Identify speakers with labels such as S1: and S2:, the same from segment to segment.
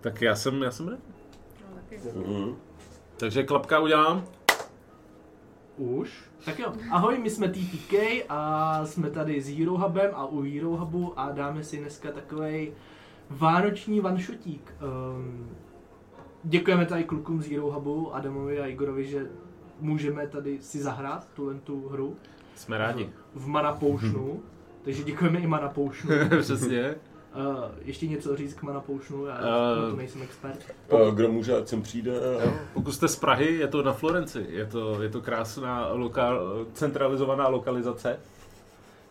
S1: Tak já jsem, já jsem ready.
S2: No, taky.
S3: Mhm.
S1: Takže klapka udělám.
S4: Už? Tak jo. Ahoj, my jsme TPK a jsme tady s Hero Hubem a u Hero Hubu a dáme si dneska takovej vánoční vanšutík. Um, děkujeme tady klukům z Hero Hubu, Adamovi a Igorovi, že můžeme tady si zahrát tuhle tu hru
S1: Jsme rádi.
S4: v Mana Poušnu. Takže děkujeme i Mana Poušnu.
S1: Přesně.
S4: Uh, ještě něco říct k Mana Poušnu, já
S1: Eh,
S4: na to nejsem expert.
S3: A Eh, kdo může, ať sem přijde.
S1: Pokud jste z Prahy, je to na Florenci. Je to, je to krásná lokal, centralizovaná lokalizace.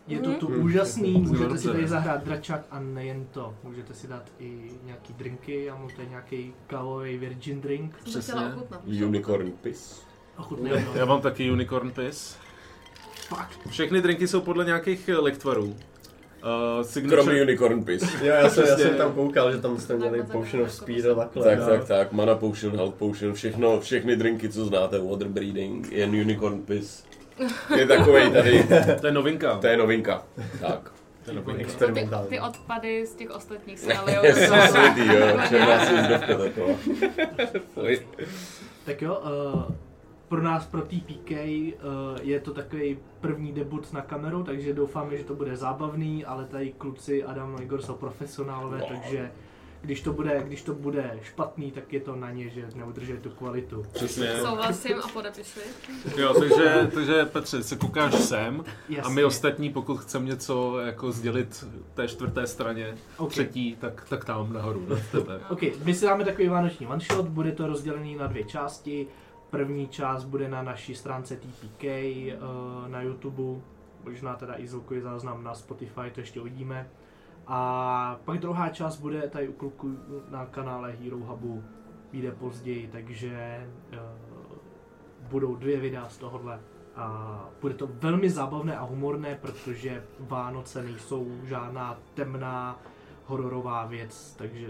S4: Je to tu
S1: Mhm.
S4: úžasný, můžete si
S1: dobře.
S4: tady zahrát dračák a nejen to. Můžete si dát i nějaký drinky, já mám tady nějaký kávový virgin drink.
S2: Jsem to chtěla ochutnat.
S3: eh, Unicorn Piss.
S4: Ochutnej
S1: Já
S4: to.
S1: mám taky unicorn piss.
S4: Fakt.
S1: Všechny drinky jsou podle nějakých eh, lektvarů. Uh, signature...
S3: Kromě Unicorn Piss.
S5: Jo, já jsem, já
S1: Přesně.
S2: Prostě-
S5: jsem tam koukal, že tam jste měli
S2: Takhle, takhle,
S5: Potion of
S2: jako
S5: Speed
S2: prostě.
S5: a takhle. no.
S3: Tak, tak, tak, mana potion, health potion, všechno, všechny drinky, co znáte, water breeding, jen unicorn piss. Je takovej tady,
S1: To je novinka.
S3: to je novinka. Tak.
S2: Ty,
S5: Experimentální.
S2: ty odpady z těch ostatních se ale jo.
S3: Je světý, jo, černá sjezdovka taková.
S4: Tak jo, uh, pro nás, pro TPK, uh, je to takový první debut na kameru, takže doufáme, že to bude zábavný, ale tady kluci Adam a Igor jsou profesionálové,
S3: No.
S4: takže když to, bude, když to bude špatný, tak je to na ně, že neudrží tu kvalitu.
S1: Přesně.
S2: Souhlasím a podepisuji.
S1: Jo, takže, takže Petře, se koukáš sem a my
S4: Jasně.
S1: ostatní, pokud chceme něco jako sdělit té čtvrté straně,
S4: Ok.
S1: třetí, tak, tak tam nahoru, na tebe.
S4: OK, my si dáme takový vánoční one shot, bude to rozdělený na dvě části. První část bude na naší stránce TPK, eh, na YouTube, možná teda i zvukový záznam na Spotify, to ještě uvidíme. A pak druhá část bude tady u kluku na kanále Hero Hubu, vyjde později, takže eh, budou dvě videa z tohohle. A bude to velmi zábavné a humorné, protože Vánoce nejsou žádná temná hororová věc, takže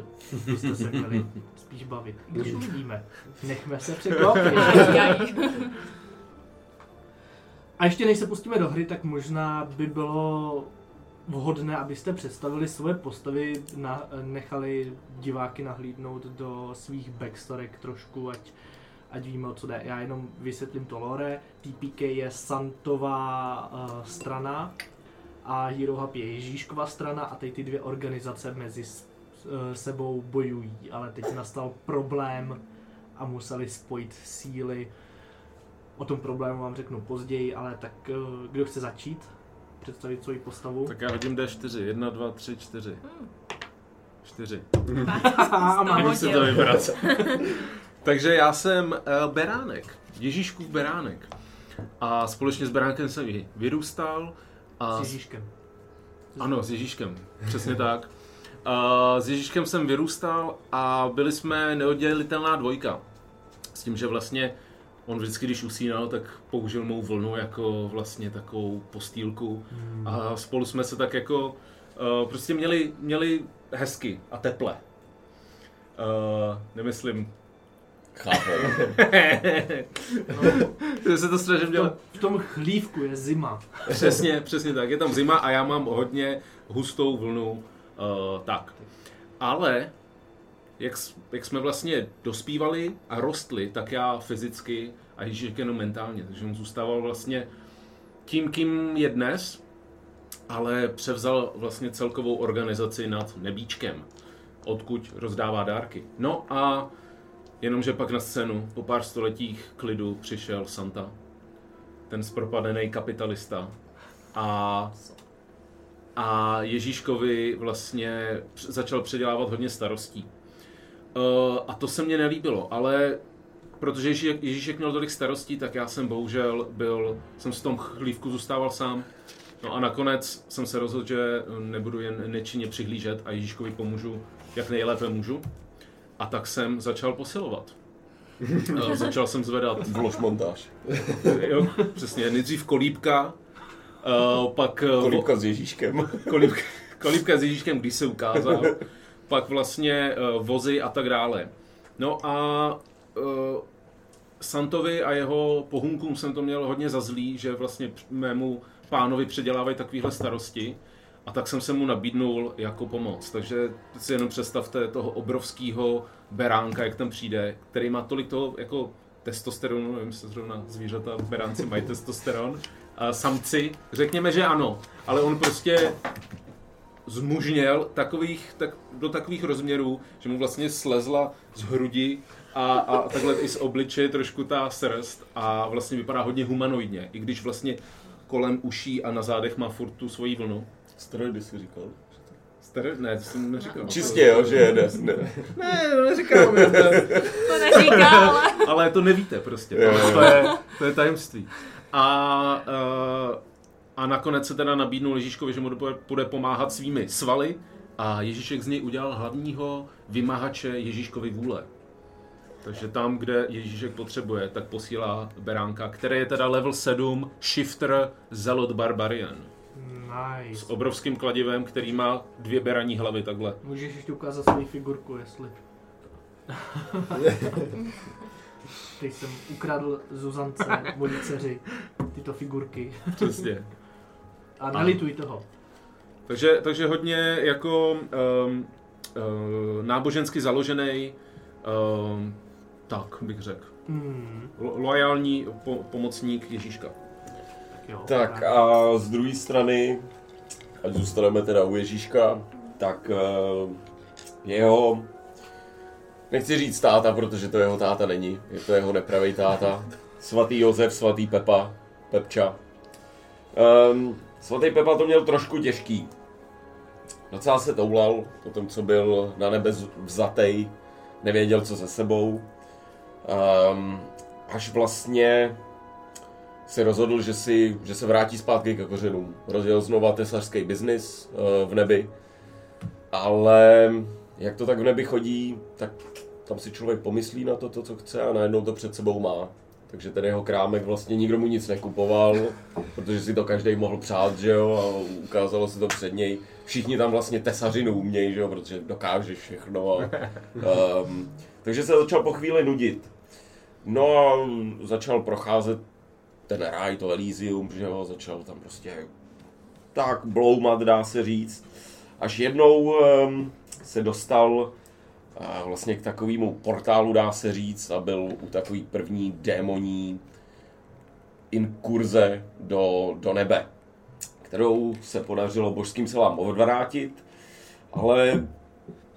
S4: byste se měli spíš bavit. I Když uvidíme, nechme se překvapit. A ještě než se pustíme do hry, tak možná by bylo vhodné, abyste představili svoje postavy, na, nechali diváky nahlídnout do svých backstorek trošku, ať, ať víme, o co jde. Já jenom vysvětlím to lore. TPK je Santová uh, strana a Hero Hub je Ježíškova strana a teď ty dvě organizace mezi s, eh, sebou bojují, ale teď nastal problém a museli spojit síly. O tom problému vám řeknu později, ale tak eh, kdo chce začít? Představit svoji postavu.
S1: Tak já hodím D4, 1, 2, 3, 4. 4.
S4: a
S2: Mám
S1: Jak se to vybrat? Takže já jsem eh, Beránek, Ježíškův Beránek. A společně s Beránkem jsem i vyrůstal.
S4: s
S1: A s
S4: Ježíškem.
S1: Ano, s Ježíškem, přesně tak. A s Ježíškem jsem vyrůstal a byli jsme neoddělitelná dvojka. S tím, že vlastně on vždycky, když usínal, tak použil mou vlnu jako vlastně takovou postýlku. A spolu jsme se tak jako eh, prostě měli, měli hezky a teple. Uh, nemyslím.
S3: Chápu.
S1: že se to snažím
S4: V tom,
S1: dělat.
S4: v tom chlívku je zima.
S1: Přesně, přesně tak. Je tam zima a já mám hodně hustou vlnu. Uh, tak. Ale jak, s- jak jsme vlastně dospívali a rostli, tak já fyzicky a Ježíšek jenom mentálně. Takže on zůstával vlastně tím, kým je dnes, ale převzal vlastně celkovou organizaci nad nebíčkem, odkud rozdává dárky. No a jenomže pak na scénu po pár stoletích klidu přišel Santa, ten zpropadený kapitalista. A a Ježíškovi vlastně př- začal předělávat hodně starostí. Uh, a to se mně nelíbilo, ale protože Ježíšek, Ježíšek měl tolik starostí, tak já jsem bohužel byl, jsem v tom chlívku zůstával sám. No a nakonec jsem se rozhodl, že nebudu jen nečinně přihlížet a Ježíškovi pomůžu, jak nejlépe můžu. A tak jsem začal posilovat. Eh, začal jsem zvedat
S3: Vlož montáž.
S1: jo, přesně, nejdřív kolíbka, eh, pak... eh,
S3: Kolíbka s Ježíškem.
S1: kolibka, kolibka s Ježíškem, když se ukázal, pak vlastně uh, vozy a tak dále. No a uh, Santovi a jeho pohunkům jsem to měl hodně za zlý, že vlastně p- mému pánovi předělávají takovéhle starosti A tak jsem se mu nabídnul jako pomoc. Takže si jenom představte toho obrovského beránka, jak tam přijde, který má tolik toho jako testosteronu, nevím, jestli zrovna zvířata beránci mají testosteron, a samci, řekněme, že ano, ale on prostě zmužněl takových, tak, do takových rozměrů, že mu vlastně slezla z hrudi a, a takhle i z obličeje trošku ta srst a vlastně vypadá hodně humanoidně, i když vlastně kolem uší a na zádech má furt tu svoji vlnu.
S3: Steroidy si říkal.
S1: Stere? Ne, to jsem neříkal.
S3: Čistě, jo, že jede. Ne.
S1: Ne, to neříkám. jo, to-
S2: To neříká, ale...
S1: ale to nevíte prostě.
S3: Jo, jo.
S1: To je, to je tajemství. A, eh, a nakonec se teda nabídnul Ježíškovi, že mu dopo- bude pomáhat svými svaly a Ježíšek z něj udělal hlavního vymahače Ježíškovi vůle. Takže tam, kde Ježíšek potřebuje, tak posílá Beránka, který je teda level 7 Shifter Zelot Barbarian. S
S4: Nice.
S1: obrovským kladivem, který má dvě beraní hlavy takhle.
S4: Můžeš ještě ukázat svoji figurku, jestli. Teď jsem ukradl Zuzance, mojí dceři, tyto figurky.
S1: Přesně.
S4: A nelituj toho.
S1: Takže, takže hodně jako um, uh, nábožensky založený, um, tak bych řekl,
S4: Hmm,
S1: lo- loajální po- pomocník Ježíška.
S4: tak jo.
S3: Tak a z druhé strany, ať zůstaneme teda u Ježíška, tak eh, jeho, nechci říct táta, protože to jeho táta není, je to jeho nepravý táta, svatý Josef, svatý Pepa, Pepča. Um, svatý Pepa to měl trošku těžký. Docela se toulal po tom, co byl na nebe z- vzatej, nevěděl, co se sebou. Um, až vlastně se rozhodl, že, si, že se vrátí zpátky ke kořenům. Rozjel znova tesařský biznis eh, v nebi, ale jak to tak v nebi chodí, tak tam si člověk pomyslí na to, to co chce a najednou to před sebou má. Takže ten jeho krámek vlastně nikdo mu nic nekupoval, protože si to každý mohl přát, že jo, a ukázalo se to před něj. Všichni tam vlastně tesařinu umějí, že jo, protože dokážeš všechno. A, um, takže se začal po chvíli nudit. No a začal procházet ten ráj, to Elysium, že jo, začal tam prostě tak bloumat, dá se říct. Až jednou um, se dostal eh, vlastně k takovému portálu, dá se říct, a byl u takový první démoní inkurze do, do nebe, kterou se podařilo božským silám odvrátit, ale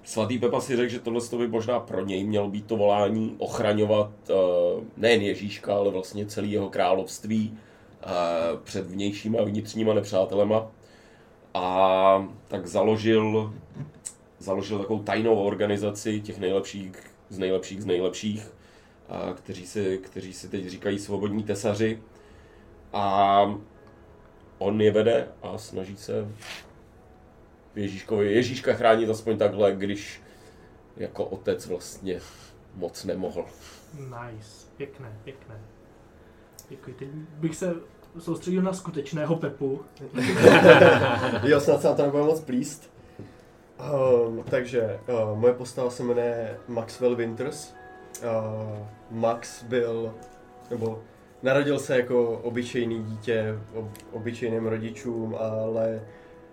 S3: Svatý Pepa si řekl, že tohle to by možná pro něj mělo být to volání ochraňovat uh, nejen Ježíška, ale vlastně celý jeho království uh, před vnějšíma a vnitřníma nepřátelema. A tak založil, založil takovou tajnou organizaci těch nejlepších z nejlepších z nejlepších, uh, kteří, si, kteří si teď říkají svobodní tesaři. A on je vede a snaží se Ježíškovi. Ježíška chránit aspoň takhle, když jako otec vlastně moc nemohl.
S4: Nice, pěkné, pěkné. Děkuji. Teď bych se soustředil na skutečného Pepu.
S5: jo, snad se na to nebude moc plíst. Um, takže uh, moje postava se jmenuje Maxwell Winters. Uh, Max byl, nebo narodil se jako obyčejný dítě ob, obyčejným rodičům, ale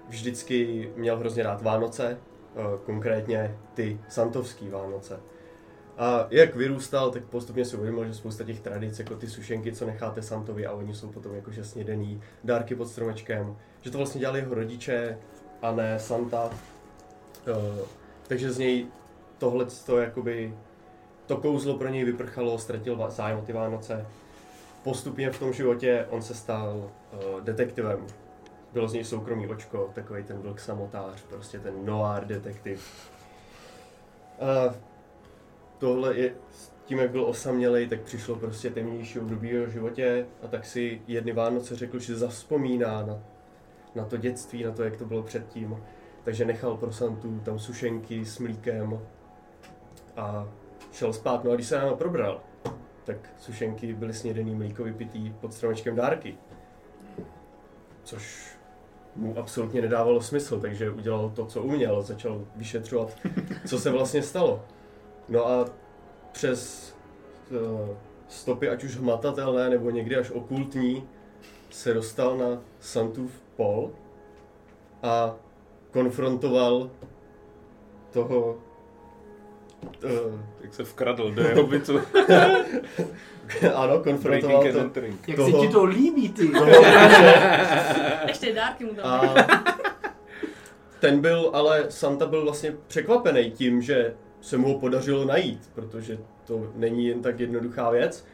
S5: vždycky měl hrozně rád Vánoce, uh, konkrétně ty santovský Vánoce. A jak vyrůstal, tak postupně si uvědomil, že spousta těch tradic, jako ty sušenky, co necháte Santovi a oni jsou potom jakože snědený, dárky pod stromečkem, že to vlastně dělali jeho rodiče a ne Santa. Eh, takže z něj tohle to jakoby to kouzlo pro něj vyprchalo, ztratil va- zájem o ty Vánoce. Postupně v tom životě on se stal eh, detektivem. Bylo z něj soukromý očko, takový ten vlk samotář, prostě ten noir detektiv. Eh, tohle je, s tím, jak byl osamělej, tak přišlo prostě temnější období v jeho životě a tak si jedny Vánoce řekl, že zavzpomíná na, na to dětství, na to, jak to bylo předtím. Takže nechal pro Santu tam sušenky s mlíkem a šel spát. No a když se ráno probral, tak sušenky byly snědený mlíko vypitý pod stromečkem dárky. Což mu absolutně nedávalo smysl, takže udělal to, co uměl, začal vyšetřovat, co se vlastně stalo. No a přes eh, stopy, ať už hmatatelné nebo někdy až okultní, se dostal na Santův pol a konfrontoval toho eh,
S1: Jak se vkradl do jeho bytu.
S5: ano,
S1: Breaking
S5: konfrontoval
S1: and
S5: to,
S1: entering.
S4: Jak
S5: Toho-
S4: se ti to líbí, ty?
S2: Ještě dárky mu dal.
S5: A ten byl, ale Santa byl vlastně překvapený tím, že se mu ho podařilo najít, protože to není jen tak jednoduchá věc.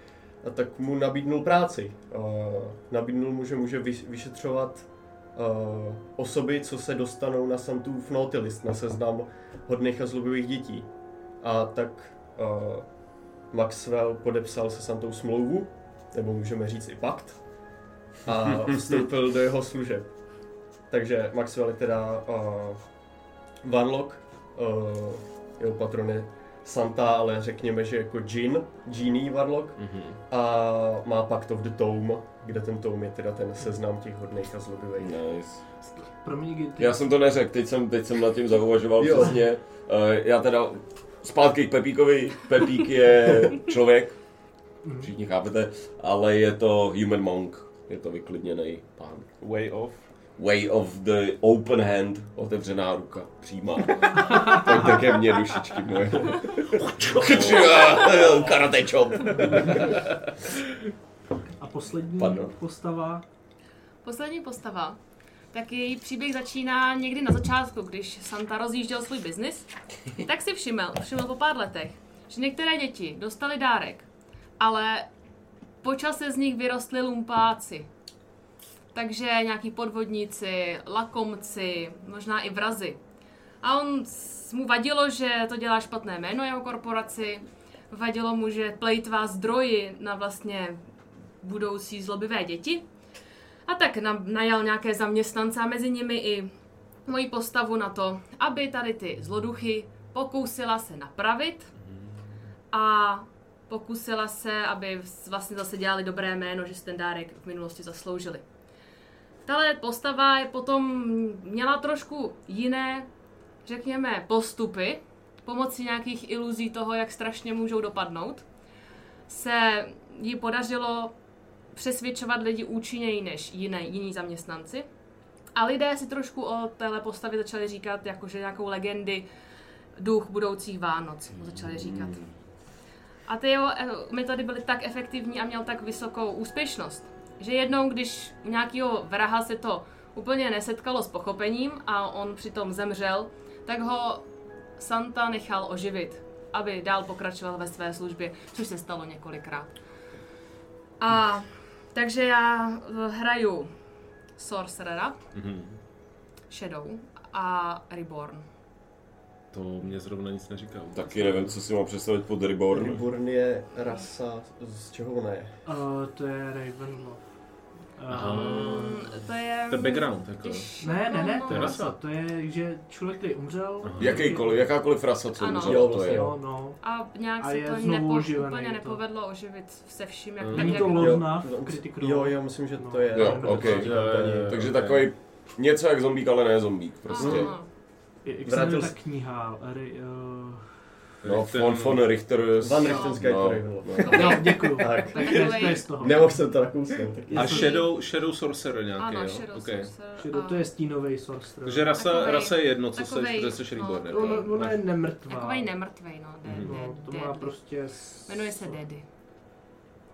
S5: A tak mu nabídnul práci. Uh, nabídnul mu, že může vyš- vyšetřovat uh, osoby, co se dostanou na Santův naughty list, na seznam hodných a zlobivých dětí. A tak uh, Maxwell podepsal se Santou smlouvu, nebo můžeme říct i pakt, a vstoupil do jeho služeb. Takže Maxwell je teda uh, Varlock, uh, jeho patron je Santa, ale řekněme, že jako Jin, Genie Varlock
S3: Mhm.
S5: a má Pact of the Tome, kde ten Tome je teda ten seznam těch hodných a zlobivých.
S3: Nice.
S4: Promiň, Gitty.
S3: Já jsem to neřekl, teď jsem, teď jsem nad tím zauvažoval
S5: Jo.
S3: přesně. Eh, Já teda zpátky k Pepíkovi. Pepík je člověk,
S4: Mhm.
S3: všichni chápete, ale je to human monk. Je to vyklidněný pán.
S1: Way off.
S3: Way of the open hand, otevřená ruka, přímá. Pojďte ke mně, dušičky moje. Karate chop.
S4: A poslední
S3: Pardon.
S4: postava.
S2: Poslední postava. Tak její příběh začíná někdy na začátku, když Santa rozjížděl svůj biznis. Tak si všiml, všiml po pár letech, že některé děti dostali dárek, ale počase z nich vyrostly lumpáci. Takže nějaký podvodníci, lakomci, možná i vrazy. A on s- mu vadilo, že to dělá špatné jméno jeho korporaci, vadilo mu, že plejtvá zdroji na vlastně budoucí zlobivé děti, a tak na, najal nějaké zaměstnance a mezi nimi i moji postavu na to, aby tady ty zloduchy pokusila se napravit a pokusila se, aby s- vlastně zase dělali dobré jméno, že si ten dárek v minulosti zasloužili. Tahle postava je potom měla trošku jiné, řekněme, postupy pomocí nějakých iluzí toho, jak strašně můžou dopadnout. Se jí podařilo přesvědčovat lidi účinněji než jiné, jiní zaměstnanci. A lidé si trošku o téhle postavě začali říkat jakože nějakou legendy duch budoucích Vánoc, mu začali říkat. A ty jeho eh, metody byly tak efektivní a měl tak vysokou úspěšnost, že jednou, když u nějakého vraha se to úplně nesetkalo s pochopením a on přitom zemřel, tak ho Santa nechal oživit, aby dál pokračoval ve své službě, což se stalo několikrát. A takže já eh, hraju Sorcerera,
S1: Mhm.
S2: Shadow a Reborn.
S1: To mě zrovna nic neříká. vůbec.
S3: Taky nevím, co si mám představit pod Reborn.
S5: Reborn je rasa, z čeho ona je?
S4: Uh, to je Ravenloft.
S1: Aha.
S4: Uh,
S2: Mm, to je...
S1: To je background, jako.
S2: Když-
S4: ne, ne, ne, to je
S1: Terasa.
S4: rasa. To je, že člověk, který umřel.
S1: Aha.
S3: Jakýkoliv, jakákoliv rasa, co
S2: Ano.
S3: umřela, to
S5: vlastně
S3: je.
S4: Jo, no.
S2: A nějak
S4: A
S2: se
S4: je
S2: to
S4: znovu
S2: nepo,
S4: oživený
S2: úplně
S4: to.
S2: nepovedlo oživit se vším, jak,
S1: Mm.
S2: tak,
S4: Není
S2: jak
S4: to lo- Lovna
S5: Jo,
S4: v Critical Role.
S5: jo, já myslím, že
S4: No.
S5: to je.
S3: Jo,
S5: Reborn,
S3: ok.
S5: to říkám paní.
S1: Jo, jo, jo.
S3: Takže takový něco jak zombík, ale ne zombík. Prostě.
S2: Aha.
S4: Jak se
S5: Vrátil
S4: jmenuje ta
S5: s-
S4: kniha? Ry, uh,
S3: No,
S1: Ten-
S3: von, von Richter.
S5: Van Richtenský,
S3: No.
S5: který byl.
S4: no, děkuju.
S5: Tak.
S4: tak to je, to je z toho.
S5: Nemohl jsem to nakousnout.
S1: A
S2: Jasný.
S1: Shadow, Shadow Sorcerer nějaký,
S2: Ano,
S1: jo? Ok.
S2: Shadow Sorcerer
S4: Shadow,
S2: a-
S4: to je stínový sorcerer.
S1: Takže rasa,
S2: Takovej-
S1: rasa je jedno, co se,
S2: takovej-
S1: kde seš reborn.
S2: no.
S1: je to-
S4: Ona, ona je nemrtvá.
S2: Takovej nemrtvej, no. De,
S1: Mhm.
S4: No,
S2: de,
S4: to
S2: de,
S4: má prostě... s-
S2: Jmenuje se Daddy.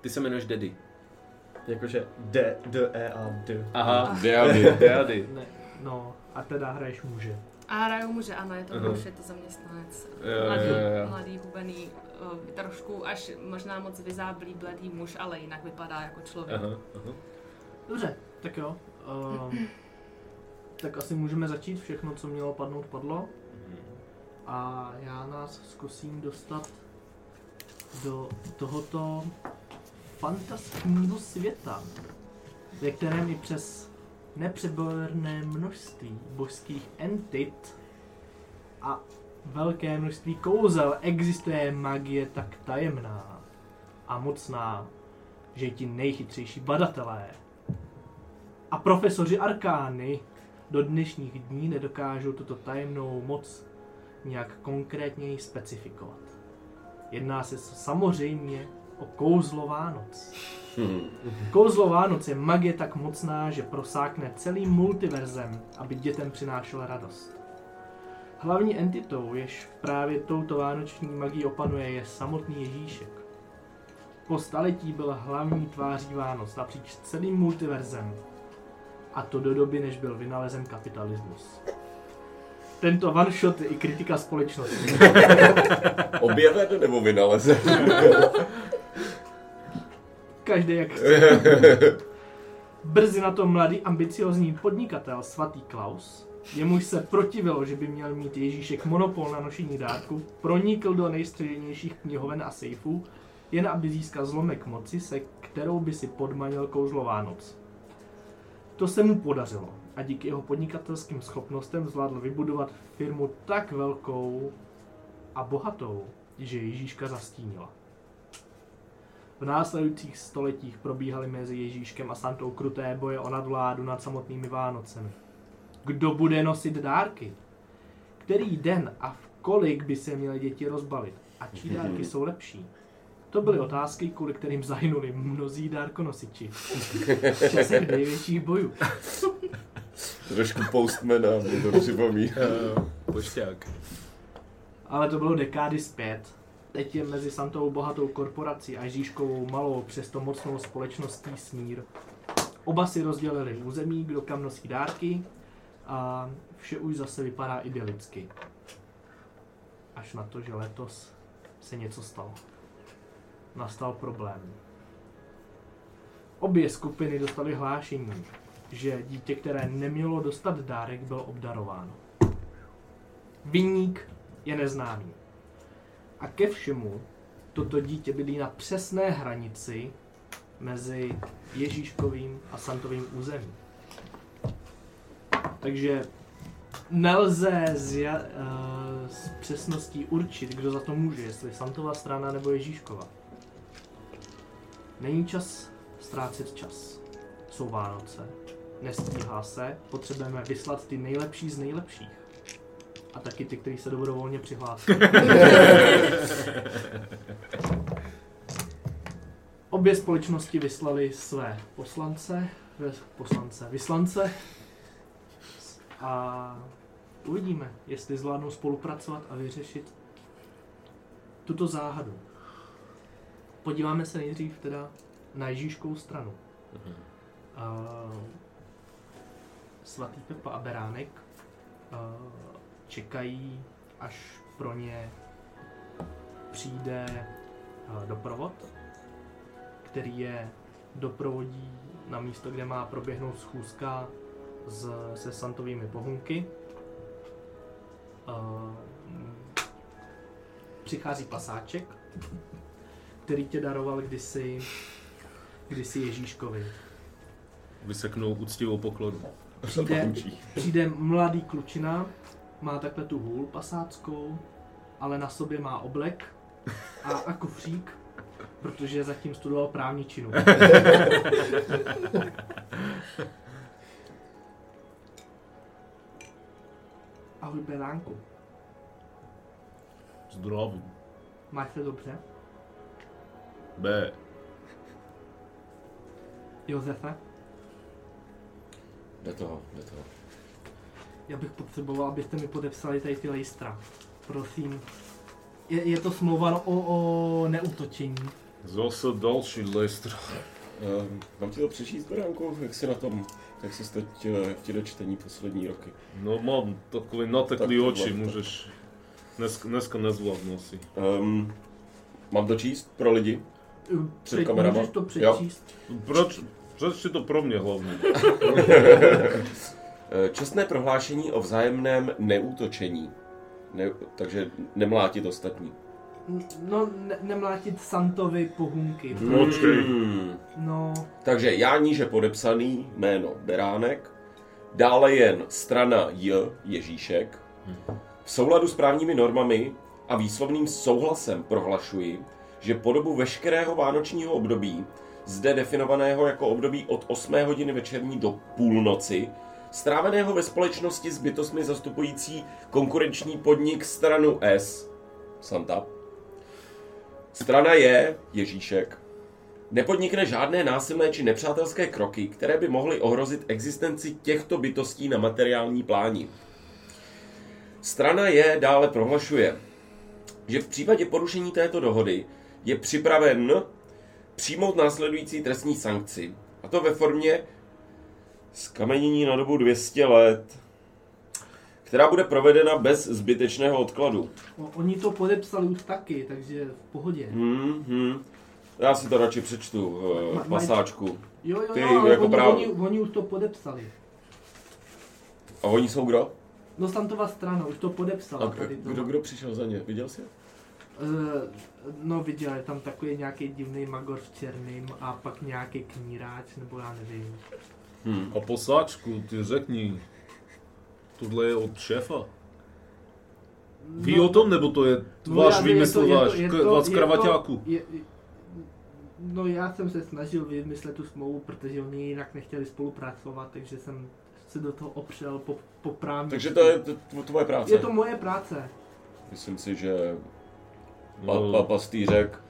S1: Ty se jmenuješ Daddy.
S5: Jakože D, D, E a D.
S1: Aha.
S3: Diady.
S1: Daddy.
S4: Ne, no, a teda hraješ muže.
S2: A hraju muže, ano, je to
S1: Aha.
S2: muž, je to zaměstnanec.
S1: Jo,
S2: Mladý,
S1: jo, jo.
S2: mladý hubený, eh, trošku až možná moc vyzáblý, bledý muž, ale jinak vypadá jako člověk.
S1: Aha, aha.
S4: Dobře, tak jo. Um, tak asi můžeme začít, všechno, co mělo padnout, padlo. A já nás zkusím dostat do tohoto fantastického světa, ve kterém i přes nepřeborné množství božských entit a velké množství kouzel existuje magie tak tajemná a mocná, že ti nejchytřejší badatelé a profesoři Arkány do dnešních dní nedokážou tuto tajemnou moc nějak konkrétněji specifikovat. Jedná se samozřejmě o kouzlo Vánoc.
S3: Hmm.
S4: Kouzlo Vánoc je magie tak mocná, že prosákne celým multiverzem, aby dětem přinášela radost. Hlavní entitou, jež právě touto vánoční magií opanuje, je samotný Ježíšek. Po staletí byl hlavní tváří Vánoc napříč celým multiverzem. A to do doby, než byl vynalezen kapitalismus. Tento one shot je i kritika společnosti.
S3: Objeven nebo vynalezen?
S4: Každý jak chce. Brzy na to mladý ambiciozní podnikatel svatý Klaus, jemuž se protivilo, že by měl mít Ježíšek monopol na nošení dárku, pronikl do nejstřednějších knihoven a sejfů, jen aby získal zlomek moci, se kterou by si podmanil kouzlo Vánoc. To se mu podařilo a díky jeho podnikatelským schopnostem zvládl vybudovat firmu tak velkou a bohatou, že Ježíška zastínila. V následujících stoletích probíhaly mezi Ježíškem a Santou kruté boje o nadvládu nad samotnými Vánocemi. Kdo bude nosit dárky? Který den a v kolik by se měly děti rozbalit? A čí dárky jsou lepší? To byly otázky, kvůli kterým zahynuli mnozí dárkonosiči. V časech největších bojů.
S3: Trošku postmana, mi to připomíná.
S1: Uh, pošťák.
S4: Ale to bylo dekády zpět. Teď je mezi Santou bohatou korporací a Ježíškovou malou, přesto mocnou společností smír. Oba si rozdělili území, kdo kam nosí dárky a vše už zase vypadá idylicky. Až na to, že letos se něco stalo. Nastal problém. Obě skupiny dostaly hlášení, že dítě, které nemělo dostat dárek, bylo obdarováno. Vinník je neznámý. A ke všemu toto dítě bydlí na přesné hranici mezi Ježíškovým a Santovým územím. Takže nelze z, ja, eh, s přesností určit, kdo za to může, jestli Santova strana nebo Ježíškova. Není čas ztrácet čas. Jsou Vánoce. Nestíhá se, potřebujeme vyslat ty nejlepší z nejlepších. A taky ty, kteří se dobrovolně přihlásí. Obě společnosti vyslali své poslance, ve- poslance, vyslance a uvidíme, jestli zvládnou spolupracovat a vyřešit tuto záhadu. Podíváme se nejdřív teda na Ježíškovou stranu. Uh, svatý Pepa a Beránek uh, čekají, až pro ně přijde uh, doprovod, který je doprovodí na místo, kde má proběhnout schůzka s, se santovými pohunky. Uh, přichází pasáček, který tě daroval kdysi, kdysi Ježíškovi.
S1: Vyseknou úctivou poklonu.
S4: Přijde, přijde mladý klučina, má takhle tu hůl pasáckou, ale na sobě má oblek a, a kufřík, protože zatím studoval právničinu. Ahoj Beránku,
S1: Zdravím.
S4: máš se dobře?
S1: B.
S4: Josefe,
S3: Do toho, do toho.
S4: já bych potřeboval, abyste mi podepsali tady ty lejstra. Prosím. Je, je to smlouva o, o neútočení.
S1: Zase další list.
S3: Ehm, Mám ti to přečíst, Beránku, jak jsi na tom, jak jsi to tě, tě do čtení poslední roky.
S1: No mám takový
S3: Tak
S1: nateklý
S3: to
S1: oči,
S3: bylo to.
S1: můžeš... Dneska, dneska nezvládnu asi.
S3: Um, mám to číst pro lidi? Před
S4: Před,
S3: kamerama?
S4: můžeš to
S3: Jo.
S4: přečíst?
S1: Proč, proč si to pro mě hlavně?
S3: Eh, Čestné prohlášení o vzájemném neútočení. Ne, takže nemlátit ostatní.
S4: N- No, ne- nemlátit Santovi pohunky.
S3: Mhm.
S1: Počkej.
S3: Hmm.
S4: No,
S3: Takže já níže podepsaný, jméno Beránek, dále jen strana J, Ježíšek. V souladu s právními normami a výslovným souhlasem prohlašuji, že po dobu veškerého vánočního období, zde definovaného jako období od 8 hodiny večerní do půlnoci, stráveného ve společnosti s bytostmi zastupující konkurenční podnik stranu S, Santa, strana je Ježíšek, Nepodnikne žádné násilné či nepřátelské kroky, které by mohly ohrozit existenci těchto bytostí na materiální pláni. Strana je dále prohlašuje, že v případě porušení této dohody je připraven přijmout následující trestní sankci. A to ve formě skamenění na dobu 200 let, která bude provedena bez zbytečného odkladu.
S4: No, oni to podepsali už taky, takže v pohodě.
S3: Mm-hmm. Já si to radši přečtu v
S4: Ma-
S3: eh,
S4: ma-
S3: pasáčku.
S4: Jo, jo,
S3: Ty,
S4: jo, ale
S3: jako
S4: oni,
S3: právo.
S4: oni, oni, už to podepsali.
S3: A oni jsou kdo?
S4: No Santova strana už to podepsala.
S3: A
S4: tady to.
S3: eh, kdo, kdo přišel za ně? Viděl jsi? je?
S4: Eh, no viděl, je tam takový nějaký divný magor v černým a pak nějaký kníráč, nebo já nevím.
S3: Hmm.
S1: A posáčku, ty řekni. Tohle je od šéfa. Ví
S4: No,
S1: o tom, nebo to je
S4: no,
S1: váš
S4: já
S1: no,
S4: vím, je
S1: výmysl,
S4: to- je to-
S1: váš
S4: je
S1: k-
S4: to-
S1: vás
S4: je to-
S1: kravaťáku?
S4: je- No já jsem se snažil vymyslet tu smlouvu, protože oni jinak nechtěli spolupracovat, takže jsem se do toho opřel po, po právní.
S3: Takže to je t- t- tvoje práce. Mm.
S4: Je to moje práce.
S3: Myslím si, že
S1: No.
S3: pa, pa, pastýřek,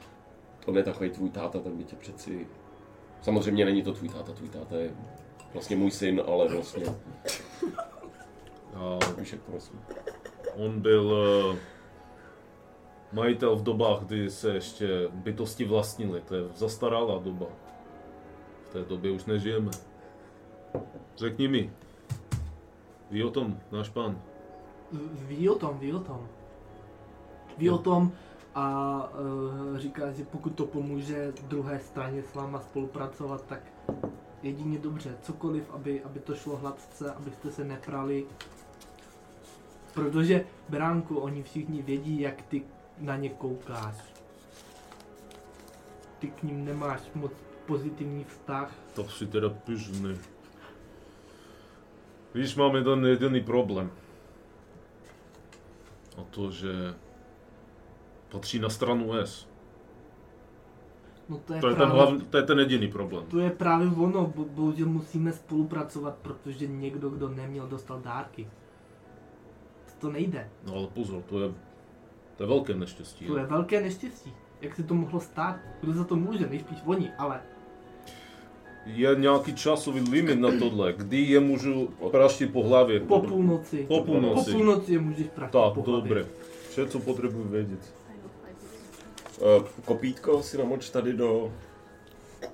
S3: to je takový tvůj táta, ten by tě přeci... Samozřejmě není to tvůj táta, tvůj táta je vlastně můj syn, ale vlastně,
S1: A
S3: víš jak to myslím.
S1: on byl eh, majitel v dobách, kdy se ještě bytosti vlastnily. To je zastaralá doba. V té době už nežijeme. Řekni mi. Ví o tom náš pán?
S4: Ví o tom, ví o tom. Ví o tom a uh, říká, že pokud to pomůže druhé straně s váma spolupracovat, tak jedině dobře, cokoliv, aby, aby to šlo hladce, abyste se neprali. Protože bránku oni všichni vědí, jak ty na ně koukáš. Ty k ním nemáš moc pozitivní vztah.
S1: To si teda pyšný. Víš, máme ten jediný problém. A to, že patří na stranu S.
S4: No to je,
S1: To je ten,
S4: právě-
S1: hlavní, to je ten jediný problém.
S4: To je právě ono, bo- bohužel musíme spolupracovat, protože někdo, kdo neměl, dostal dárky. To nejde,
S1: No ale pozor, to je, to je velké neštěstí.
S4: to je velké neštěstí. Jak se to mohlo stát? Kdo za to může? Nejspíš oni, ale
S1: Je nějaký časový limit na tohle, kdy je můžu praštit po hlavě.
S4: po půlnoci,
S1: Po
S4: po
S1: půlnoci.
S4: půlnoci je můžeš prašit po
S1: Tak,
S4: hlavě.
S1: dobré. Vše, co potřebuji vědět.
S3: Eh, Kopítko si namoč tady do,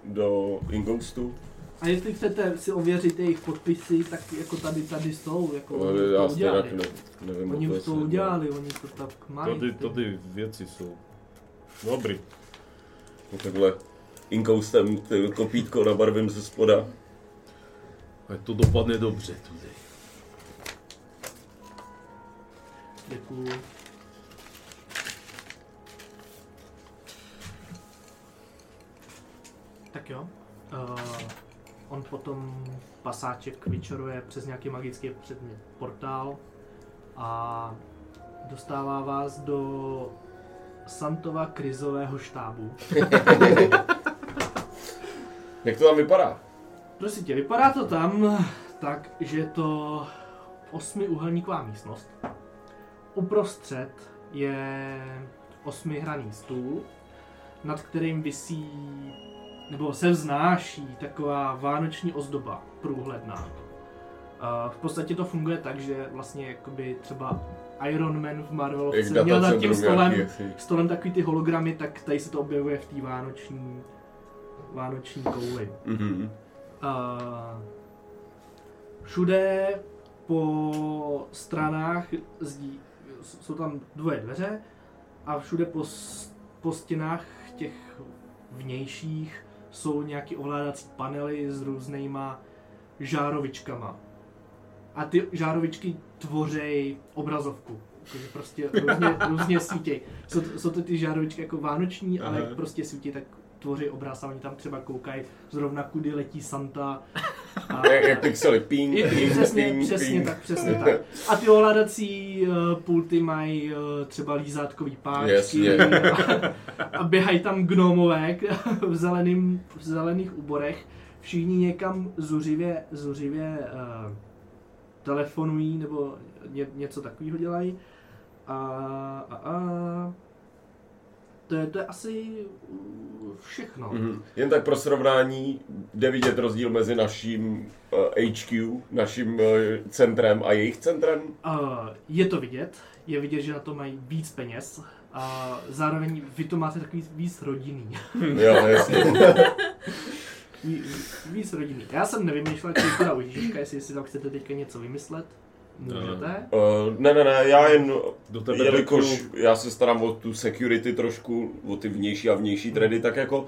S3: do Ingoustu.
S4: A jestli chcete si ověřit jejich podpisy, tak jako tady, tady jsou, jako oni
S3: Eh,
S4: to
S3: Já stejně
S4: udělali.
S3: ne, nevím, jako-
S4: Oni
S3: jak
S4: už to
S3: jestli-
S4: udělali, oni to tak mají.
S1: Tady, tady věci jsou. Dobrý.
S3: No Takhle Inkoustem ty kopítko nabarvím ze spoda.
S1: Ať to dopadne dobře tudy.
S4: Děkuju. Tak jo. Uh, on potom pasáček vyčaruje přes nějaký magický předmět portál a dostává vás do Santova krizového štábu.
S3: Jak to tam vypadá?
S4: Prosím tě, vypadá to tam tak, že je to osmiúhelníková místnost. Uprostřed je osmihraný stůl, nad kterým visí nebo se vznáší taková vánoční ozdoba průhledná. Eh, V podstatě to funguje tak, že vlastně jakoby třeba Iron Man v Marvelovce měl nad tím stolem
S3: nějaký.
S4: stolem takový ty hologramy, tak tady se to objevuje v té vánoční, vánoční kouli. Eh,
S3: Mhm.
S4: A všude po stranách zdí, jsou tam dvoje dveře a všude po, s- po stěnách těch vnějších jsou nějaký ovládací panely s různýma žárovičkama. A ty žárovičky tvořejí obrazovku. Takže prostě různě, různě svítěj. Jsou, to- jsou to ty žárovičky jako vánoční, Aha. ale
S3: Aha.
S4: jak prostě svítí, tak tvoří obraz a oni tam třeba koukají zrovna kudy letí Santa. A,
S3: Jak, jak pixely, ping,
S4: je,
S3: ping,
S4: přesně,
S3: ping,
S4: přesně
S3: ping.
S4: tak, přesně tak. A ty ovládací uh, pulty mají uh, třeba lízátkový páčky
S3: Jasně.
S4: a, a běhají tam gnomové k- v, zeleným, v zelených uborech. Všichni někam zuřivě, zuřivě uh, telefonují nebo ně, něco takového dělají. A, a, a to je, to je asi mm, všechno. Mm-hmm.
S3: Mhm. Jen tak pro srovnání jde vidět rozdíl mezi naším eh, HQ, naším eh, centrem a jejich centrem.
S4: Uh, je to vidět, je vidět, že na to mají víc peněz. A zároveň vy to máte takový víc rodinný.
S3: Jo, jasně.
S4: Ví- Víc rodinný. Já jsem nevymýšlel, jak teda u Ježíška, jestli si tam chcete teďka něco vymyslet. Můžete.
S3: Eh, ne, ne, ne, já jen,
S1: Do tebe
S3: jelikož já se starám o tu security trošku, o ty vnější a vnější trady, tak jako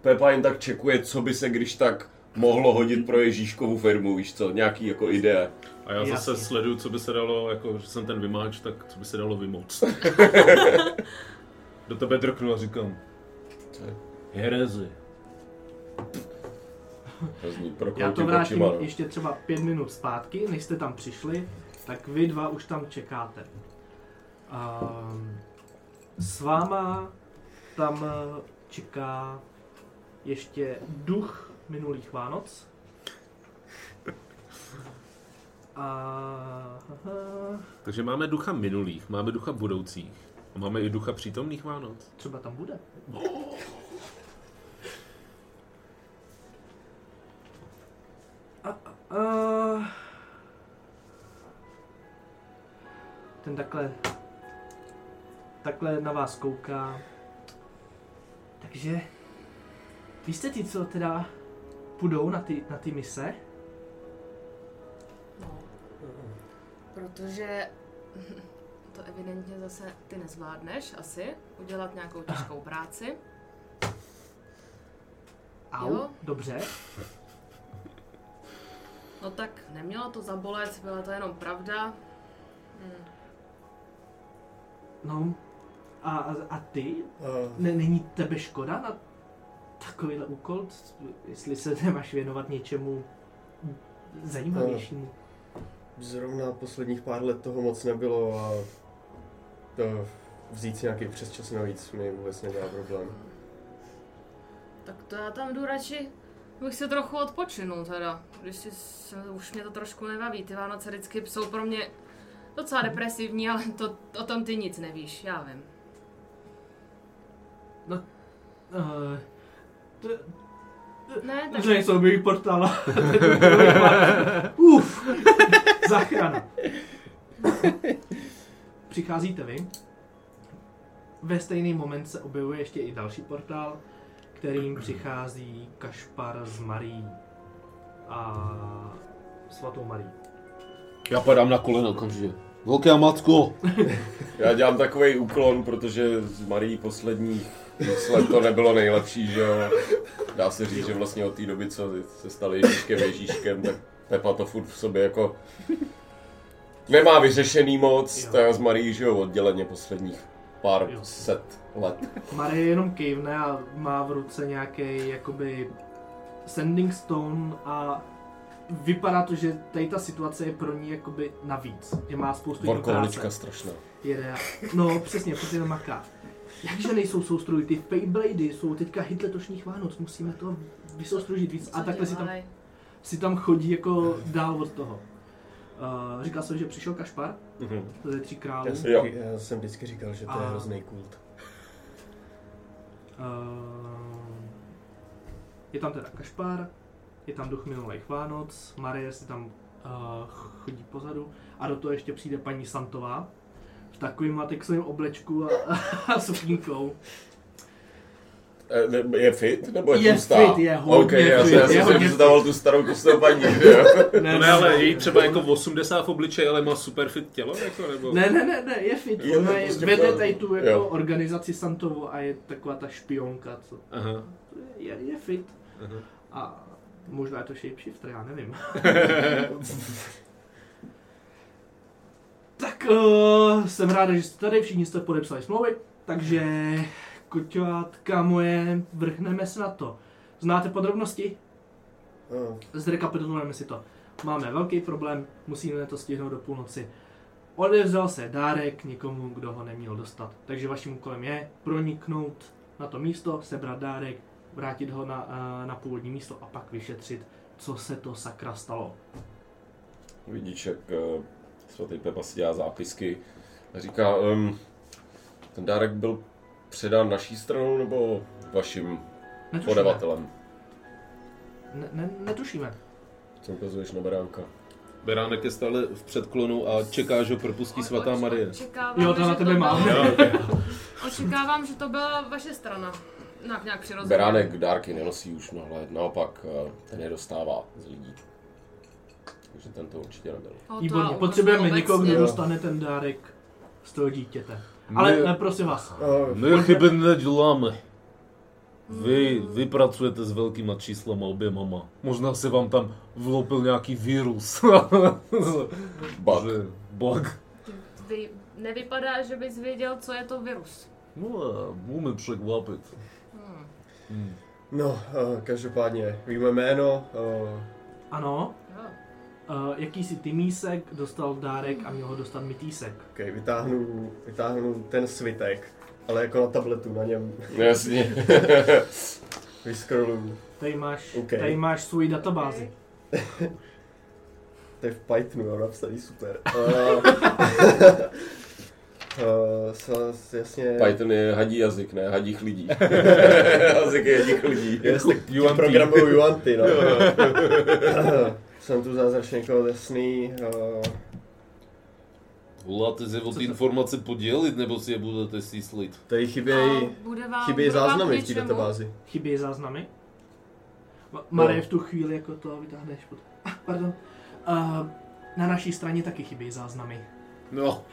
S3: Pepa jen tak čekuje, co by se když tak mohlo hodit pro Ježíškovu firmu, víš co, nějaký jako ideje.
S1: A já zase
S4: Jasně.
S1: sleduju, co by se dalo, jako že jsem ten vymáč, tak co by se dalo vymoct. Do tebe drknu a říkám.
S3: Co je?
S1: Herezi.
S3: Hrozný
S4: Já to
S3: prokloutím
S4: vrátím
S3: očima, no.
S4: ještě třeba pět minut zpátky, než jste tam přišli, tak vy dva už tam čekáte. Um, s váma tam eh, čeká ještě duch minulých Vánoc. A...
S1: Takže máme ducha minulých, máme ducha budoucích. A máme i ducha přítomných Vánoc.
S4: Třeba tam bude. No. A, a, a. Ten takhle, takhle na vás kouká. Takže, vy jste ty, co teda půjdou na ty, na ty mise?
S2: No. Protože to evidentně zase ty nezvládneš asi, udělat nějakou těžkou práci.
S4: Au,
S2: Jo.
S4: dobře.
S2: No tak nemělo to zabolet, byla to jenom pravda. Hmm.
S4: No, a, a- a ty?
S5: Uh,
S4: Ne, není tebe škoda na takovýhle úkol, c- jestli se nemáš věnovat něčemu zajímavějšímu?
S5: zrovna posledních pár let toho moc nebylo a to vzít si nějaký přesčas navíc mi vůbec nedělá problém.
S2: Tak to já tam jdu radši, bych si trochu odpočinul teda. Když si, se- už mě to trošku nebaví, ty Vánoce vždycky jsou pro mě docela depresivní, ale to, o tom ty nic nevíš, já vím.
S4: Uh, to,
S2: Ne, tak
S4: to nejsou mých portála. Uf, zachrana. Přicházíte vy. Ve stejný moment se objevuje ještě i další portál, kterým přichází Kašpar s Marí a svatou Marí.
S6: Já padám na kolena okamžitě. Velká matko!
S3: Já dělám takový úklon, protože z Marii posledních x let to nebylo nejlepší, že jo. Dá se říct, že vlastně od té doby, co se stali Ježíškem Ježíškem, tak Pepa to furt v sobě jako nemá vyřešený moc,
S4: Jo.
S3: to já z Marii žiju odděleně posledních pár
S4: Jo.
S3: set let.
S4: Marie jenom kývne a má v ruce nějaký jakoby sending stone a vypadá to, že tady ta situace je pro ní jakoby navíc, že má spoustu jiný
S3: Vorkoholička
S4: práce.
S3: strašná.
S4: Jede a... No přesně, protože jenom maká. Jakže nejsou soustrojů, ty Beyblady jsou teďka hit letošních Vánoc, musíme to vysoustružit víc.
S2: co
S4: A takhle si tam,
S2: dělaj?
S4: si tam chodí jako dál od toho. Uh, říkal jsem, že přišel Kašpar
S1: Mhm.
S4: ze tří králů.
S5: Já jsem,
S3: Jo.
S5: já jsem vždycky říkal, že to je
S4: A-
S5: hrozný kult.
S4: Ehm, je tam teda Kašpar, je tam duch minulých Vánoc, Marie si tam eh, chodí pozadu a do toho ještě přijde paní Santová v takovým latexovém oblečku a, a sukínkou.
S3: E, ne- Je fit? Nebo je,
S4: Je
S3: tlustá?
S4: fit, je hodně
S3: okay, já,
S4: fit,
S3: já
S4: je
S3: jsem si
S4: hodně
S3: představoval tu starou kusnou paní, že jo.
S1: No ne, ale její třeba jako 80 v obličeji, ale má super fit tělo, jako, nebo...
S4: Ne, ne, ne, ne, je fit.
S3: Je to
S4: Ona je,
S3: prostě
S4: vede
S3: fajn.
S4: tady tu jako
S3: Jo.
S4: organizaci Santovu a je taková ta špionka, co
S1: Aha.
S4: je, je fit.
S1: Aha.
S4: A možná je to shapeshifter, já nevím. tak uh, jsem ráda, že jste tady, všichni jste podepsali smlouvy, takže koťátka moje, vrhneme se na to. Znáte podrobnosti?
S5: Uh,
S4: Zrekapitulujeme si to. Máme velký problém, musíme to stihnout do půlnoci. Odevzal se dárek někomu, kdo ho neměl dostat. Takže vaším úkolem je proniknout na to místo, sebrat dárek, vrátit ho na, eh, na původní místo a pak vyšetřit, co se to sakra stalo.
S3: Vidíš, jak eh, svatý Pepa si dělá zápisky a říká, um, ten ehm, dárek byl předán naší stranou nebo vašim
S4: Netušíme.
S3: podavatelem?
S4: Ne, ne, netušíme.
S3: Co ukazuješ na beránka?
S1: Beránek je stále v předklonu a čeká, že ho propustí svatá
S2: Oč-
S1: Marie.
S2: očekávám,
S4: Jo, to
S2: že
S4: na tebe mám.
S2: byla-
S1: Jo, okay.
S2: Očekávám, že to byla vaše strana. Nějak, nějak přirozeně.
S3: Beránek dárky nenosí už mnoho let, naopak eh, ten je dostává z lidí. Takže ten to určitě nebyl.
S2: O, to já
S4: Výborně.
S2: vůbec
S4: Potřebujeme
S2: vůbec
S4: někoho, kdo
S5: Jo.
S4: dostane ten dárek z toho dítěte.
S6: My-
S4: Ale ne, prosím vás.
S5: Uh,
S6: My chyby neděláme. Vy, vy pracujete s velkýma číslama oběmama. Možná se vám tam vlopil nějaký virus.
S3: Bug.
S6: Že- Bug.
S2: Vy, nevypadá, že bys věděl, co je to virus.
S6: No a umím překvapit.
S5: No, uh, každopádně víme jméno, uh,
S4: Ano,
S2: Jo.
S4: uh, jakýsi Tymísek dostal dárek a měl ho dostat Mytýsek.
S5: okay, vytáhnu, vytáhnu ten svitek, ale jako na tabletu na něm
S3: No jasně.
S5: vyskroluju.
S4: Tady máš,
S5: OK.
S4: tady máš svoji databázi.
S5: To je v Pythonu, jo, napsaný super. Uh, uh, s- s- jasně...
S3: Python je hadí jazyk, ne hadích lidí. jazyk je hadích lidí.
S5: Jasně,
S1: UNT.
S5: programuju Juanty, no. Jsem tu zázračně někoho lesný. Uh,
S6: Voláte se o ty informace podělit, nebo si je budete síslit?
S5: tady
S2: A
S5: chybějí,
S2: bude vám,
S5: chybějí
S2: bude vám
S5: záznamy
S2: k
S5: v té
S2: něčemu?
S5: databázi.
S4: Chybí záznamy. Ma- Marie v tu chvíli jako to vytáhneš. pod- Ah, pardon. Uh, na naší straně taky chybí záznamy.
S6: No.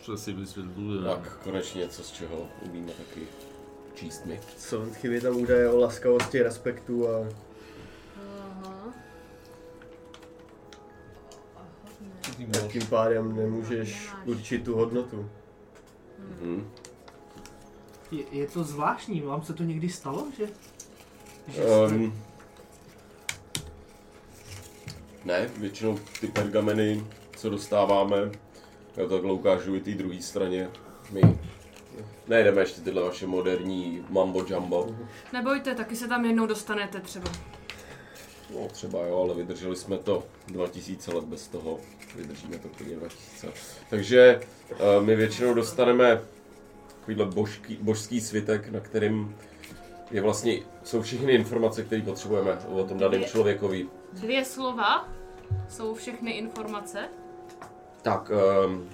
S6: Přesně vysvětluje.
S3: Tak konečně něco, z čeho umíme taky číst my.
S5: Co chybí tam údaje o laskavosti, respektu a
S2: Aha. Ne.
S5: tím pádem nemůžeš určit tu hodnotu.
S3: Mhm.
S4: Je, je to zvláštní, vám se to někdy stalo, že? že jste-
S3: Um, ne, většinou ty pergameny, co dostáváme, já to takhle ukážu i té druhé straně. My nejdeme ještě tyhle vaše moderní mambo jumbo.
S2: Nebojte, taky se tam jednou dostanete třeba.
S3: No třeba jo, ale vydrželi jsme to 2000 let bez toho. Vydržíme to klidně 2000 let. Takže eh, my většinou dostaneme takovýhle božský, božský svitek, na kterým je vlastně, jsou všechny informace, které potřebujeme o tom daném člověkovi.
S2: Dvě slova jsou všechny informace.
S3: Tak, ehm,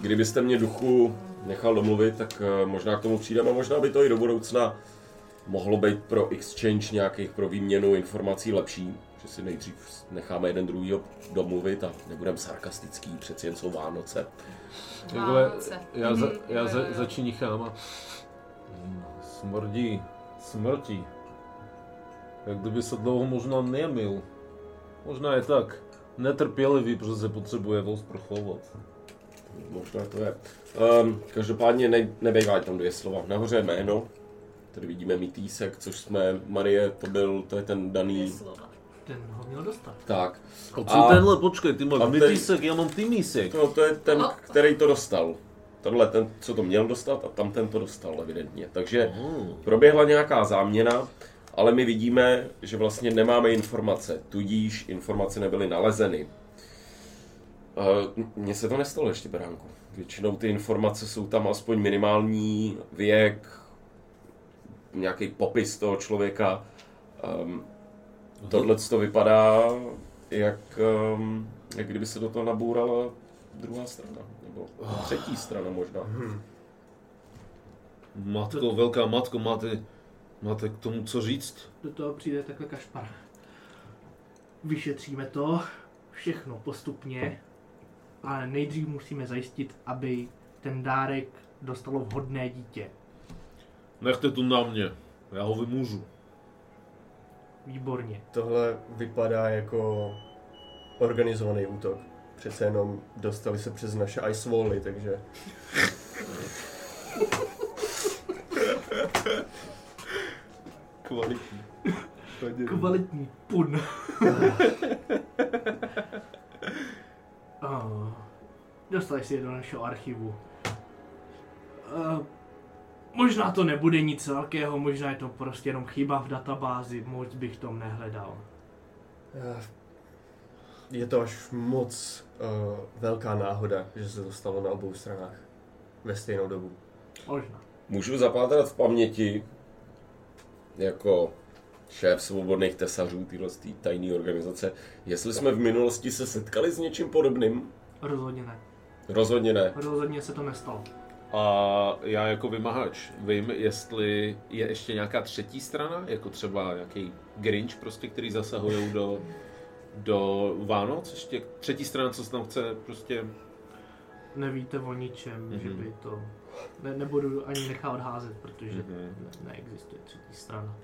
S3: kdybyste mě duchu nechal domluvit, tak eh, možná k tomu přijdeme a možná by to i do budoucna mohlo být pro exchange nějakých, pro výměnu informací lepší. Že si nejdřív necháme jeden druhýho domluvit a nebudeme sarkastický, přeci jen jsou Vánoce.
S6: Takhle,
S2: Vánoce.
S6: já, za,
S2: Mhm,
S6: já za,
S2: jo, jo, jo.
S6: začíní cháma. Smrdí, smrti. Jak kdyby se dlouho možná nemil. Možná je tak. Netrpělivý, protože se potřebuje osprchovat.
S3: Možná to je. Um, každopádně ne, nebejvají tam dvě slova. Nahoře jméno, tady vidíme Mitýsek, což jsme, Marie, to byl, to je ten
S2: Dvě
S3: daný,
S2: slova.
S4: Ten ho měl dostat.
S3: tak.
S6: A co
S3: A-
S6: tenhle, počkej, ty
S3: a
S6: máš
S3: ten-
S6: mytisek, já mám tymisek.
S3: No to je ten,
S2: No.
S3: který to dostal. Tohle ten, co to měl dostat a tam ten to dostal evidentně. Takže
S6: Oh,
S3: proběhla nějaká záměna, ale my vidíme, že vlastně nemáme informace, tudíž informace nebyly nalezeny. Eh, Mně se to nestalo ještě, Beránku. Většinou ty informace jsou tam aspoň minimální věk, nějaký popis toho člověka. Um, Tohle to vypadá, jak, um, jak kdyby se do toho nabourala druhá strana, nebo třetí strana možná.
S6: matko, velká matko, máte, máte k tomu co říct?
S4: Do toho přijde takhle kašpar. Vyšetříme to všechno postupně, ale nejdřív musíme zajistit, aby ten dárek dostalo vhodné dítě.
S6: Nechte to na mě, já ho vymůžu.
S4: Výborně.
S5: Tohle vypadá jako organizovaný útok. Přece jenom dostali se přes naše ice wally, takže...
S1: Kvalitní.
S4: Kvalitní pun. oh, dostali si je do našeho archivu. Uh, možná to nebude nic velkého, možná je to prostě jenom chyba v databázi, moc bych tom nehledal.
S5: eh, Je to až moc eh, uh, velká náhoda, že se to stalo na obou stranách ve stejnou dobu.
S4: Možná.
S3: Můžu zapátrat v paměti jako šéf svobodných tesařů téhle tajné organizace, jestli jsme v minulosti se setkali s něčím podobným?
S4: Rozhodně ne.
S3: Rozhodně ne.
S4: Rozhodně se to nestalo.
S1: A já jako vymahač vím, jestli je ještě nějaká třetí strana, jako třeba nějaký Grinch prostě, který zasahuje do, do Vánoc, ještě třetí strana, co se tam chce prostě...
S4: Nevíte o ničem, mm-hmm. že by to... Ne, nebudu ani nechat odházet, protože mm-hmm. ne, neexistuje třetí strana.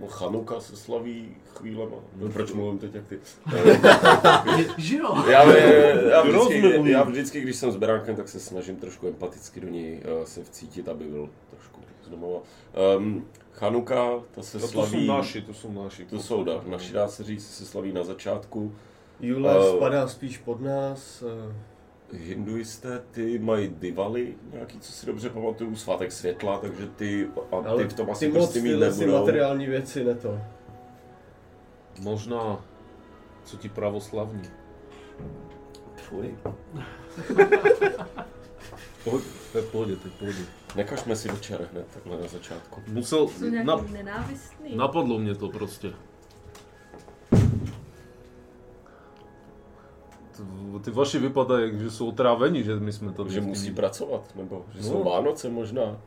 S3: No, Chanuka se slaví chvílema. No, proč mluvím teď jak ty?
S4: Že jo?
S3: Já, já, vždycky,
S6: Rozumím.
S3: já vždycky, když jsem s Beránkem, tak se snažím trošku empaticky do něj eh, se vcítit, aby byl trošku z domova. Um, Chanuka, ta se
S1: No, to jsou
S3: slaví...
S1: naši, to jsou naši.
S3: To jsou da, naši dá se říct, se slaví na začátku.
S5: Jule
S3: Eh.
S5: spadá spíš pod nás. eh,
S3: Hinduisté, ty mají divaly, nějaký, co si dobře pamatuju, svátek světla, takže ty, a ty
S5: Ale
S3: v tom
S5: ty
S3: asi
S5: moc
S3: prostě mít
S5: tyhle si
S3: nebudou.
S5: materiální věci, ne to.
S1: Možná, co ti pravoslavní.
S3: Fuj.
S1: Pohodě, to je v pohodě, to je v pohodě.
S3: Nekažme si večer hned takhle na začátku.
S1: Musel,
S2: Jsou nějaký
S1: na,
S2: nenávistný.
S1: napadlo mě to prostě.
S6: T- Ty vaši vypadají, jak že jsou otráveni, že my
S5: No,
S6: jsme tady.
S3: Že
S6: v tým-
S3: musí pracovat, nebo že
S6: No.
S3: jsou Vánoce možná.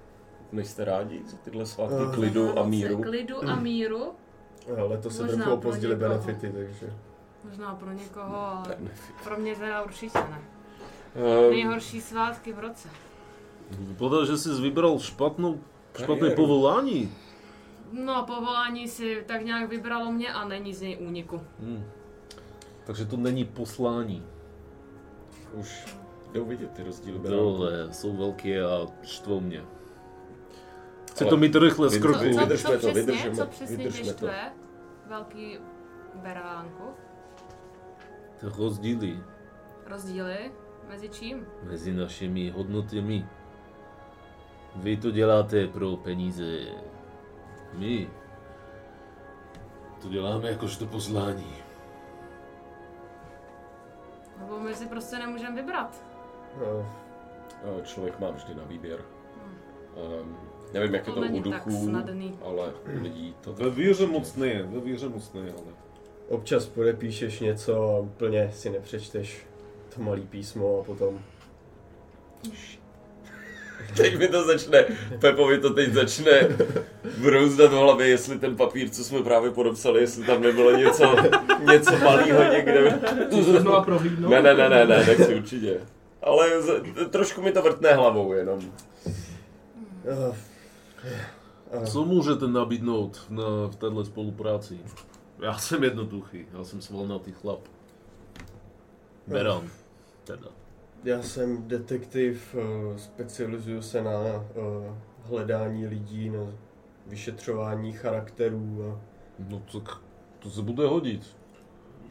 S3: Nejste rádi za tyhle svátky
S5: Eh.
S3: klidu a
S2: Vánoce,
S3: míru? Hmm.
S2: Klidu a míru.
S5: Eh, Letos se
S2: Možná
S5: trochu opozdili
S2: pro někoho.
S5: benefity, takže.
S2: Možná pro někoho, ale
S3: Benefit.
S2: pro mě teda určitě ne.
S3: Ehm,
S2: Nejhorší svátky v roce.
S6: Vypadá, že jsi vybral špatnou, špatné
S3: Kariéru.
S6: povolání.
S2: No, povolání si tak nějak vybralo mě a není z něj úniku.
S6: Takže to není poslání.
S3: Už jdou vidět ty
S1: No,
S3: rozdíly. Beránku.
S6: Tohle jsou velké a štvou mě. Chci
S3: Ale
S6: to mít rychle z
S3: vy-
S6: krku.
S3: Co- co- vydržme to,
S2: přesně,
S3: vydržme,
S2: co přesně tě
S3: vydržme to.
S2: štve? Velký beránku.
S6: Ty rozdíly
S2: Rozdíly mezi čím?
S6: mezi našimi hodnotami. Vy to děláte pro peníze. My to děláme jakožto poslání.
S2: Nebo my si prostě nemůžeme vybrat.
S5: eh,
S3: Eh, Člověk má vždy na výběr. Ehm, nevím, jak je
S2: To
S3: to u
S2: není tak
S3: duchů,
S2: snadný.
S3: ale u lidí to
S1: Ve víře moc ne, ve víře moc ne, ale...
S5: Občas podepíšeš něco a úplně si nepřečteš to malý písmo a potom
S3: Teď mi to začne, Pepovi to teď začne brouzdat v hlavě, jestli ten papír, co jsme právě podepsali, jestli tam nebylo něco, něco malého někde.
S4: Chceš to znova prohlídnout?
S3: Ne, ne, ne, ne, ne, tak si určitě. Ale z, trošku mi to vrtne hlavou jenom.
S5: eh,
S6: Co můžete nabídnout na, v této spolupráci? Já jsem jednoduchý, já jsem svalnatý chlap. Beran. Teda.
S5: já jsem detektiv, eh, specializuju se na eh, hledání lidí, na vyšetřování charakterů a
S6: No tak to se bude hodit.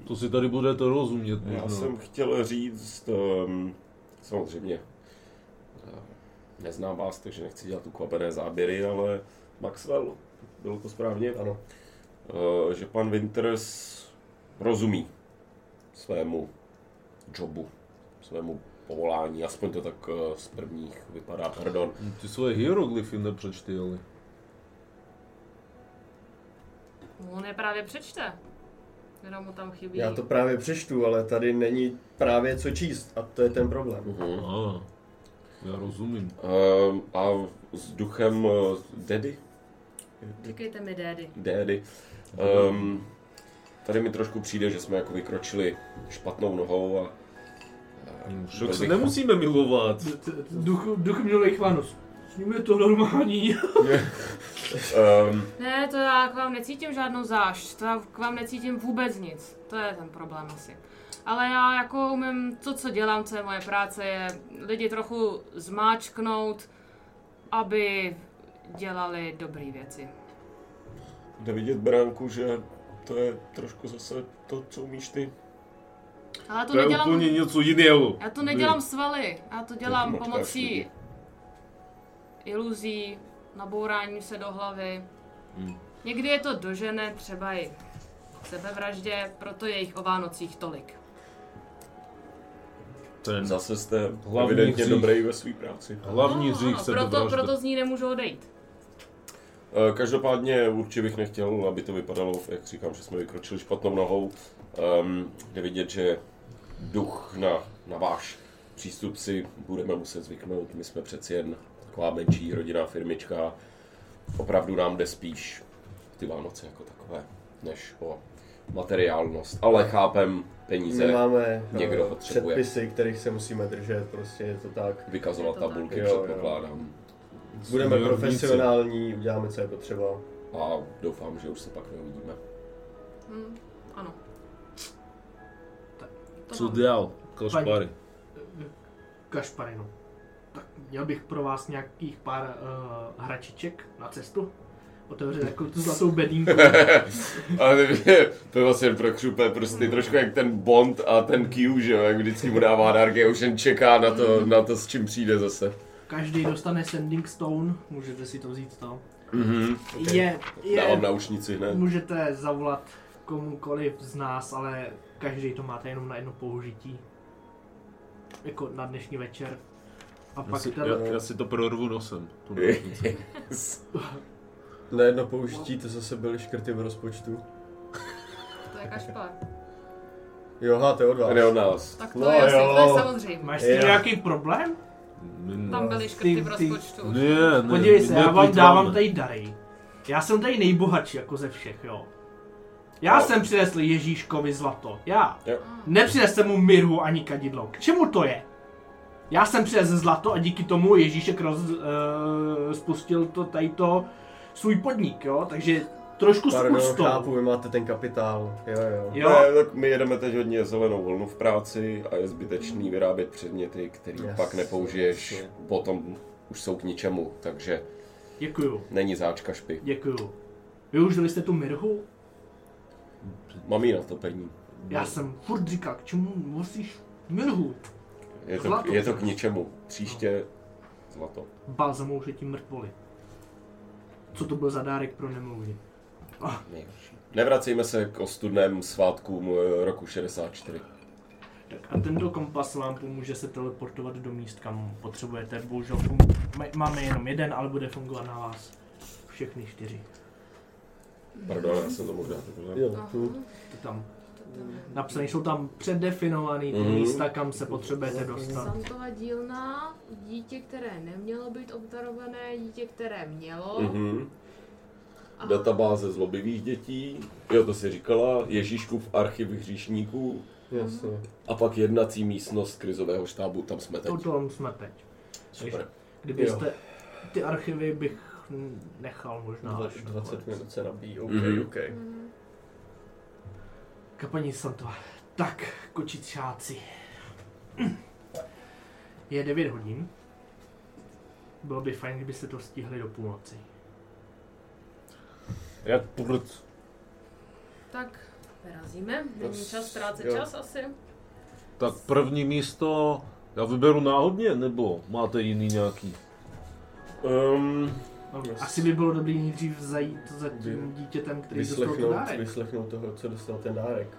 S6: To si tady budete rozumět možná.
S3: Já jsem chtěl říct, um, samozřejmě, eh, neznám vás, takže nechci dělat ukvapené záběry, ale Maxwell, bylo to správně,
S5: ano.
S3: Eh, že pan Winters rozumí svému jobu, svému povolání, aspoň to tak eh, z prvních vypadá, pardon.
S6: Ty svoje hieroglyfy nepřečtěli.
S2: No, On je právě přečte. Jenom mu tam chybí.
S5: Já to právě přečtu, ale tady není právě co číst a to je ten problém.
S1: Mhm.
S3: Uh-huh.
S6: A, já rozumím.
S3: Eh, A s duchem eh, Daddy,
S2: Říkejte mi dédy.
S3: Daddy, um, tady mi trošku přijde, že jsme jako vykročili špatnou nohou a
S6: Však se nemusíme milovat.
S4: T- t- Duch, duch minulých Vánoc. S ním je to normální.
S3: um,
S2: Ne, to já k vám necítím žádnou zášť, to já k vám necítím vůbec nic. To je ten problém asi. Ale já jako umím to, co dělám, co je moje práce, je lidi trochu zmáčknout, aby dělali dobré věci.
S3: jde vidět Beránku, že to je trošku zase to, co umíš ty.
S2: Ale já to,
S1: To je
S2: nedělám,
S1: úplně něco jiného.
S2: já to nedělám svaly, já to dělám
S3: mačkáš
S2: pomocí
S3: lidi.
S2: iluzí, nabourání se do hlavy. Někdy je to dožene třeba i k sebevraždě, proto je jich o Vánocích tolik.
S6: Ten
S3: Zase jste
S6: Hlavní
S3: evidentně
S6: hřích.
S3: dobrý ve své práci.
S6: hlavní
S2: No,
S6: hřích
S2: ano,
S6: se
S2: proto,
S6: dovraždil.
S2: proto z ní nemůžu odejít.
S3: Eh, Každopádně určitě bych nechtěl, aby to vypadalo, jak říkám, že jsme vykročili špatnou nohou. Um, je vidět, že duch na, na váš přístup si budeme muset zvyknout. My jsme přeci jen taková menší rodinná firmička. Opravdu nám jde spíš ty Vánoce jako takové, než o materiálnost. Ale chápem
S5: My
S3: peníze,
S5: máme
S3: Někdo
S5: eh,
S3: potřebuje.
S5: předpisy, kterých se musíme držet, prostě je to tak.
S3: vykazovat
S2: Je to tak.
S3: tabulky,
S5: Jo, jo.
S3: předpokládám.
S5: Budeme
S6: Jsme
S5: profesionální, uděláme, co je potřeba.
S3: A doufám, že už se pak neuvidíme.
S2: Hm, ano. To
S6: Co
S2: mám.
S6: dělal? Kašpary.
S4: Kašparinu. Tak měl bych pro vás nějakých pár uh, hračiček na cestu. Otevře takovou tu zlatou bedínku.
S3: Ale to je vlastně pro křupé prsty, trošku jak ten Bond a ten Q, že jo, jak vždycky mu dává Dark Ocean, čeká na to, na to s čím přijde zase.
S4: Každý dostane Sending Stone, můžete si to vzít to.
S3: Mhm.
S4: Okay. Je, je,
S3: Dávám náušnici hned.
S4: můžete zavolat komukoliv z nás, ale každý to máte jenom na jedno použití. Jako na dnešní večer. A
S6: Já
S4: pak
S6: si,
S4: ten...
S6: já, já si to prorvu nosem. Tu nožnici.
S5: Na jedno použití to zase byly škrty v rozpočtu.
S2: To je kašpar.
S5: Jo, ha, to je od vás.
S3: Ten je od nás.
S2: Tak to
S5: No
S2: je asi,
S5: jo.
S2: to je samozřejmě.
S4: Máš s tím
S5: Jo.
S4: nějaký problém?
S2: Tam byly škrty v rozpočtu. už.
S6: Ne, ne,
S4: Podívej
S6: my
S4: se, já vám
S6: neplýtváme.
S4: dávám tady dary. Já jsem tady nejbohatší jako ze všech, jo. Já
S3: No.
S4: jsem přinesl Ježíškovi zlato, já.
S3: Jo.
S4: Nepřinesl jsem mu mirhu ani kadidlo. K čemu to je? Já jsem přinesl zlato a díky tomu Ježíšek roz, uh, spustil to tady to svůj podnik, jo. Takže trošku s
S5: Pardon, chápu,
S4: úctou.
S5: vy máte ten kapitál. Jo, jo.
S4: Jo,
S3: Ne, tak my jedeme teď hodně zelenou vlnu v práci a je zbytečný vyrábět předměty, který
S5: Jasně,
S3: pak nepoužiješ,
S5: jasně.
S3: potom už jsou k ničemu, takže
S4: děkuju,
S3: není záčka špy.
S4: děkuju. Využili jste tu mirhu?
S3: Mám jí na topení.
S4: Já jsem furt říkal, k čemu musíš mirhu?
S3: Je to,
S4: Zlato.
S3: je to k ničemu. Příště zlato.
S4: Balzamouše ti mrtvoli. Co to byl za dárek pro nemluvy?
S3: Nejhorší. Nevracejme se k ostudném svátkům eh, roku 64.
S4: Tak a tento kompas vám pomůže se teleportovat do míst, kam potřebujete. Bohužel fun- ma- máme jenom jeden, ale bude fungovat na vás. Všechny čtyři.
S3: Pardon, já jsem to možná takhle.
S5: Jo.
S4: To tam napsané jsou tam předefinované ty
S3: Mhm.
S4: místa, kam se potřebujete dostat.
S2: Santova dílna, dítě, které nemělo být obdarované, dítě, které mělo.
S3: Mhm.
S2: A
S3: Databáze zlobivých dětí, jo to si říkala, Ježíškův archiv hříšníků
S5: Jasně.
S3: a pak jednací místnost krizového štábu, tam jsme teď.
S4: To tom jsme teď.
S3: Super.
S4: Kdybyste ty archivy bych nechal možná. až na
S5: 20
S4: konec.
S5: minut se nabíjí, OK,
S3: Mhm.
S5: OK.
S4: Kapaní Santova. Tak, kočičáci. Je 9 hodin. Bylo by fajn, kdyby se to stihli do půlnoci.
S6: Jak prd.
S2: Tak vyrazíme, není
S5: To s-
S2: čas ztrácet
S5: jo.
S2: čas asi.
S6: Tak první místo já vyberu náhodně, nebo máte jiný nějaký?
S3: Um,
S4: No,
S5: Yes.
S4: Asi by bylo dobré nejdřív zajít za tím dítětem, který dostal ten
S5: Vyslechnout,
S4: dárek.
S5: vyslechnout toho, co dostal ten dárek.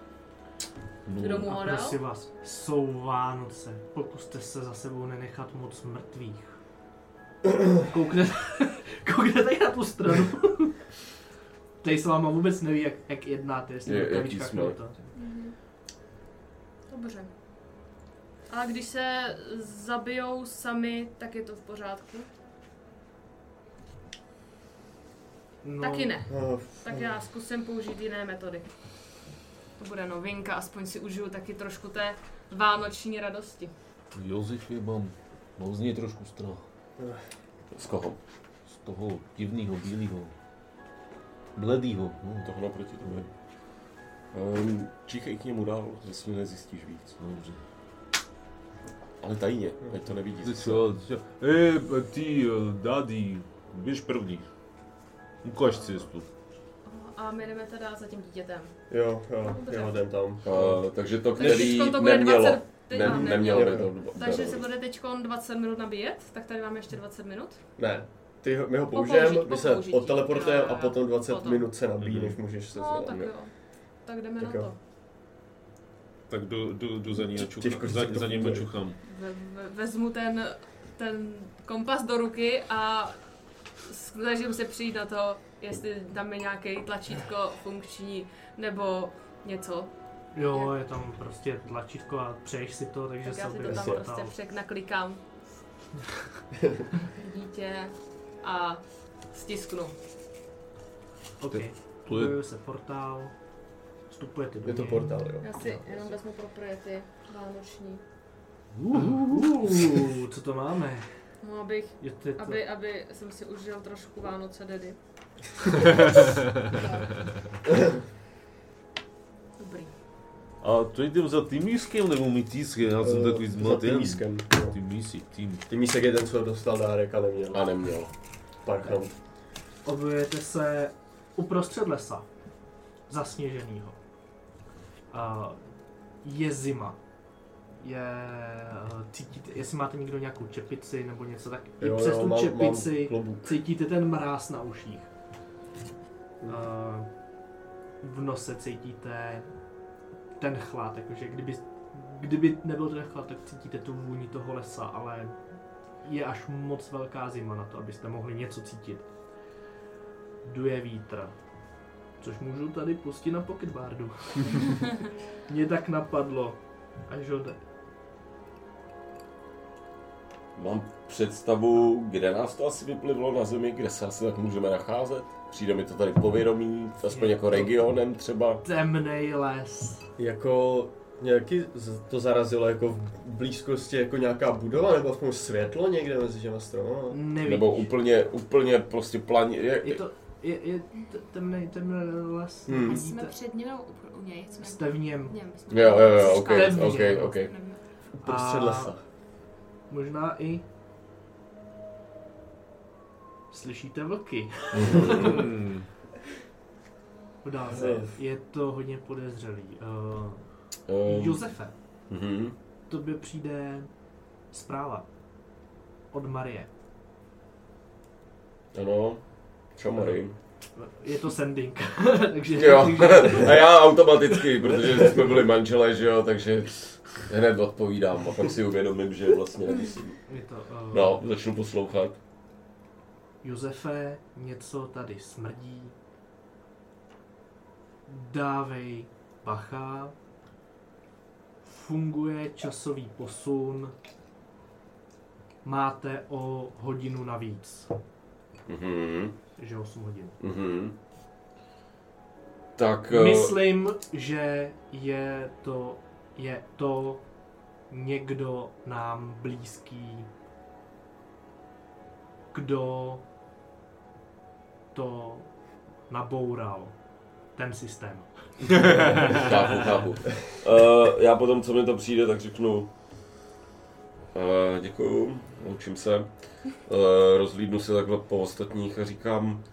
S1: No,
S2: Kdo mu
S4: A
S2: ho dal?
S4: prosím vás, jsou Vánoce. Pokuste se za sebou nenechat moc mrtvých. Kouknete, kouknete na tu stranu. Tady se váma vůbec neví, jak, jak jednáte, jestli
S3: Je-
S4: v
S3: jaký
S4: rukavičkách
S3: jsme.
S4: nebo to.
S2: Dobře. A když se zabijou sami, tak je to v pořádku?
S4: No,
S2: No. Taky ne.
S5: Oh,
S2: Tak já zkusím použít jiné metody. To bude novinka, aspoň si užiju taky trošku té vánoční radosti.
S6: Josefě mám, mám z něj trošku strach.
S3: z koho?
S6: Z toho divného bílého. Bledýho. No,
S3: Toho naproti tobě. Um, číchej k němu dál, jestli nezjistíš víc. No,
S6: dobře.
S3: Ale tajně, ať to nevidí.
S6: Ty co, ty co? Ej, ty, eh, daddy, běž první. Ukaž cestu.
S2: A my jdeme teda za tím dítětem.
S5: Jo, jo,
S2: No, Dobře.
S5: jo, jdem tam. Eh,
S3: Uh, takže to,
S2: Takže
S3: který
S2: teďkon to bude
S3: nemělo.
S2: 20 teď
S3: Ne,
S2: vám
S3: nemělo by
S5: nemělo.
S3: to.
S2: Takže se bude teď 20 minut nabíjet, tak tady máme ještě 20 minut.
S5: Ne, ty ho, my ho
S2: Po
S5: použijeme,
S2: použití,
S5: my
S2: po
S5: se
S2: použití. Jo,
S5: odteleportujeme
S2: jo,
S5: a
S2: jo.
S5: potom 20
S2: Potom.
S5: minut se nabíjí,
S6: Mhm.
S5: než můžeš se
S2: No,
S5: zvolat.
S2: tak jo. Tak jdeme
S5: Tak
S2: na
S5: jo.
S2: to.
S1: tak jdu, jdu, jdu za ní a
S5: Těžko
S1: čuchám,
S5: říct,
S1: za,
S5: jak to
S1: za ním
S5: funguje.
S1: čuchám.
S2: Ve- ve- Vezmu ten, ten kompas do ruky a snažím se přijít na to, jestli tam je nějaké tlačítko funkční nebo něco.
S4: Jo, je tam prostě tlačítko a přeješ si to, takže
S2: Tak
S4: se
S2: já si to
S4: objeví
S2: tam
S5: se
S2: prostě přek naklikám. Vidíte a stisknu.
S4: OK.
S6: To je-
S4: Objevuje se portál. Vstupujete do
S5: Je to
S4: něj.
S5: portál, jo.
S2: Já si jenom vezmu pro projekty vánoční.
S4: Uuu, co to máme?
S2: No, abych,
S4: Je to, je to...
S2: aby, aby jsem si užil trošku Vánoce dedy. Dobrý.
S6: A to jdem za tým mískem nebo my tiskem? Já jsem
S5: Eh,
S6: takový
S5: Za
S6: zmaten.
S5: tím mískem. jo.
S6: Tým mísek, tým.
S5: Ty mísek je ten, co dostal dárek a neměl.
S3: A neměl.
S5: Parknout.
S4: Objevujete se uprostřed lesa, zasněženýho. A je zima. Je, eh, cítíte, jestli máte někdo nějakou čepici nebo něco, tak i
S5: Jo,
S4: přes
S5: jo,
S4: tu
S5: mám, mám
S4: čepici
S5: klobuk.
S4: cítíte ten mráz na uších. A v nose cítíte ten chlad, jakože kdyby, kdyby nebyl ten chlad, tak cítíte tu vůni toho lesa, ale je až moc velká zima na to, abyste mohli něco cítit. Duje vítr. Což můžu tady pustit na pocketbardu. Mě tak napadlo, až ho jde.
S3: Mám představu, kde nás to asi vyplivlo na zemi, kde se asi tak můžeme nacházet. Přijde mi to tady povědomí, aspoň jako regionem třeba.
S4: Temnej les.
S5: Jako nějaký, z- to zarazilo jako v blízkosti jako nějaká budova, nebo aspoň světlo někde mezi těma stromama.
S4: Nevidíš.
S3: Nebo úplně, úplně prostě planě.
S4: Je
S3: Je,
S4: to, je, je t- temnej, temnej les.
S5: Hmm.
S4: Hmm.
S2: Jsme před ní nebo u- u něj? Jsme
S4: Jste v něm.
S2: Nevím, my jsme
S3: jo, jo, jo, ok,
S2: Nevím,
S3: ok,
S4: že-
S3: ok.
S2: nevím.
S5: Prostřed
S4: A-
S5: lesa.
S4: Možná i... Slyšíte vlky?
S3: Hmm.
S4: V dálce. Je to hodně podezřelý. Uh,
S3: Ehm,
S4: Josefe,
S3: mhm.
S4: tobě přijde zpráva od Marie.
S3: Ano, čomory.
S4: Je to sending, takže...
S3: Jo,
S4: takže
S3: a já automaticky, protože jsme byli manželé, že jo, takže hned odpovídám a pak si uvědomím, že vlastně nemusím.
S4: je to, uh,
S3: No, začnu poslouchat.
S4: Josefe, něco tady smrdí. Dávej bacha. Funguje časový posun. Máte o hodinu navíc.
S3: Mhm,
S4: Takže 8 hodin.
S3: mhm. Tak, eh, Mysli...
S4: Myslím, že je to, je to někdo nám blízký, kdo to naboural, ten systém.
S3: chápu, chápu. Uh, já potom, co mi to přijde, tak řeknu uh, děkuju, učím se. Uh, rozlídnu se takhle po ostatních a říkám,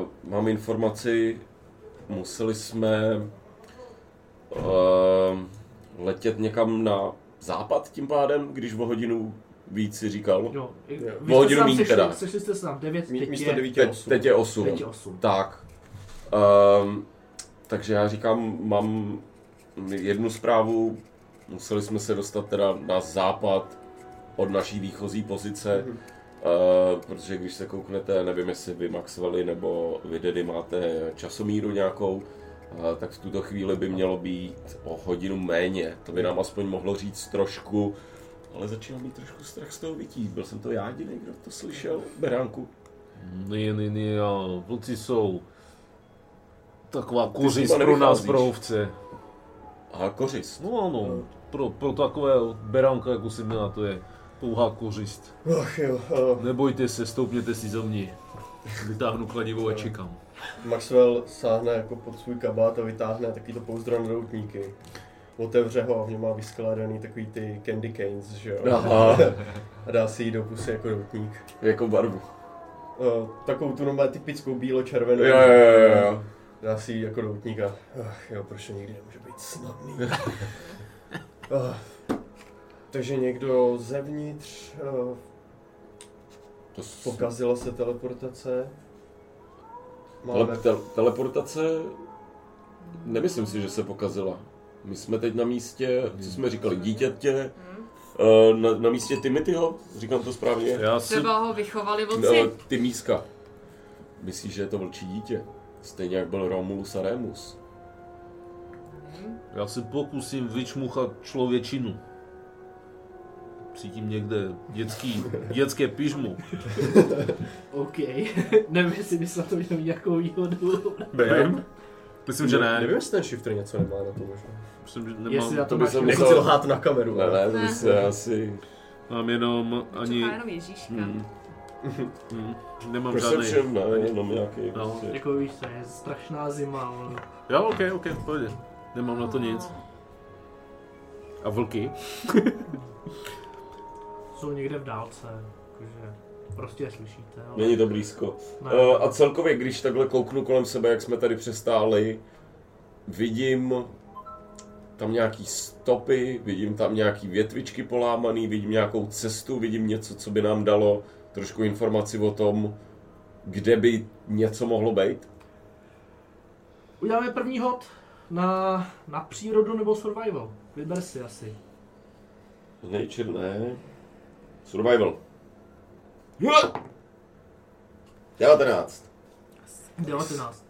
S3: uh, mám informaci, museli jsme uh, letět někam na západ tím pádem, když o hodinu víc si říkal.
S4: Jo, i-
S5: Jo.
S4: vy
S5: O
S4: jste
S3: hodinu
S4: se nám
S3: míň
S4: sešli-
S3: teda.
S4: Sešli jste se nám 9,
S5: Mí-
S4: teď
S5: Místo
S4: je,
S5: 9
S3: Teď, teď je 8.
S4: teď je 8.
S3: Tak. Um, takže já říkám, mám jednu zprávu. Museli jsme se dostat teda na západ od naší výchozí pozice.
S5: Mhm.
S3: Uh, protože když se kouknete, nevím jestli vy Maxwelli nebo vy Dedy máte časomíru nějakou, uh, tak v tuto chvíli by mělo být o hodinu méně. To
S4: Mhm.
S3: by nám aspoň mohlo říct trošku, ale začínám být trošku strach z toho vytí. Byl jsem to já jediný, kdo to slyšel? Beránku.
S6: Ne, ne, ne, a vlci jsou taková
S3: s
S6: kořist
S3: nima
S6: pro nás,
S3: nevycházíš.
S6: pro ovce.
S3: A kořist.
S6: No ano, pro, pro takového beránka, jako jsem já, to je pouhá kořist.
S5: Ach jo, eh,
S6: Nebojte se, stoupněte si za mě. Vytáhnu kladivo a čekám.
S5: Maxwell sáhne jako pod svůj kabát a vytáhne taky to pouzdro na doutníky. Otevře ho a v něm má vyskládaný takový ty candy canes, že jo?
S3: Aha.
S5: A dá si jí do pusy jako doutník.
S3: Jakou barvu?
S5: Eh, takovou tu normálně typickou bílo-červenou.
S3: Jo, jo, jo, jo.
S5: Dá si ji jako doutníka. Ach jo, proč to nikdy nemůže být snadný. Ah. Takže někdo zevnitř, eh,
S3: To s...
S5: pokazila se teleportace. Máme
S3: Tele- te- teleportace... Nemyslím si, že se pokazila. My jsme teď na místě, co jsme říkali, dítětě, eh, na, na místě Timothyho, říkám to správně?
S6: Já si... No,
S2: Třeba ho vychovali
S3: Eh,
S2: voci.
S3: Ty míska. Myslíš, že je to vlčí dítě? Stejně jak byl Romulus a Remus.
S6: Já si pokusím vyčmuchat člověčinu. Cítím někde dětský, dětské pyžmu.
S4: OK. Nevím, jestli bys na to měl nějakou výhodu.
S1: Nevím. Myslím, že ne.
S5: Nevím, jestli ten shifter něco nemá na to možná.
S6: Myslím, že
S4: Jestli na
S6: nemám,
S4: to
S3: by
S4: máš...
S3: jsem
S5: Nechci
S3: Musel-
S5: lhát na kameru,
S3: Ne,
S5: ale...
S3: ne, to by se asi...
S6: mám jenom ani...
S2: Čeká jenom Ježíška.
S6: Mm. Mm. Nemám žádný...
S3: Hmm. Perception, ne, jenom nějaký.
S6: No.
S3: prostě.
S4: Jako víš, to je strašná zima, ale...
S6: Jo, ok, ok, v pohodě. Nemám na to nic. A vlky?
S4: Jsou někde v dálce, jakože... Prostě je slyšíte, ale...
S3: Není to blízko.
S4: Ne.
S3: Eh, A celkově, když takhle kouknu kolem sebe, jak jsme tady přestáli, vidím tam nějaký stopy, vidím tam nějaký větvičky polámaný, vidím nějakou cestu, vidím něco, co by nám dalo trošku informaci o tom, kde by něco mohlo být.
S4: Uděláme první hod na, na přírodu nebo survival. Vyber si asi.
S3: Nature ne. Survival. 19.
S4: 19.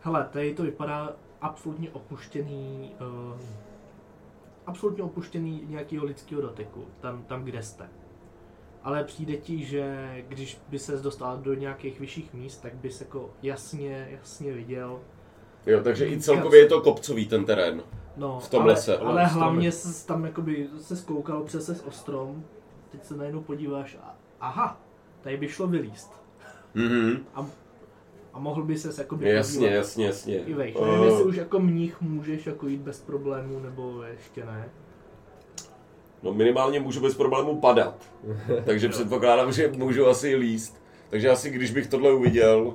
S4: Hele, tady to vypadá absolutně opuštěný, uh, absolutně opuštěný nějakého lidského dotyku, tam, tam kde jste. Ale přijde ti, že když by se dostal do nějakých vyšších míst, tak bys jako jasně, jasně viděl.
S3: Jo, takže i celkově je to kopcový ten terén.
S4: No,
S3: V tom
S4: ale,
S3: lese, ale
S4: ale
S3: stromy.
S4: hlavně se tam jakoby se skoukal přes o strom, teď se najednou podíváš a aha, tady by šlo vylíst.
S3: Mhm.
S4: A mohl by ses jakoby
S3: Jasně,
S4: podívat.
S3: jasně, jasně.
S4: I vejš.
S3: Eh,
S4: Nevím, jestli už jako mních můžeš jako jít bez problémů, nebo ještě ne.
S3: No minimálně můžu bez problémů padat. Takže předpokládám, že můžu asi líst. Takže asi když bych tohle uviděl,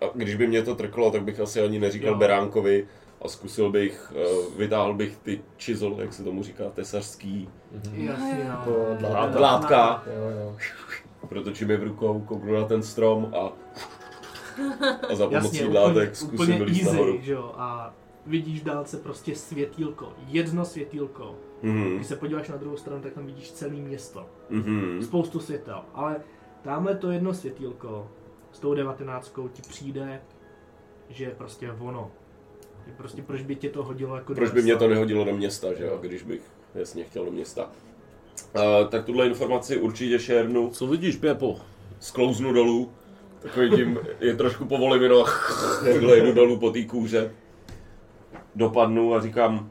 S3: a když by mě to trklo, tak bych asi ani neříkal
S4: Jo.
S3: Beránkovi a zkusil bych, eh, vytáhl bych ty čizol, jak se tomu říká, tesařský,
S4: Jasně, no.
S5: Mhm. To dlá-
S3: Látka. látka.
S5: Jo, jo.
S3: Protočím je v rukou, kouknu na ten strom a, a za
S4: Jasně,
S3: pomocí
S4: úplně,
S3: dlátek
S4: úplně
S3: zkusím líst nahoru.
S4: easy, že jo. A vidíš v dálce prostě světýlko, jedno světýlko.
S3: Mhm,
S4: Když se podíváš na druhou stranu, tak tam vidíš celé město.
S3: mhm.
S4: Spoustu světel, ale tamhle to jedno světýlko s tou devatenáctkou ti přijde, že je prostě ono. Že Prostě proč by tě to hodilo jako do
S3: Proč by mě
S4: lesa?
S3: to nehodilo do města, že jo, když bych jasně chtěl do města. Eh, tak tuhle informaci určitě šernu.
S6: Co vidíš, Pepo?
S3: sklouznu dolů, takový tím, je trošku povolím jenom takhle jedu dolů po té kůře. Dopadnu a říkám,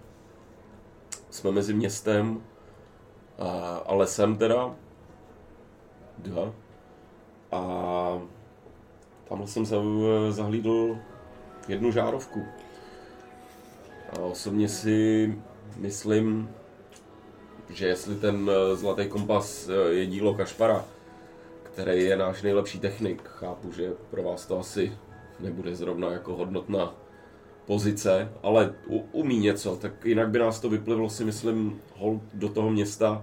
S3: jsme mezi městem a, a lesem teda. Dva. A tamhle jsem za- zahlídl jednu žárovku. A osobně si myslím, že jestli ten eh, zlatý kompas eh, je dílo Kašpara, který je náš nejlepší technik. Chápu, že pro vás to asi nebude zrovna jako hodnotná pozice, ale u, umí něco, tak jinak by nás to vyplivlo si myslím hol do toho města.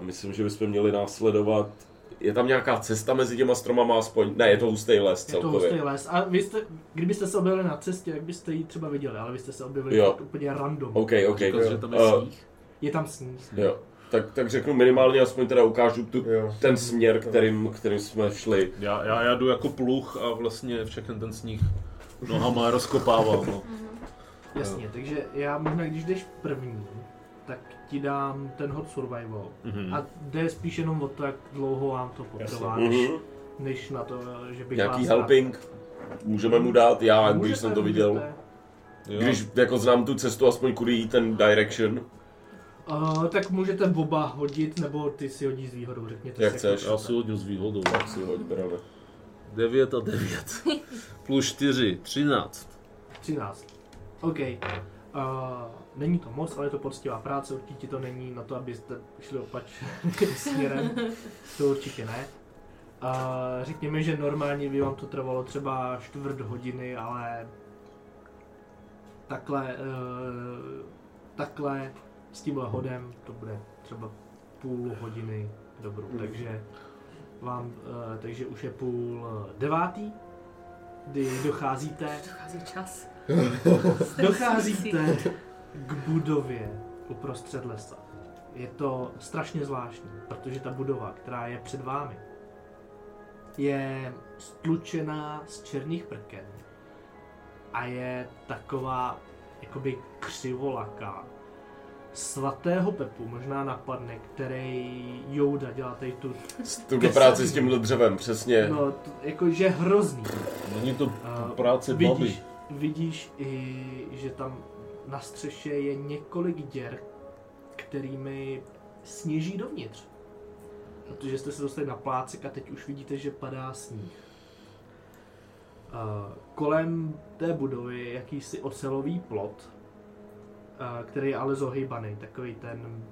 S3: Eh, Myslím, že bychom měli následovat. Je tam nějaká cesta mezi těma stromama aspoň? Ne, je to hustý les
S4: Je to
S3: celkově.
S4: hustý les. A vy jste, kdybyste se objevili na cestě, jak byste ji třeba viděli, ale vy jste se objevili
S3: Jo.
S4: fakt úplně random.
S3: OK, OK.
S1: Jako,
S6: Říkal, že tam je
S3: Eh,
S6: sníh?
S4: Je tam sníh.
S3: jo. Tak, tak řeknu minimálně, aspoň teda ukážu tu,
S5: Jo.
S3: ten směr, kterým, kterým jsme šli.
S6: Já, já, já jdu jako pluch a vlastně všechny ten sníh nohama rozkopávám. No.
S4: Jasně, takže já možná, když jdeš první, tak ti dám ten hod survival.
S6: Mhm.
S4: A jde spíš jenom o to, jak dlouho vám to potrvá, než,
S3: Mhm.
S4: než na to, že bych
S3: Nějaký
S4: vás
S3: helping můžeme mu dát, já,
S4: rád-
S3: když
S4: Můžete,
S3: jsem to viděl.
S4: můžete.
S6: Jo.
S3: Když jako znám tu cestu, aspoň kudy jít ten direction.
S4: Uh, tak můžete oba hodit, nebo ty si hodíš s výhodou, řekněte
S3: Jak
S4: si.
S3: chceš.
S6: Já si hodil s výhodou.
S3: Tak si hoď, brale.
S6: 9 a 9. Plus 4, 13.
S4: 13. OK. Uh, není to moc, ale je to poctivá práce, určitě to není na to, abyste šli opačným směrem, to určitě ne. Uh, řekněme, že normálně by vám to trvalo třeba čtvrt hodiny, ale takhle, uh, takhle s tímhle hodem to bude třeba půl hodiny dobrou, takže vám, uh, takže už je půl devátý, kdy docházíte
S2: Dochází čas.
S4: Docházíte k budově uprostřed lesa. Je to strašně zvláštní, protože ta budova, která je před vámi, je stlučená z černých prken a je taková jakoby křivolaká. Svatého Pepu možná napadne, který Jouda dělá tady tu,
S3: S tuhle práci s tímhle dřevem, přesně.
S4: no, t- jakože hrozný.
S6: Není to
S4: A
S6: práce babi.
S4: Vidíš, vidíš i, že tam na střeše je několik děr, kterými sněží dovnitř. Protože jste se dostali na plácek a teď už vidíte, že padá sníh. A Kolem té budovy je jakýsi ocelový plot, a který je ale zohybaný, takový ten...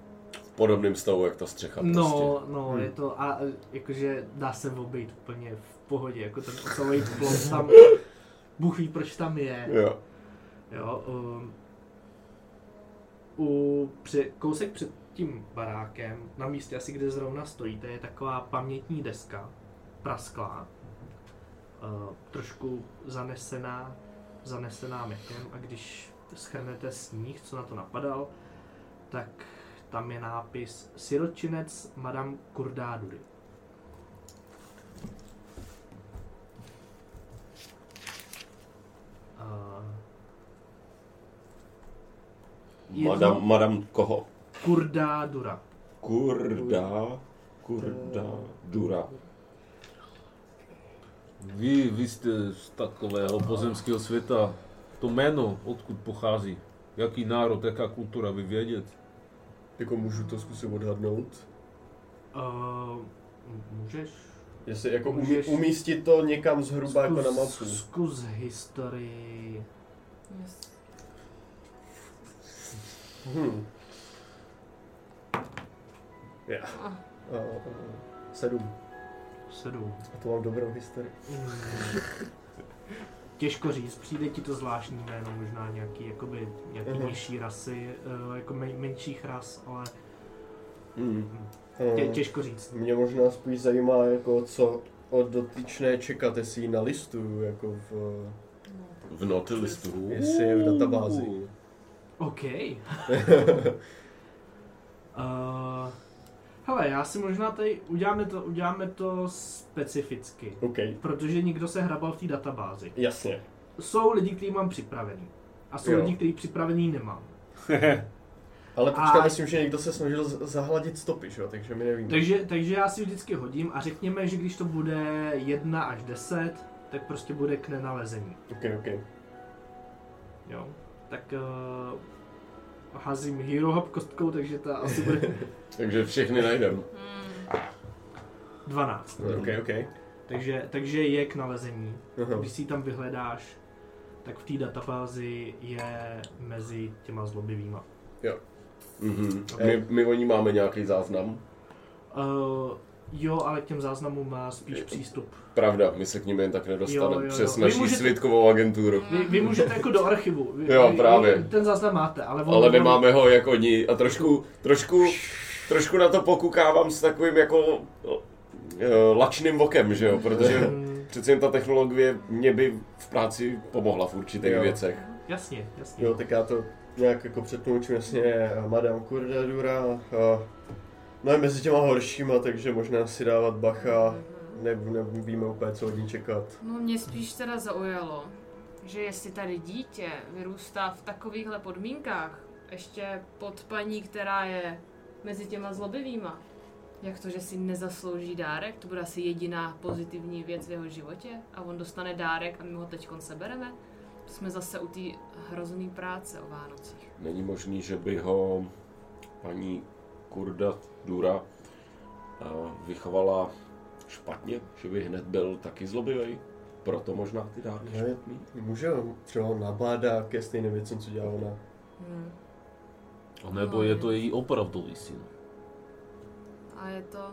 S3: V podobném stavu, jak ta střecha prostě.
S4: No, no, je to, a e, jakože dá se obejít úplně v pohodě, jako ten ocelový plot tam, Bůh ví, proč tam je.
S3: Jo.
S4: Jo, um, u, při, kousek před tím barákem, na místě asi, kde zrovna stojíte, je taková pamětní deska, prasklá, uh, trošku zanesená, zanesená mekem a když schrnete sníh, co na to napadal, tak tam je nápis Siročinec Madame Kurdádury. Uh, Jedno-
S3: Madam, madam koho?
S4: Kurdádura.
S3: Kurda, kurda, dura.
S6: Vy, vy jste z takového pozemského světa. To jméno, odkud pochází? Jaký národ, jaká kultura, vy vědět?
S5: Jako můžu to zkusit odhadnout.
S4: Uh, můžeš?
S5: Jestli jako umí,
S4: Můžeš-
S5: umístit to někam zhruba jako na mapu.
S4: Zkus historii.
S2: Yes.
S5: Hmm.
S2: Ah,
S5: Já. Eh, eh, Sedm.
S4: Sedm.
S5: A to mám dobrou historii.
S4: Mm. Těžko říct, přijde ti to zvláštní jméno, možná nějaký, jakoby, nějaký
S5: Mhm.
S4: nižší rasy, eh, jako men- menších ras, ale
S3: Mm.
S5: Eh,
S4: tě, těžko říct.
S5: Mě možná spíš zajímá, jako co od dotyčné čekat, jestli ji nalistuju, jako v,
S2: no,
S3: V noty listu.
S5: jestli je v databázi.
S4: OK. Eh, uh, hele, já si možná tady uděláme to, uděláme to specificky,
S5: OK,
S4: protože někdo se hrabal v té databázi.
S5: jasně.
S4: Jsou lidi, kteří mám připravený. A jsou
S5: Jo.
S4: lidi, kteří připravený nemám.
S5: Ale počkej,
S4: A-
S5: myslím, že někdo se snažil z- zahladit stopy, že jo, takže my nevíme.
S4: Takže, takže já si vždycky hodím a řekněme, že když to bude 1 až 10, tak prostě bude k nenalezení.
S5: OK, OK.
S4: Jo. Tak uh, házím Hero Hub kostkou, takže ta asi bude
S3: Takže všechny najdem.
S2: Mm.
S4: 12.
S5: OK, OK.
S4: Takže, takže je k nalezení.
S5: Aha.
S4: Když si ji tam vyhledáš, tak v té databázi je mezi těma zlobivýma.
S3: Mhm. My, my o ní máme nějaký záznam.
S4: Uh, jo, ale k těm záznamům má spíš přístup.
S3: Pravda, my se k ním jen tak nedostaneme
S4: Jo, jo, jo.
S3: přes
S4: Vy
S3: naší
S4: můžete-
S3: svitkovou agenturu.
S4: Vy, vy můžete jako do archivu. Vy,
S3: Jo,
S4: vy-
S3: právě.
S4: Ten záznam máte, ale, on-
S3: Ale
S4: on-
S3: nemáme ho jako oni a trošku, trošku, trošku na to pokukávám s takovým jako eh, lačným vokem, že jo, protože
S4: Mm,
S3: přece jen ta technologie mě by v práci pomohla v určitých
S5: Jo.
S3: věcech.
S4: Jasně, jasně.
S5: Jo, tak já to nějak jako přetlumočím, jasně, Madame Kurdadura. a- No je mezi těma horšíma, takže možná si dávat bacha. Ne, nevíme úplně, co od ní čekat.
S2: No mě spíš teda zaujalo, že jestli tady dítě vyrůstá v takovýchhle podmínkách, ještě pod paní, která je mezi těma zlobivýma, jak to, že si nezaslouží dárek, to bude asi jediná pozitivní věc v jeho životě a on dostane dárek a my ho teď sebereme. Jsme zase u té hrozný práce o Vánocích.
S3: Není možný, že by ho paní Kurda Dura eh, vychovala špatně, že by hned byl taky zlobivý. Proto možná ty dárky
S5: Ne.
S3: špatný.
S5: Může ho třeba nabádá ke stejným věcem, co dělá ona.
S2: Hmm.
S6: A nebo je to její opravdový syn.
S2: A je to...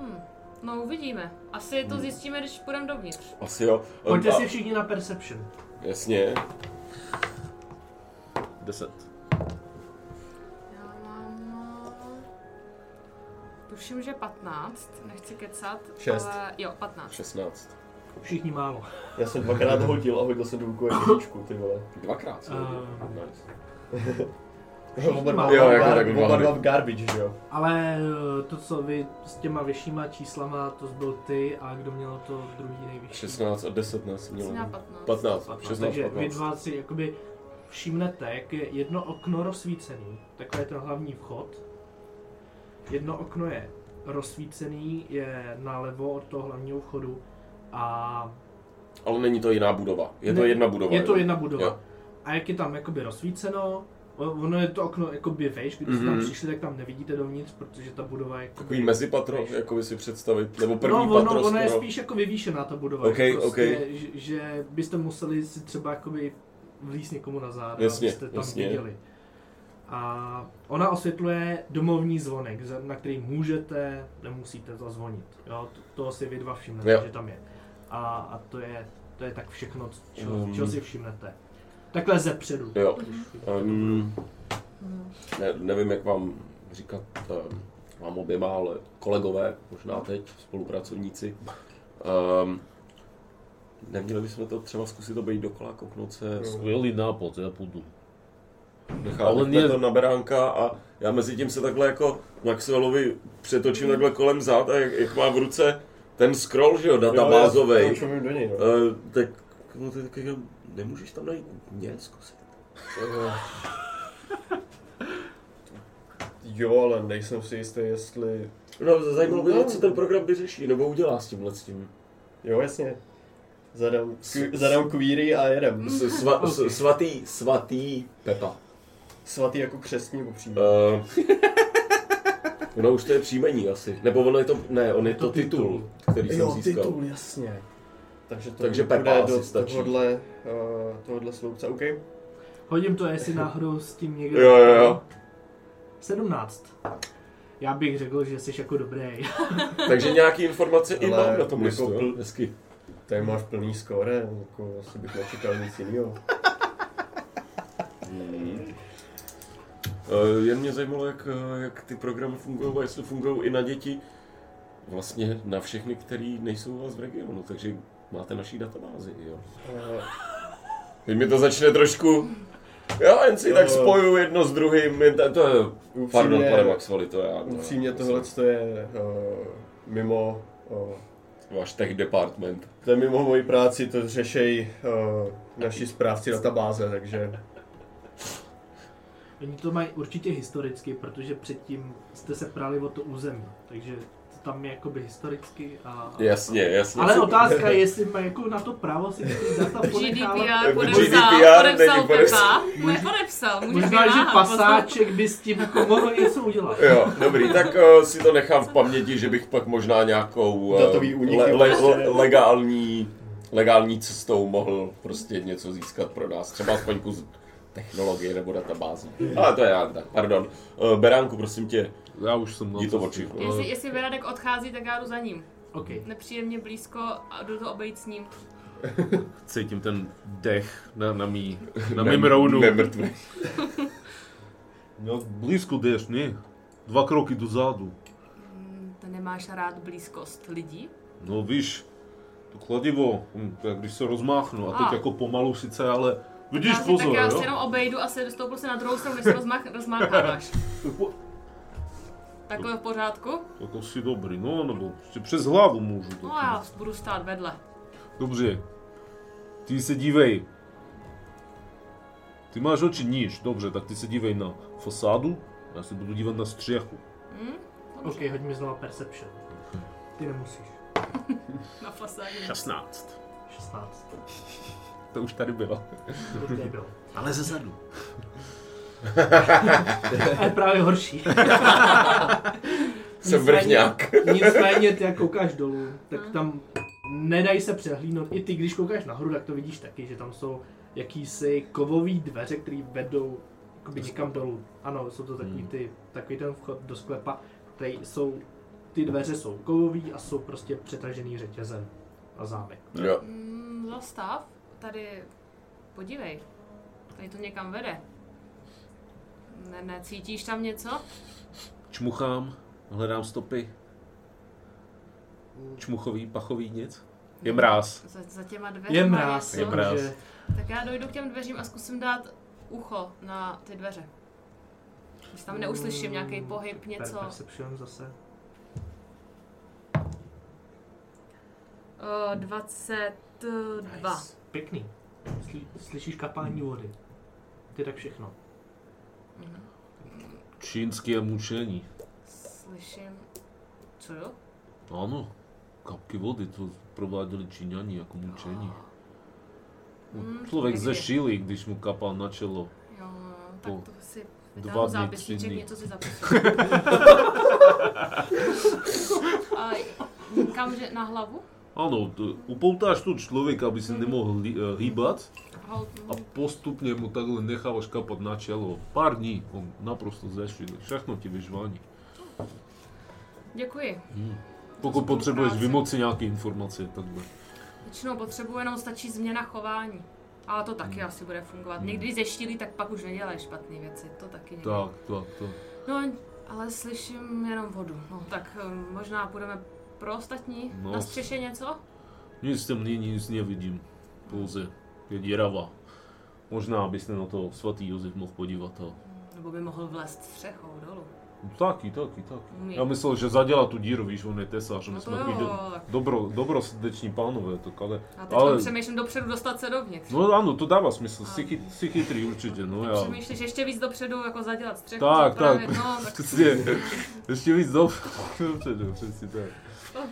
S2: Hmm. No uvidíme. Asi to zjistíme, když půjdeme dovnitř.
S3: Asi jo. Eh,
S4: Pojďte
S3: A-
S4: si všichni na Perception.
S3: Jasně.
S6: Deset.
S2: Já mám... eh, Tuším, že 15, nechci kecat,
S5: Šest.
S2: ale jo, 15.
S3: 16.
S4: Všichni málo.
S5: Já jsem dvakrát hodil a hodil jsem do úkoje jedničku, ty vole.
S3: Dvakrát.
S4: Ehm.
S3: Um. Nice.
S5: Oba dva,
S4: Jo,
S5: oba,
S3: jako
S5: dva-
S3: tak
S5: oba
S3: vypadá.
S5: dva v garbage, že jo?
S4: Ale eh, to, co vy s těma vyššíma číslama, to byl ty a kdo měl to druhý nejvyšší?
S3: 16 a 10 nás
S2: Jsi
S3: mělo.
S2: měla 15.
S3: 15,
S4: 15.
S3: 16,
S4: Takže vy
S3: 15.
S4: dva si jakoby všimnete, jak je jedno okno rozsvícený, takhle je ten hlavní vchod. Jedno okno je rozsvícený, je nalevo od toho hlavního vchodu a
S3: Ale není to jiná budova. Je to
S4: Ne,
S3: jedna budova.
S4: je to
S3: jo?
S4: jedna budova.
S3: Jo.
S4: A jak je tam jakoby rozsvíceno, o- ono je to okno jakoby vejš, když jste tam
S3: Mhm.
S4: přišli, tak tam nevidíte dovnitz, protože ta budova je jakoby...
S3: Takový mezipatro, jako by si představit. Nebo první
S4: no, ono,
S3: patro
S4: ono je
S3: skoro.
S4: spíš jako vyvýšená ta budova.
S3: Ok,
S4: jako
S3: ok.
S4: Že, že, byste museli si třeba jakoby vlíz někomu na záda,
S3: Jasně,
S4: abyste tam
S3: jasně.
S4: viděli. A ona osvětluje domovní zvonek, za- na který můžete, nemusíte zazvonit. Jo, to, toho si vy dva všimnete,
S3: Jo.
S4: že tam je. A, a to, je, to je tak všechno, co- čeho,
S3: Um.
S4: čeho si všimnete. Takhle zepředu.
S3: Jo.
S4: Když-
S3: Um, ne, nevím, jak vám říkat, um, vám oběma, ale kolegové, možná teď, spolupracovníci. Um, neměli bychom to třeba zkusit obejít dokola, kouknout se,
S6: Skvělý nápad, já půjdu. Ale
S3: necháme
S6: mě-
S3: to na beránka a já mezi tím se takhle jako Maxwellovi přetočím takhle kolem zad a jak, jak má v ruce ten scroll, že jo,
S5: Jo, já
S3: databázovej,
S5: už mluvím do něj, no.
S3: uh, tak no, to je taky, že nemůžeš tam najít mě zkusit.
S5: Jo, ale nejsem si jistý, jestli...
S3: No, zajímalo by mě, co ten program vyřeší, nebo udělá s tímhle s tím.
S5: Jo, jasně. Zadám, kv- zadám kvíry a jedem.
S3: S, sva, s, svatý, svatý Pepa.
S5: Svatý jako křestní upřímně.
S3: Uh, no už to je příjmení asi. Nebo ono je to, ne, on je to titul, který jsem
S5: Jo,
S3: získal.
S5: titul, jasně. Takže to
S3: Takže
S5: bude
S3: Pepa
S5: do
S3: asi stačí.
S5: tohohle, uh, tohohle sloupce, OK?
S4: Hodím to, jestli náhodou s tím někdo...
S3: Jo, jo, jo.
S4: 17. Já bych řekl, že jsi jako dobrý.
S3: Takže nějaký informace i
S5: Ale
S3: mám na tom
S5: jako
S3: listu, jo?
S5: pl-
S3: Hezky.
S5: Tady máš plný skóre, jako asi bych nečekal nic jiného.
S3: Eh, Jen mě zajímalo, jak, eh, jak ty programy fungují a jestli fungují i na děti. Vlastně na všechny, který nejsou u vás v regionu, takže máte naší databázi, jo.
S5: Eh,
S3: Teď mi to začne trošku... Jo, jen si tak
S5: Jo.
S3: spoju jedno s druhým, jen to, to je...
S5: Eh. Upřímně-
S3: Pardon, pane Maxwelli, to já...
S5: Upřímně
S3: to
S5: tohle to je eh, mimo, eh,
S3: Váš tech department.
S5: to je mimo moji práci, to řešej eh, naši správci databáze, takže
S4: Oni to mají určitě historicky, protože předtím jste se prali o to území, takže to tam je jakoby historicky a...
S3: Jasně, jasně.
S4: Ale otázka je, jestli má jako na to právo si ty data ponechávat.
S2: GDPR podepsal,
S3: GDPR není
S2: podepsal Pepa.
S3: podepsal.
S2: Nepodepsal, může
S4: Možná, že
S2: vymáhat,
S4: pasáček by s tím jako mohl něco udělat.
S3: Jo, dobrý, tak eh, si to nechám v paměti, že bych pak možná nějakou eh,
S5: Datový únik
S3: le,
S5: je
S3: le,
S5: prostě-
S3: le, legální, legální cestou mohl prostě něco získat pro nás. Třeba aspoň kus technologie nebo databází.
S5: Hmm.
S3: Ale to je já, tak, pardon. Eh, Beránku, prosím tě,
S6: Já už jsem na
S3: jdi to
S6: cestě.
S3: oči.
S2: Jestli, jestli Beradek odchází, tak já jdu za ním.
S4: OK.
S2: Nepříjemně blízko a jdu to obejít s ním.
S6: Cítím ten dech na, na mý, na mým rounu.
S3: Nemrtvý.
S6: Jak No, blízko jdeš, ne? Dva kroky dozadu.
S2: Hmm, To nemáš rád blízkost lidí?
S6: No víš, to kladivo, hm, tak když se rozmáchnu a teď
S2: A.
S6: jako pomalu sice, ale vidíš
S2: já si, tak
S6: pozor,
S2: já
S6: jo?
S2: se jenom obejdu a se dostoupil se na druhou stranu, než se rozmach, rozmácháváš.
S6: Jako,
S2: Takhle v pořádku?
S6: jako si dobrý, no nebo si přes hlavu můžu.
S2: No
S6: taky.
S2: a já budu stát vedle.
S6: Dobře. Ty se dívej. Ty máš oči níž, dobře, tak ty se dívej na fasádu, já se budu dívat na střechu.
S4: OK, hoď mi znova Perception. Ty nemusíš.
S2: Na fasádě.
S1: 16.
S4: 16.
S6: To už tady bylo.
S4: To už nebylo.
S6: Ale ze zadu.
S4: A je právě horší.
S3: Jsem vrchňák.
S4: Nicméně ty jak koukáš dolů,
S2: No.
S4: tak tam nedají se přehlídnout. I ty, když koukáš nahoru, tak to vidíš taky, že tam jsou jakýsi kovový dveře, které vedou jakoby někam dolů. Ano, jsou to
S2: Hmm.
S4: takový, ty, takový ten vchod do sklepa, který jsou, ty dveře jsou kovový a jsou prostě přetažený řetězem na zámek.
S3: Jo.
S2: Mm, zastav. Tady... Podívej. Tady to někam vede. Ne, necítíš tam něco?
S6: Čmuchám, hledám stopy. Čmuchový, pachový, nic. Je mráz.
S2: Za, za těma dveřma
S4: Je mráz,
S2: něco?
S6: mráz.
S4: takže
S2: Tak já dojdu k těm dveřím a zkusím dát ucho na ty dveře. Jestli tam neuslyším nějaký
S4: Mm,
S2: pohyb, něco.
S4: Hmm, Per- Perception zase.
S2: Uh, 22.
S4: Nice. Pěkný. Sly, slyšíš kapání vody. Ty tak všechno.
S1: Čínské mučení.
S2: Slyším. Co jo?
S1: Ano, kapky vody, to prováděli Číňani jako mučení.
S2: Mm,
S1: Člověk
S2: takže-
S1: zešílí, když mu kapá na čelo.
S2: Jo, no,
S1: Po
S2: tak to si
S1: dva
S2: vytáhnu
S1: dny, tři
S2: zápisníček,
S1: dny.
S2: něco si zapisuju. A kam, že na hlavu?
S1: Ano, t- upoutáš tu člověk, aby si nemohl li- eh, hýbat
S2: Hol-
S1: a postupně mu takhle necháváš kapat na čelo. Pár dní on naprosto zešílí, všechno ti vyžvání.
S2: Děkuji.
S1: Pokud potřebuješ
S2: práce.
S1: vymoci nějaké informace, takhle.
S2: Většinou potřebuji jenom stačí změna chování. Ale to
S1: Mm.
S2: taky asi bude fungovat. Někdy zeštílí, tak pak už nedělají špatné věci. To taky někdy.
S1: Tak, tak, tak.
S2: No, ale slyším jenom vodu. No, tak eh, možná půjdeme pro ostatní.
S1: No.
S2: Na střeše něco?
S1: Nic tam není, nic nevidím. Pouze je děrava. Možná, abyste na to svatý Josef mohl podívat. A...
S2: Nebo by mohl vlézt střechou dolů.
S1: Taky, taky, taky.
S2: Umí.
S1: Já myslel, že zadělá tu díru, víš, on je tesař, my
S2: No to
S1: jsme
S2: jo.
S1: takový do, dobro, dobrosrdeční pánové, tak ale...
S2: A teď
S1: ale
S2: ale... přemýšlím dopředu dostat se dovnitř.
S1: no ano, to dává smysl, jsi,
S2: Ale-
S1: chyt, jsi chytrý určitě, no já...
S2: Přemýšlíš ještě víc dopředu, jako zadělat střechu,
S1: Tak,
S2: zapravit,
S1: tak.
S2: No, tak,
S1: Přesně, ještě víc dobře, dobře, dobře, přesně tak. Tak,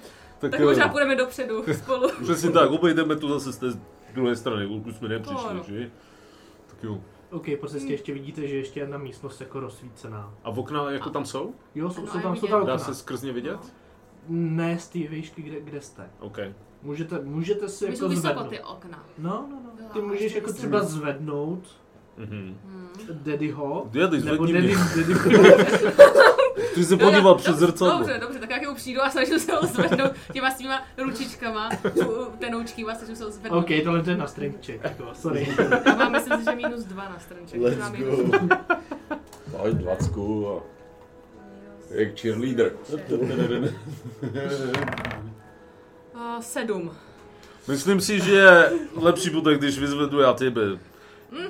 S2: tak
S1: eh,
S2: možná půjdeme dopředu spolu.
S4: Jako
S1: přesně tak, obejdeme to zase z té druhé strany, odkud jsme
S2: To
S1: nepřišli,
S2: jo.
S1: že? Tak jo.
S4: OK, po
S2: Hmm.
S4: cestě ještě vidíte, že ještě jedna místnost jako rozsvícená.
S7: A v okna jako tam jsou?
S4: Jo, jsou,
S2: Ano,
S4: jsou
S2: a
S4: tam, jsou
S2: No, vidět.
S4: tam
S7: Dá
S4: okna.
S7: se skrz ně vidět?
S4: Ne z té výšky, kde, kde jste.
S7: OK.
S4: Můžete, můžete si
S2: My jsou
S4: jako
S2: vysoko
S4: zvednout.
S2: ty okna.
S4: No, no, no. Ty
S2: Jo,
S4: můžeš
S2: ještě
S4: jako
S2: vysoko.
S4: třeba zvednout
S7: Mhm.
S2: Hmm.
S4: Daddyho.
S1: Dědy,
S4: Nebo
S1: zvedni mě.
S4: Daddy, Daddy,
S1: Ty jsi
S2: Jo, já-
S1: podíval přes
S2: dobře,
S1: zrcadlo.
S2: Dobře, dobře, tak jak ho přijdu a snažím se ho zvednout těma svýma ručičkama, u- tenoučkýma, snažím se ho zvednout.
S4: OK, tohle to je na strength check, jako, sorry.
S2: Já mám, myslím si, že minus dva na strnček.
S3: Let's go. Daj dvacku a jak cheerleader.
S2: Uh, sedm.
S1: Myslím si, že lepší bude, když vyzvedu já tebe.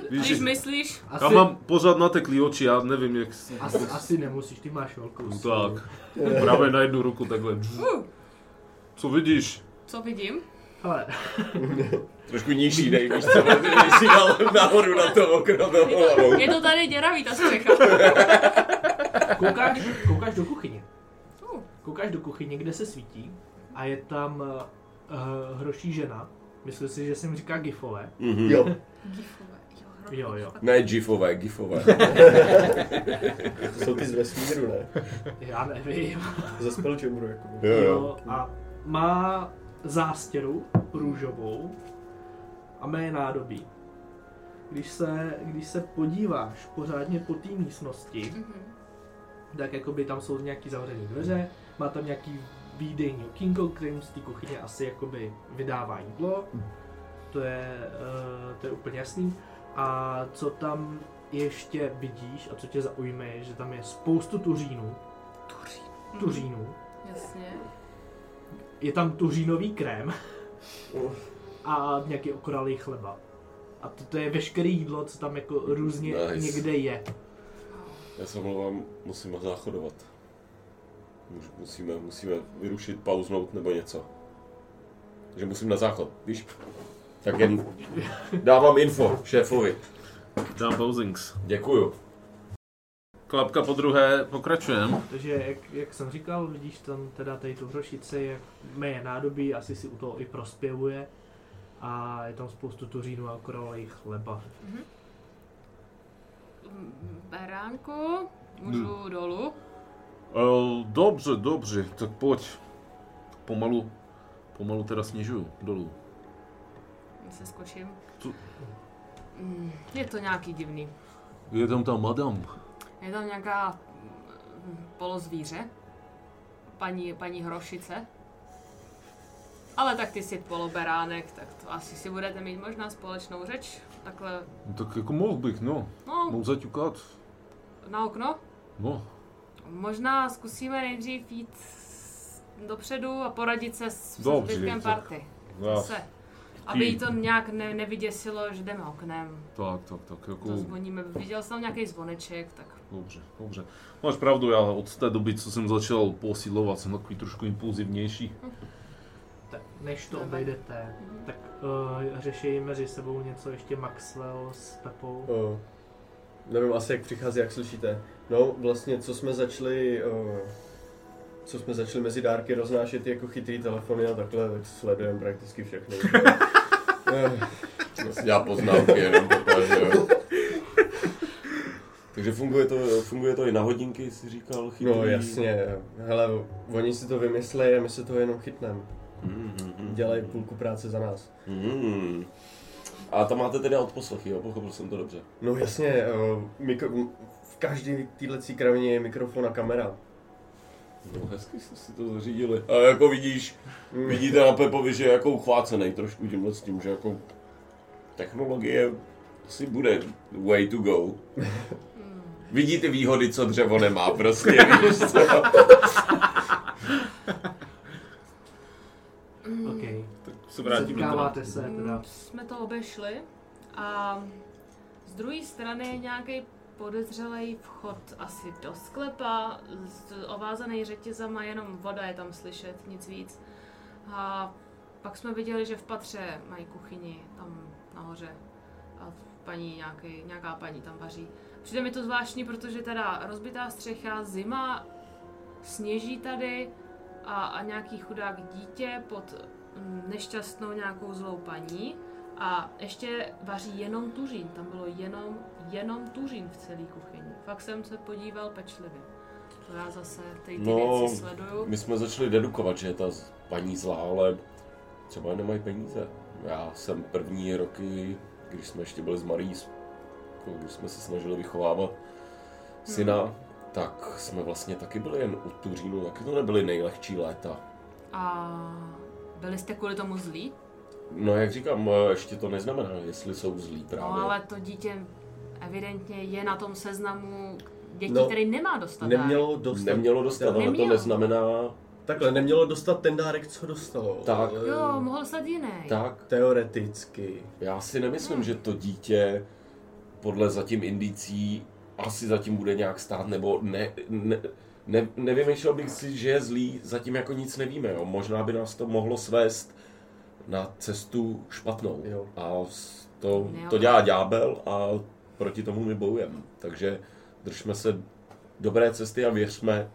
S1: Víš,
S2: Když
S1: že-
S2: myslíš,
S1: Já
S4: Asi,
S1: mám pořád nateklý oči, já nevím jak... s-
S4: asi, asi nemusíš, ty máš velkou
S1: No
S4: sílu.
S1: Tak, právě na jednu ruku takhle. Co vidíš?
S2: uh, co vidím?
S4: Hele,
S3: Trošku nižší, dej, víš co, než si dal nahoru na to okno do hlavou.
S2: Je to tady děravý ta střecha.
S4: koukáš, koukáš do kuchyně.
S2: Uh,
S4: Koukáš do kuchyně, kde se svítí a je tam uh, hroší žena. Myslím si, že se mi říká Gifové.
S3: Mhm.
S5: Jo,
S2: gifové, jo, hrozně.
S4: Jo, jo.
S3: Ne, gifové, gifové.
S5: to jsou ty z vesmíru, ne?
S4: Já nevím.
S5: Ze Spelljammeru, jako.
S3: Jo, jo.
S4: A má zástěru růžovou a mé nádobí. Když se, když se podíváš pořádně po té místnosti,
S2: Mhm.
S4: tak jakoby tam jsou nějaký zavřené dveře, má tam nějaký výdejní okýnko, kterým z té kuchyně asi jakoby vydává jídlo.
S3: Mhm.
S4: To je, eh, to je úplně jasný. A co tam ještě vidíš a co tě zaujme, je, že tam je spoustu tuřínů. Tuřínů.
S2: Jasně.
S4: Je tam tuřínový krém
S5: Uh.
S4: a nějaký okoralý chleba. A to, to je veškeré jídlo, co tam jako různě
S3: Nice.
S4: někde je.
S3: Já se omlouvám, musíme záchodovat. Muž- Musíme, musíme vyrušit, pauznout nebo něco. Že musím na záchod, víš? Tak jen dávám info šéfovi.
S1: Dám pausings.
S3: Děkuju.
S1: Klapka po druhé, pokračujem.
S4: Takže jak, jak jsem říkal, vidíš tam teda tady tu hrošici, jak meje nádobí, asi si u toho i prospěvuje. A je tam spoustu tuřínů a koralejch chleba.
S2: Mm, Beránku,
S1: Hm.
S2: můžu dolů.
S1: Eh, Dobře, dobře, tak pojď. Pomalu, pomalu teda snižuju dolů.
S2: Já se skočím.
S1: Co?
S2: Mm, Je to nějaký divný.
S1: Je tam ta madam.
S2: Je tam nějaká mm, polozvíře. Paní, paní Hrošice. Ale tak ty jsi poloberánek, tak to asi si budete mít možná společnou řeč. Takhle,
S1: Tak jako mohl bych, no.
S2: no,
S1: Mohl zaťukat.
S2: na okno.
S1: No,
S2: Možná zkusíme nejdřív jít s- dopředu a poradit se s, se
S1: Dobře,
S2: zbytkem
S1: tak.
S2: party.
S1: já
S2: Se. Aby jí to nějak ne, nevyděsilo, že jdeme oknem.
S1: Tak, tak, tak, jako...
S2: To zvoníme. Viděl jsem nějaký zvoneček, tak
S1: Dobře, dobře. Máš pravdu, já od té doby, co jsem začal posilovat, jsem takový trošku impulzivnější.
S4: Tak, než to obejdete, tak uh, řeší mezi sebou něco ještě Maxwell s Pepou.
S5: Uh, nevím asi, jak přichází, jak slyšíte. No, vlastně, co jsme začali, uh, co jsme začali mezi dárky roznášet ty jako chytrý telefony a takhle, tak sledujeme prakticky všechny. Eh,
S3: Já poznámky jenom protože, jo. Takže funguje to, funguje to i na hodinky, jsi říkal, chytrý.
S5: no jasně, hele, oni si to vymyslejí a my se toho jenom chytneme.
S3: Mm, mm, mm.
S5: Dělají půlku práce za nás.
S3: Mm. A tam máte teda odposlechy, jo, pochopil jsem to dobře.
S5: No jasně, eh, mikro, v každé téhle kravině je mikrofon a kamera.
S3: No, hezky jste si to zařídili. A jako vidíš, vidíte na Pepovi, že je jako uchvácený trošku tímhle s tím, že jako technologie si bude way to go. Vidíte výhody, co dřevo nemá prostě, víš co?
S4: OK.
S1: Tak se vrátím
S4: Setkáváte se teda.
S2: Mm, jsme to obešli a z druhé strany je nějaký podezřelý vchod asi do sklepa, z- ovázaný řetězama, jenom voda je tam slyšet, nic víc. A pak jsme viděli, že v patře mají kuchyni tam nahoře a paní nějaký, nějaká paní tam vaří. Přijde mi to zvláštní, protože teda rozbitá střecha, zima, sněží tady a, a nějaký chudák dítě pod mm, nešťastnou nějakou zlou paní a ještě vaří jenom tuřín, tam bylo jenom, jenom tuřín v celé kuchyni. Fakt jsem se podíval pečlivě. To já zase ty, ty
S3: No,
S2: věci sleduju.
S3: My jsme začali dedukovat, že je ta z- paní zlá, ale třeba je nemají peníze. Já jsem první roky, když jsme ještě byli s Marí, jako když jsme se snažili vychovávat syna,
S2: Hmm.
S3: tak jsme vlastně taky byli jen u Turínu, taky to nebyly nejlehčí léta.
S2: A byli jste kvůli tomu zlí?
S3: No jak říkám, eh, ještě to neznamená, jestli jsou zlí
S2: No
S3: právě.
S2: ale to dítě evidentně je na tom seznamu dětí,
S5: No,
S2: který nemá dostat dárek.
S5: Nemělo dostat...
S3: Nemělo dostat, no. ale to
S2: Nemělo.
S3: neznamená
S5: Takhle, nemělo dostat ten dárek, co dostalo.
S3: Tak.
S5: ale
S2: Jo, mohl dostat jiný.
S3: tak,
S5: Teoreticky.
S3: Já si nemyslím, že to dítě podle zatím indicí asi zatím bude nějak stát, nebo ne, ne, ne, nevymýšlel bych si, že je zlý, zatím jako nic nevíme, jo. Možná by nás to mohlo svést na cestu špatnou.
S5: Jo.
S3: A s- to,
S2: Jo.
S3: to dělá ďábel a proti tomu my bojujeme. Takže držme se dobré cesty a věřme,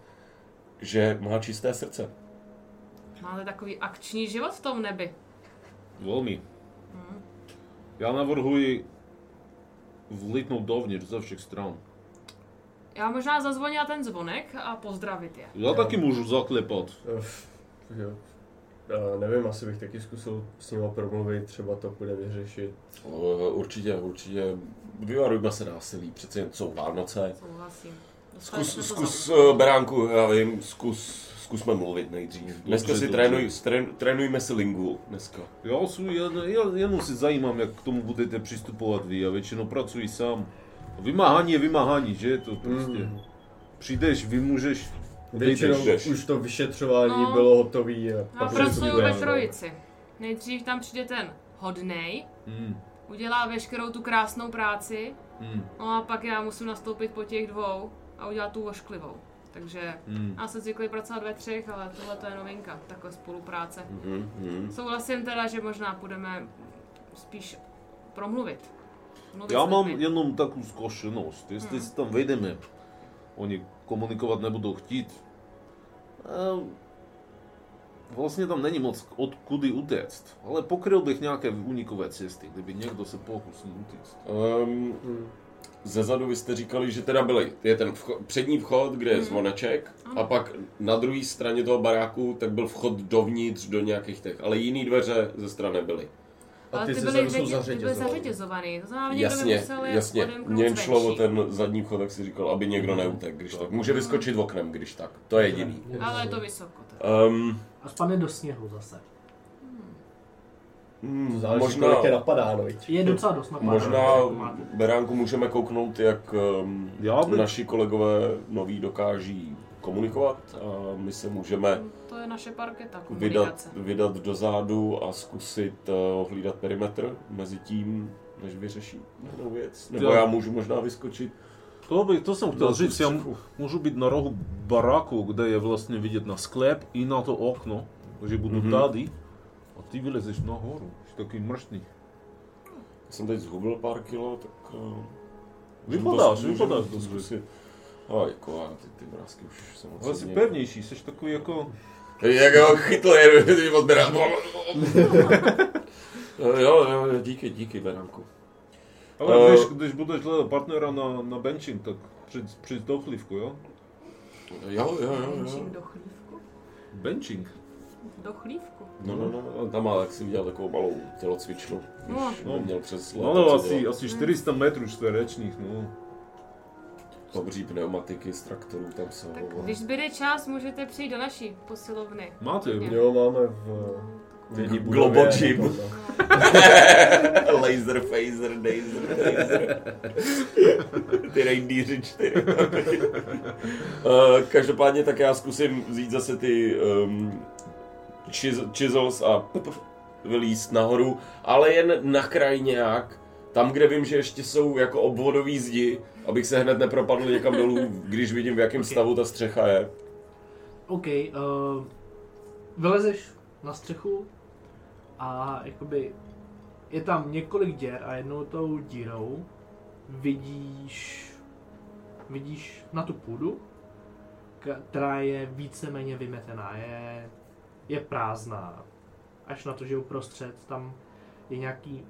S3: že má čisté srdce.
S2: Máte takový akční život v tom nebi.
S1: Velmi. Já navrhuji vlítnout dovnitř ze všech stran.
S2: Já možná zazvoní na ten zvonek a pozdravit je.
S1: Já taky můžu zaklepat.
S5: Uf, jo. Já nevím, asi bych taky zkusil s nima promluvit, třeba to bude vyřešit.
S3: O, Určitě, určitě. Vyvarujme se násilí, přece jen jsou Vánoce.
S2: Souhlasím. Dostali
S3: Zkus,
S2: jsme to
S3: zkus,
S2: za-
S3: eh, Beránku, já vím, zkus, zkusme mluvit nejdřív. Dneska si
S1: dobře.
S3: trénuj, strén, trénujme si lingu dneska.
S1: Já, si, já, já jenom se zajímám, jak k tomu budete přistupovat vy. Já většinou pracuji sám. Vymáhání je vymáhání, že? To prostě.
S5: Mm.
S1: Přijdeš, vymůžeš,
S5: Většinou
S1: odejdeš.
S3: jdeš.
S5: už to vyšetřování
S2: No.
S5: bylo hotové. A
S2: Já
S5: pak
S2: pracuju ve
S5: uvidíme.
S2: trojici. Nejdřív tam přijde ten hodnej,
S1: Mm,
S2: udělá veškerou tu krásnou práci,
S1: mm,
S2: no a pak já musím nastoupit po těch dvou a udělat tu ošklivou. Takže
S1: mm.
S2: já jsem zvyklý pracovat ve třech, ale tohle to je novinka, takhle spolupráce.
S3: Mhm, mhm.
S2: Souhlasím teda, že možná půjdeme spíš promluvit. Mluvit
S1: Já
S2: s
S1: mám
S2: lidmi.
S1: jenom takovou zkušenost. Jestli se tam vejdeme, oni komunikovat nebudou chtít. Ehm, Vlastně tam není moc od kudy utéct, ale pokryl bych nějaké unikové cesty, kdyby někdo se pokusil utéct.
S3: Ehm,
S2: Hmm.
S3: zezadu vy jste říkali, že teda byli, je ten vcho, přední vchod, kde
S2: Hmm.
S3: je zvoneček, a pak na druhé straně toho baráku, tak byl vchod dovnitř do nějakých těch, ale jiný dveře ze strany byly.
S5: A
S2: Ale
S5: ty,
S2: ty,
S5: se
S2: byly,
S5: zase
S2: řetě,
S5: jsou
S2: ty byly
S5: zařetězovaný.
S2: zařetězovaný, to znamená, někdo by
S3: Jasně,
S2: musel je
S3: jasně,
S2: odemknout
S3: mně šlo o
S2: zvenčí.
S3: ten zadní vchod, tak si říkal, aby někdo neutek, když tak. Může vyskočit oknem, když tak, to je jediný.
S2: Ale je to vysoko. Teda.
S3: Um,
S4: A spadne do sněhu zase.
S5: Hmm, Záleží,
S3: možná,
S5: kolik je napadáno, viď?
S4: Je docela dost napadá.
S3: Možná, Beránku, můžeme kouknout, jak um,
S1: Já bych-
S3: naši kolegové noví dokáží komunikovat a my se můžeme
S2: To je naše parketa
S3: vydat,
S2: komunikace.
S3: vydat dozadu a zkusit uh, hlídat perimetr mezi tím, než vyřeší jednu věc. Nebo
S6: Jo.
S3: já můžu možná vyskočit.
S6: To, by, to jsem chtěl
S3: na
S6: říct,
S3: tu
S6: já
S3: střechu.
S6: m- můžu být na rohu baraku, kde je vlastně vidět na sklep i na to okno, že budu
S3: Mhm.
S6: tady a ty vylezeš nahoru, jsi takový mrštný.
S3: Jsem teď zhubil pár kilo, tak... Uh,
S6: Vypadáš, vypadáš
S3: to
S6: dobře.
S3: zkusit. A jako, a ty, ty brásky už jsem
S6: Ale jsi pevnější, jsi takový jako...
S3: Jak ho chytl, je to moc berám. No, jo, jo, díky, díky, beránku.
S6: Ale
S3: Eh.
S6: když, když budeš hledat partnera na, na benching, tak přijď, přijď do chlívku, jo?
S3: Jo, jo, jo, jo.
S2: Menším do chlívku.
S6: Benching?
S2: Do chlívku.
S3: No, no, no, on tam má, tak si udělal takovou malou tělocvičnu,
S2: No.
S3: když no. měl přes
S6: No,
S3: co
S6: no asi,
S3: dělal.
S6: asi 400 metrů čtverečních, no.
S3: Pobří pneumatiky z traktorů, tam jsou.
S2: Tak když zbyde čas, můžete přijít do naší posilovny.
S6: Máte jo?
S5: Jo, máme v,
S2: No.
S5: v jedné
S3: Gl-
S5: budově
S3: Globo Gym.
S5: nebo tak.
S3: Laser, phaser, laser, laser. Ty rejndýři čtyři. Eh, Každopádně tak já zkusím vzít zase ty um, chisels a p- p- vylíst nahoru, ale jen na kraj nějak, tam, kde vím, že ještě jsou jako obvodový zdi, abych se hned nepropadl někam dolů, když vidím, v jakém stavu ta střecha je.
S4: OK, uh, vylezeš na střechu a jakoby je tam několik děr a jednou tou dírou vidíš, vidíš na tu půdu, k- která je víceméně vymetená, je, je prázdná. Až na to, že uprostřed tam je nějaký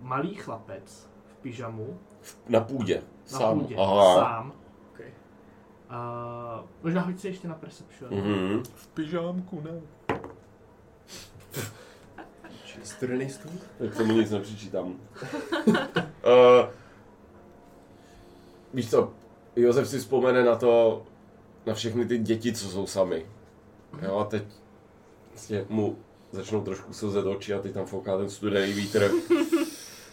S4: malý chlapec v pyžamu,
S3: Na půdě.
S4: na
S3: Sám.
S4: půdě,
S3: Aha.
S4: sám.
S5: Okay.
S4: Uh, možná hoď si ještě na Perception.
S3: Mhm.
S6: V pyžámku, ne?
S5: Studený stůl?
S3: Tak tomu nic nepřičítám. uh, víš co, Josef si vzpomene na to, na všechny ty děti, co jsou sami. Jo, a teď vlastně mu začnou trošku slzet oči a teď tam fouká ten studený vítr.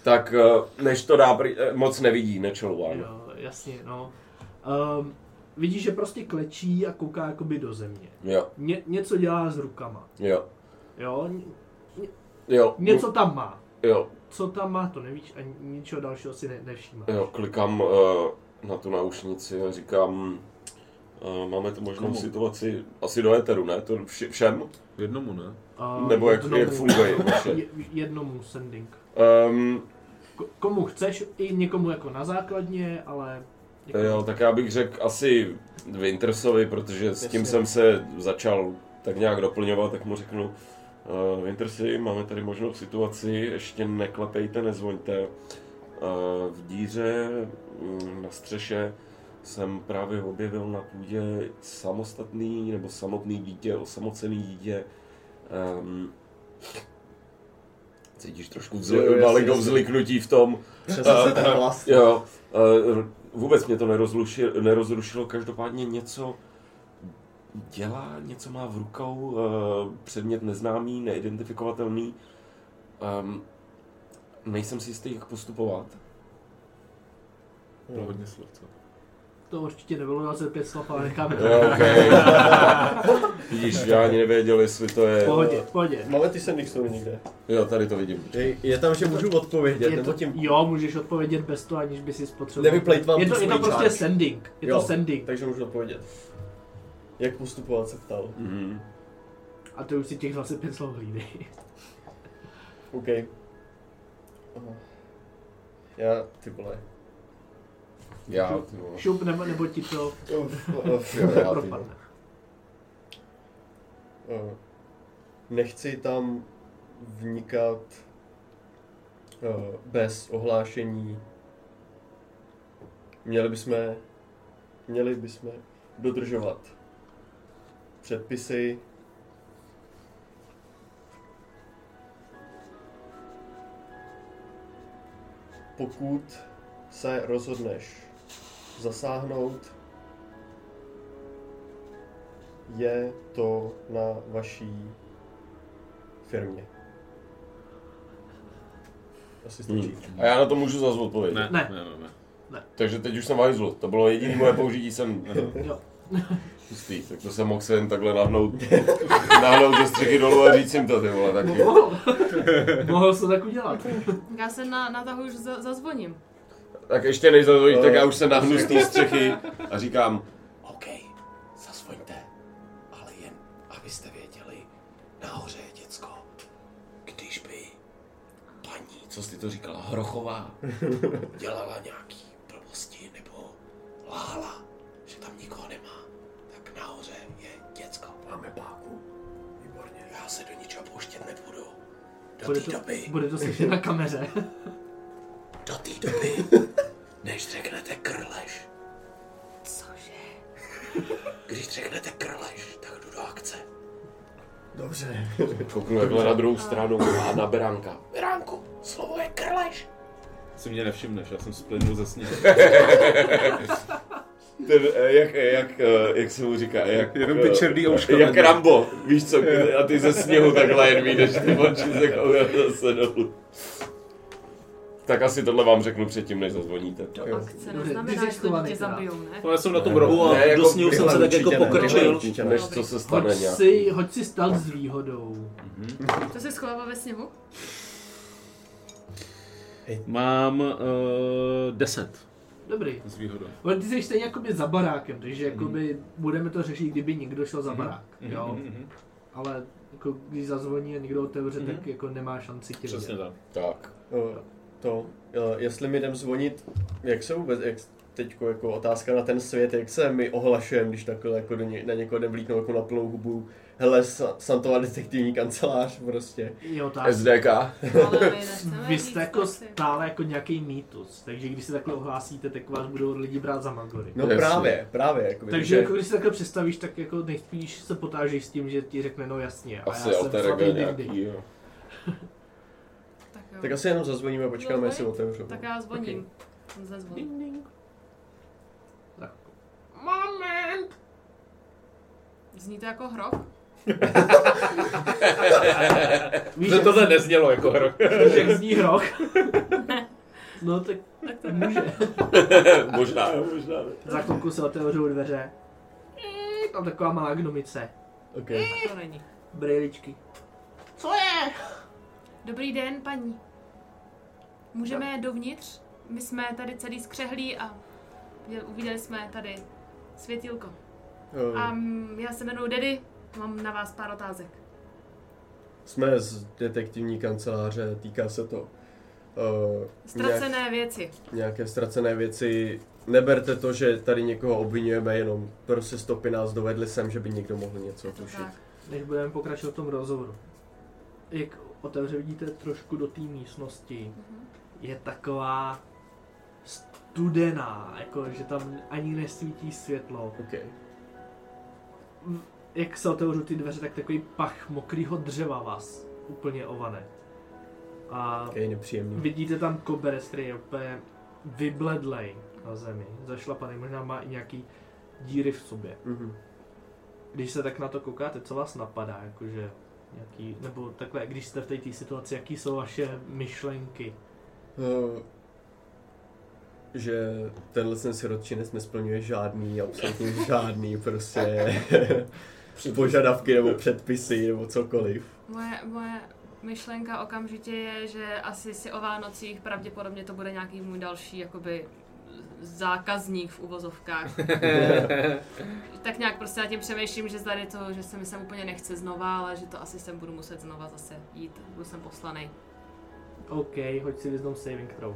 S3: tak eh, než to dá, pry, eh, moc nevidí, nečelován.
S4: Jo, jasně, no. Um, vidíš, že prostě klečí a kouká jakoby do země.
S3: Jo,
S4: Ně, něco dělá s rukama,
S3: jo,
S4: jo? Ně-
S3: jo.
S4: Něco tam má.
S3: Jo,
S4: Co tam má, to nevíš a ni- ničeho dalšího si ne, nevšímáš.
S3: jo, klikám eh, na tu náušnici a říkám, eh, máme tu možnou
S6: Komu?
S3: situaci asi do éteru, ne? To vši- všem?
S6: Jednomu, ne?
S4: Uh,
S3: Nebo jak- jak funguje vaše?
S4: Jednomu sending.
S3: Um,
S4: Ko, komu chceš, i někomu jako na základně, ale...
S3: jo, tak já bych řekl asi Wintersovi, protože s tím
S5: Jasně.
S3: jsem se začal tak nějak doplňovat, tak mu řeknu uh, Wintersi, máme tady možnou situaci, ještě neklepejte, nezvoňte. Uh, v díře mm, na střeše jsem právě objevil na půdě samostatný nebo samotný dítě, osamocený dítě. Um, cítíš trošku
S5: Jo, jo,
S3: vzli-
S5: jasně,
S3: malinko
S5: jasně.
S3: vzliknutí v tom,
S5: Přesně se ten hlas.
S3: Jo, eh, vůbec mě to nerozlušilo, nerozrušilo, každopádně něco dělá, něco má v rukou, eh, předmět neznámý, neidentifikovatelný. Ehm, nejsem si jistý, jak postupovat.
S6: To je hodně slovce.
S4: To určitě nebylo 25 slov, ale necháme to.
S3: Jo, okay. Vidíš, já ani nevěděl, jestli to
S4: V
S3: je...
S4: pohodě, v pohodě.
S5: Máme ty sending stůl někde.
S3: Jo, tady to vidím.
S5: Je, je tam, že můžu odpovědět,
S4: Je
S5: nebo
S4: to,
S5: tím
S4: jo, můžeš odpovědět bez toho, aniž by si spotřeboval.
S5: nevyplejt vám
S4: Je
S5: tu
S4: to, je to
S5: svoji
S4: prostě
S5: část.
S4: sending. Je
S5: Jo,
S4: to sending.
S5: Takže můžu odpovědět. Jak postupovat se ptal.
S3: Mhm.
S4: A ty už si těch 25 slov hlídej.
S5: OK. Aha. Já, ty vole.
S3: Já, ty vole.
S4: Šup nebo, nebo ti to
S5: Uf, uf,
S3: Jo, No. já, ty vole.
S4: propadne.
S5: Eh, Nechci tam vnikat eh, bez ohlášení. Měli bychom, měli bychom dodržovat předpisy. Pokud se rozhodneš zasáhnout, je to na vaší firmě. Asi stačí.
S3: Mhm. A já na to můžu zase odpovědět.
S1: Ne,
S4: Ne.
S1: ne, ne. ne.
S3: Takže teď už jsem vajzl. To bylo jediné moje použití, jsem
S4: Jo.
S3: Hustý, tak to jsem mohl se jen takhle nahnout, nahnout ze střechy dolů a říct jim to, ty vole, taky.
S4: Mohl. Mohl se tak udělat.
S2: Já se na, na tahu už za, zazvoním.
S3: Tak ještě než zazvoní, No, tak prostě- já už se nahnu z té střechy a říkám, OK, zazvoňte, ale jen, abyste věděli, nahoře je děcko, když by paní, co jsi to říkala, Hrochová, dělala nějaký blbosti nebo lhala, že tam nikoho nemá, tak nahoře je děcko. Máme páku. Výborně. Já se do ničeho pouštět nebudu. Do
S4: Bude
S3: té
S4: to,
S3: doby,
S4: bude to slyšet na kameře.
S3: do té doby, než řeknete krlež.
S2: Cože?
S3: Když řeknete krlež, tak jdu do akce.
S5: Dobře.
S3: Kouknu takhle na druhou stranu a na Beránka. Beránku, slovo je krlež.
S1: Si mě nevšimneš, já jsem splynul ze sněhu.
S3: Ten, eh, jak, eh, jak, eh, jak se mu říká, jak,
S1: Jenom ty
S3: eh,
S1: černý ouška
S3: Jak
S1: vedle.
S3: Rambo, víš co, a ty ze sněhu takhle jen vyjdeš, ty oči se koukají zase dolů. Tak asi tohle vám řeknu předtím, než zazvoníte.
S2: Do akce
S4: Dobře, ty
S2: neznamená,
S4: jsi
S2: že to
S4: schovaný
S2: dítě
S4: teda.
S2: zabijou, ne?
S1: No, já jsem na tom rohu a
S3: Ne, jako
S1: do sněhu jsem se tak jako
S5: určitě ne,
S1: pokrčil.
S5: určitě ne.
S3: Než co se
S4: Hoď
S3: stane nějak.
S4: si, hoď si stealth s výhodou.
S2: To se schovává ve sněhu?
S1: Mám uh, 10
S4: Dobrý.
S1: s výhodou.
S4: Ale ty jsi stejně jakoby za barákem, takže jakoby budeme to řešit, kdyby někdo šel za barák, jo.
S1: mhm.
S4: Ale jako když zazvoní a někdo otevře, tak jako nemá šanci tě
S1: Přesně
S4: vidět.
S1: tak.
S3: Tak.
S5: Eh, To, eh, jestli mi jdem zvonit, jak se vůbec, jak teďko jako otázka na ten svět, jak se my ohlašujeme, když takhle jako do ně, na někoho nevlítnou jako na plnou hubu. Hele, Sa- Santova detektivní kancelář prostě.
S4: Je otázka.
S3: SDK.
S2: Ale my nechceme
S4: Vy
S2: víc
S4: jste jako
S2: asi.
S4: stále jako nějaký mýtus, takže když se takhle ohlásíte, tak vás budou lidi brát za magory.
S5: No
S3: Jasně.
S5: právě, právě. Jako
S4: Takže jako když se takhle představíš, tak jako nejspíš se potážeš s tím, že ti řekne no jasně. A
S3: Asi
S4: já jsem
S3: alter ego
S4: slavný dindy.
S3: nějaký, jo.
S2: Tak jo.
S5: tak asi jenom zazvoníme a počkáme, jestli otevřou.
S2: Tak já zvoním. On zazvoní.
S4: Tak.
S2: Moment! Zní to jako hroch?
S4: Víš,
S6: Že
S4: jak,
S6: tohle neznělo jako hra.
S4: víš, jak zní hroch? No tak
S2: Tak to může.
S3: možná, jo, možná. ne.
S4: za chvilku se otevřou dveře. Tam taková malá gnomice.
S5: Okay.
S2: To není.
S4: Brejličky. Co je?
S2: Dobrý den, paní. Můžeme dovnitř? My jsme tady celý skřehlí a viděl- uviděli jsme tady světílko.
S5: Eh,
S2: A mm, já se jmenuji Dedy, mám na vás pár otázek.
S5: Jsme z detektivní kanceláře, týká se to eh, nějak,
S2: Ztracené věci.
S5: nějaké ztracené věci. Neberte to, že tady někoho obvinujeme, jenom prostě stopy nás dovedly sem, že by někdo mohl něco
S2: Je to
S5: tušit.
S2: tak.
S4: Než budeme pokračovat v tom rozhovoru. Jak otevře, vidíte trošku do té místnosti. Je taková studená, jako že tam ani nesvítí světlo.
S5: Okay.
S4: Jak se otevřou ty dveře, tak takový pach mokrýho dřeva vás úplně ovane. A
S5: Je nepříjemný.
S4: Vidíte tam koberec, který je úplně vybledlej na zemi, zašlapaný, možná má i nějaký díry v sobě.
S5: Mhm.
S4: Když se tak na to koukáte, co vás napadá, jakože nějaký, nebo takhle, když jste v té tý situaci, jaký jsou vaše myšlenky?
S5: Eh, že tenhle ten sirotčinec nesplňuje žádný, absolutně žádný prostě požadavky nebo předpisy nebo cokoliv.
S2: Moje, moje myšlenka okamžitě je, že asi si o Vánocích pravděpodobně to bude nějaký můj další jakoby zákazník v uvozovkách. tak nějak prostě nad tím přemýšlím, že tady to, že se mi sem úplně nechce znova, ale že to asi sem budu muset znova zase jít, budu sem poslaný.
S4: OK, hoď si wisdom saving throw.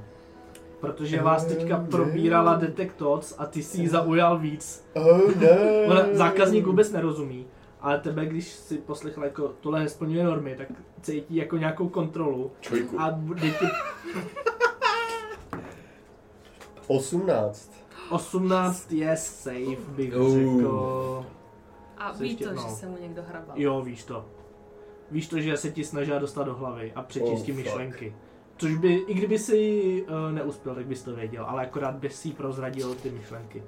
S4: Protože vás teďka probírala Detectots a ty si ji zaujal víc.
S5: Oh
S4: Ona
S5: no.
S4: zákazník vůbec nerozumí, ale tebe, když si poslechl jako tohle nesplňuje normy, tak cítí jako nějakou kontrolu
S3: Čojku.
S4: a bude ti
S5: 18.
S4: 18 je safe, bych
S5: Uh.
S4: řekl.
S2: A
S4: Co
S2: ví
S4: ještě?
S2: to, že
S4: No.
S2: se mu někdo hrabal.
S4: Jo, víš to. Víš to, že se ti snažila dostat do hlavy a přečistí
S5: Oh,
S4: oh,
S5: fuck.
S4: myšlenky. Což by, i kdyby si uh, neuspěl, tak bys to věděl, ale akorát bys si jí prozradil ty myšlenky.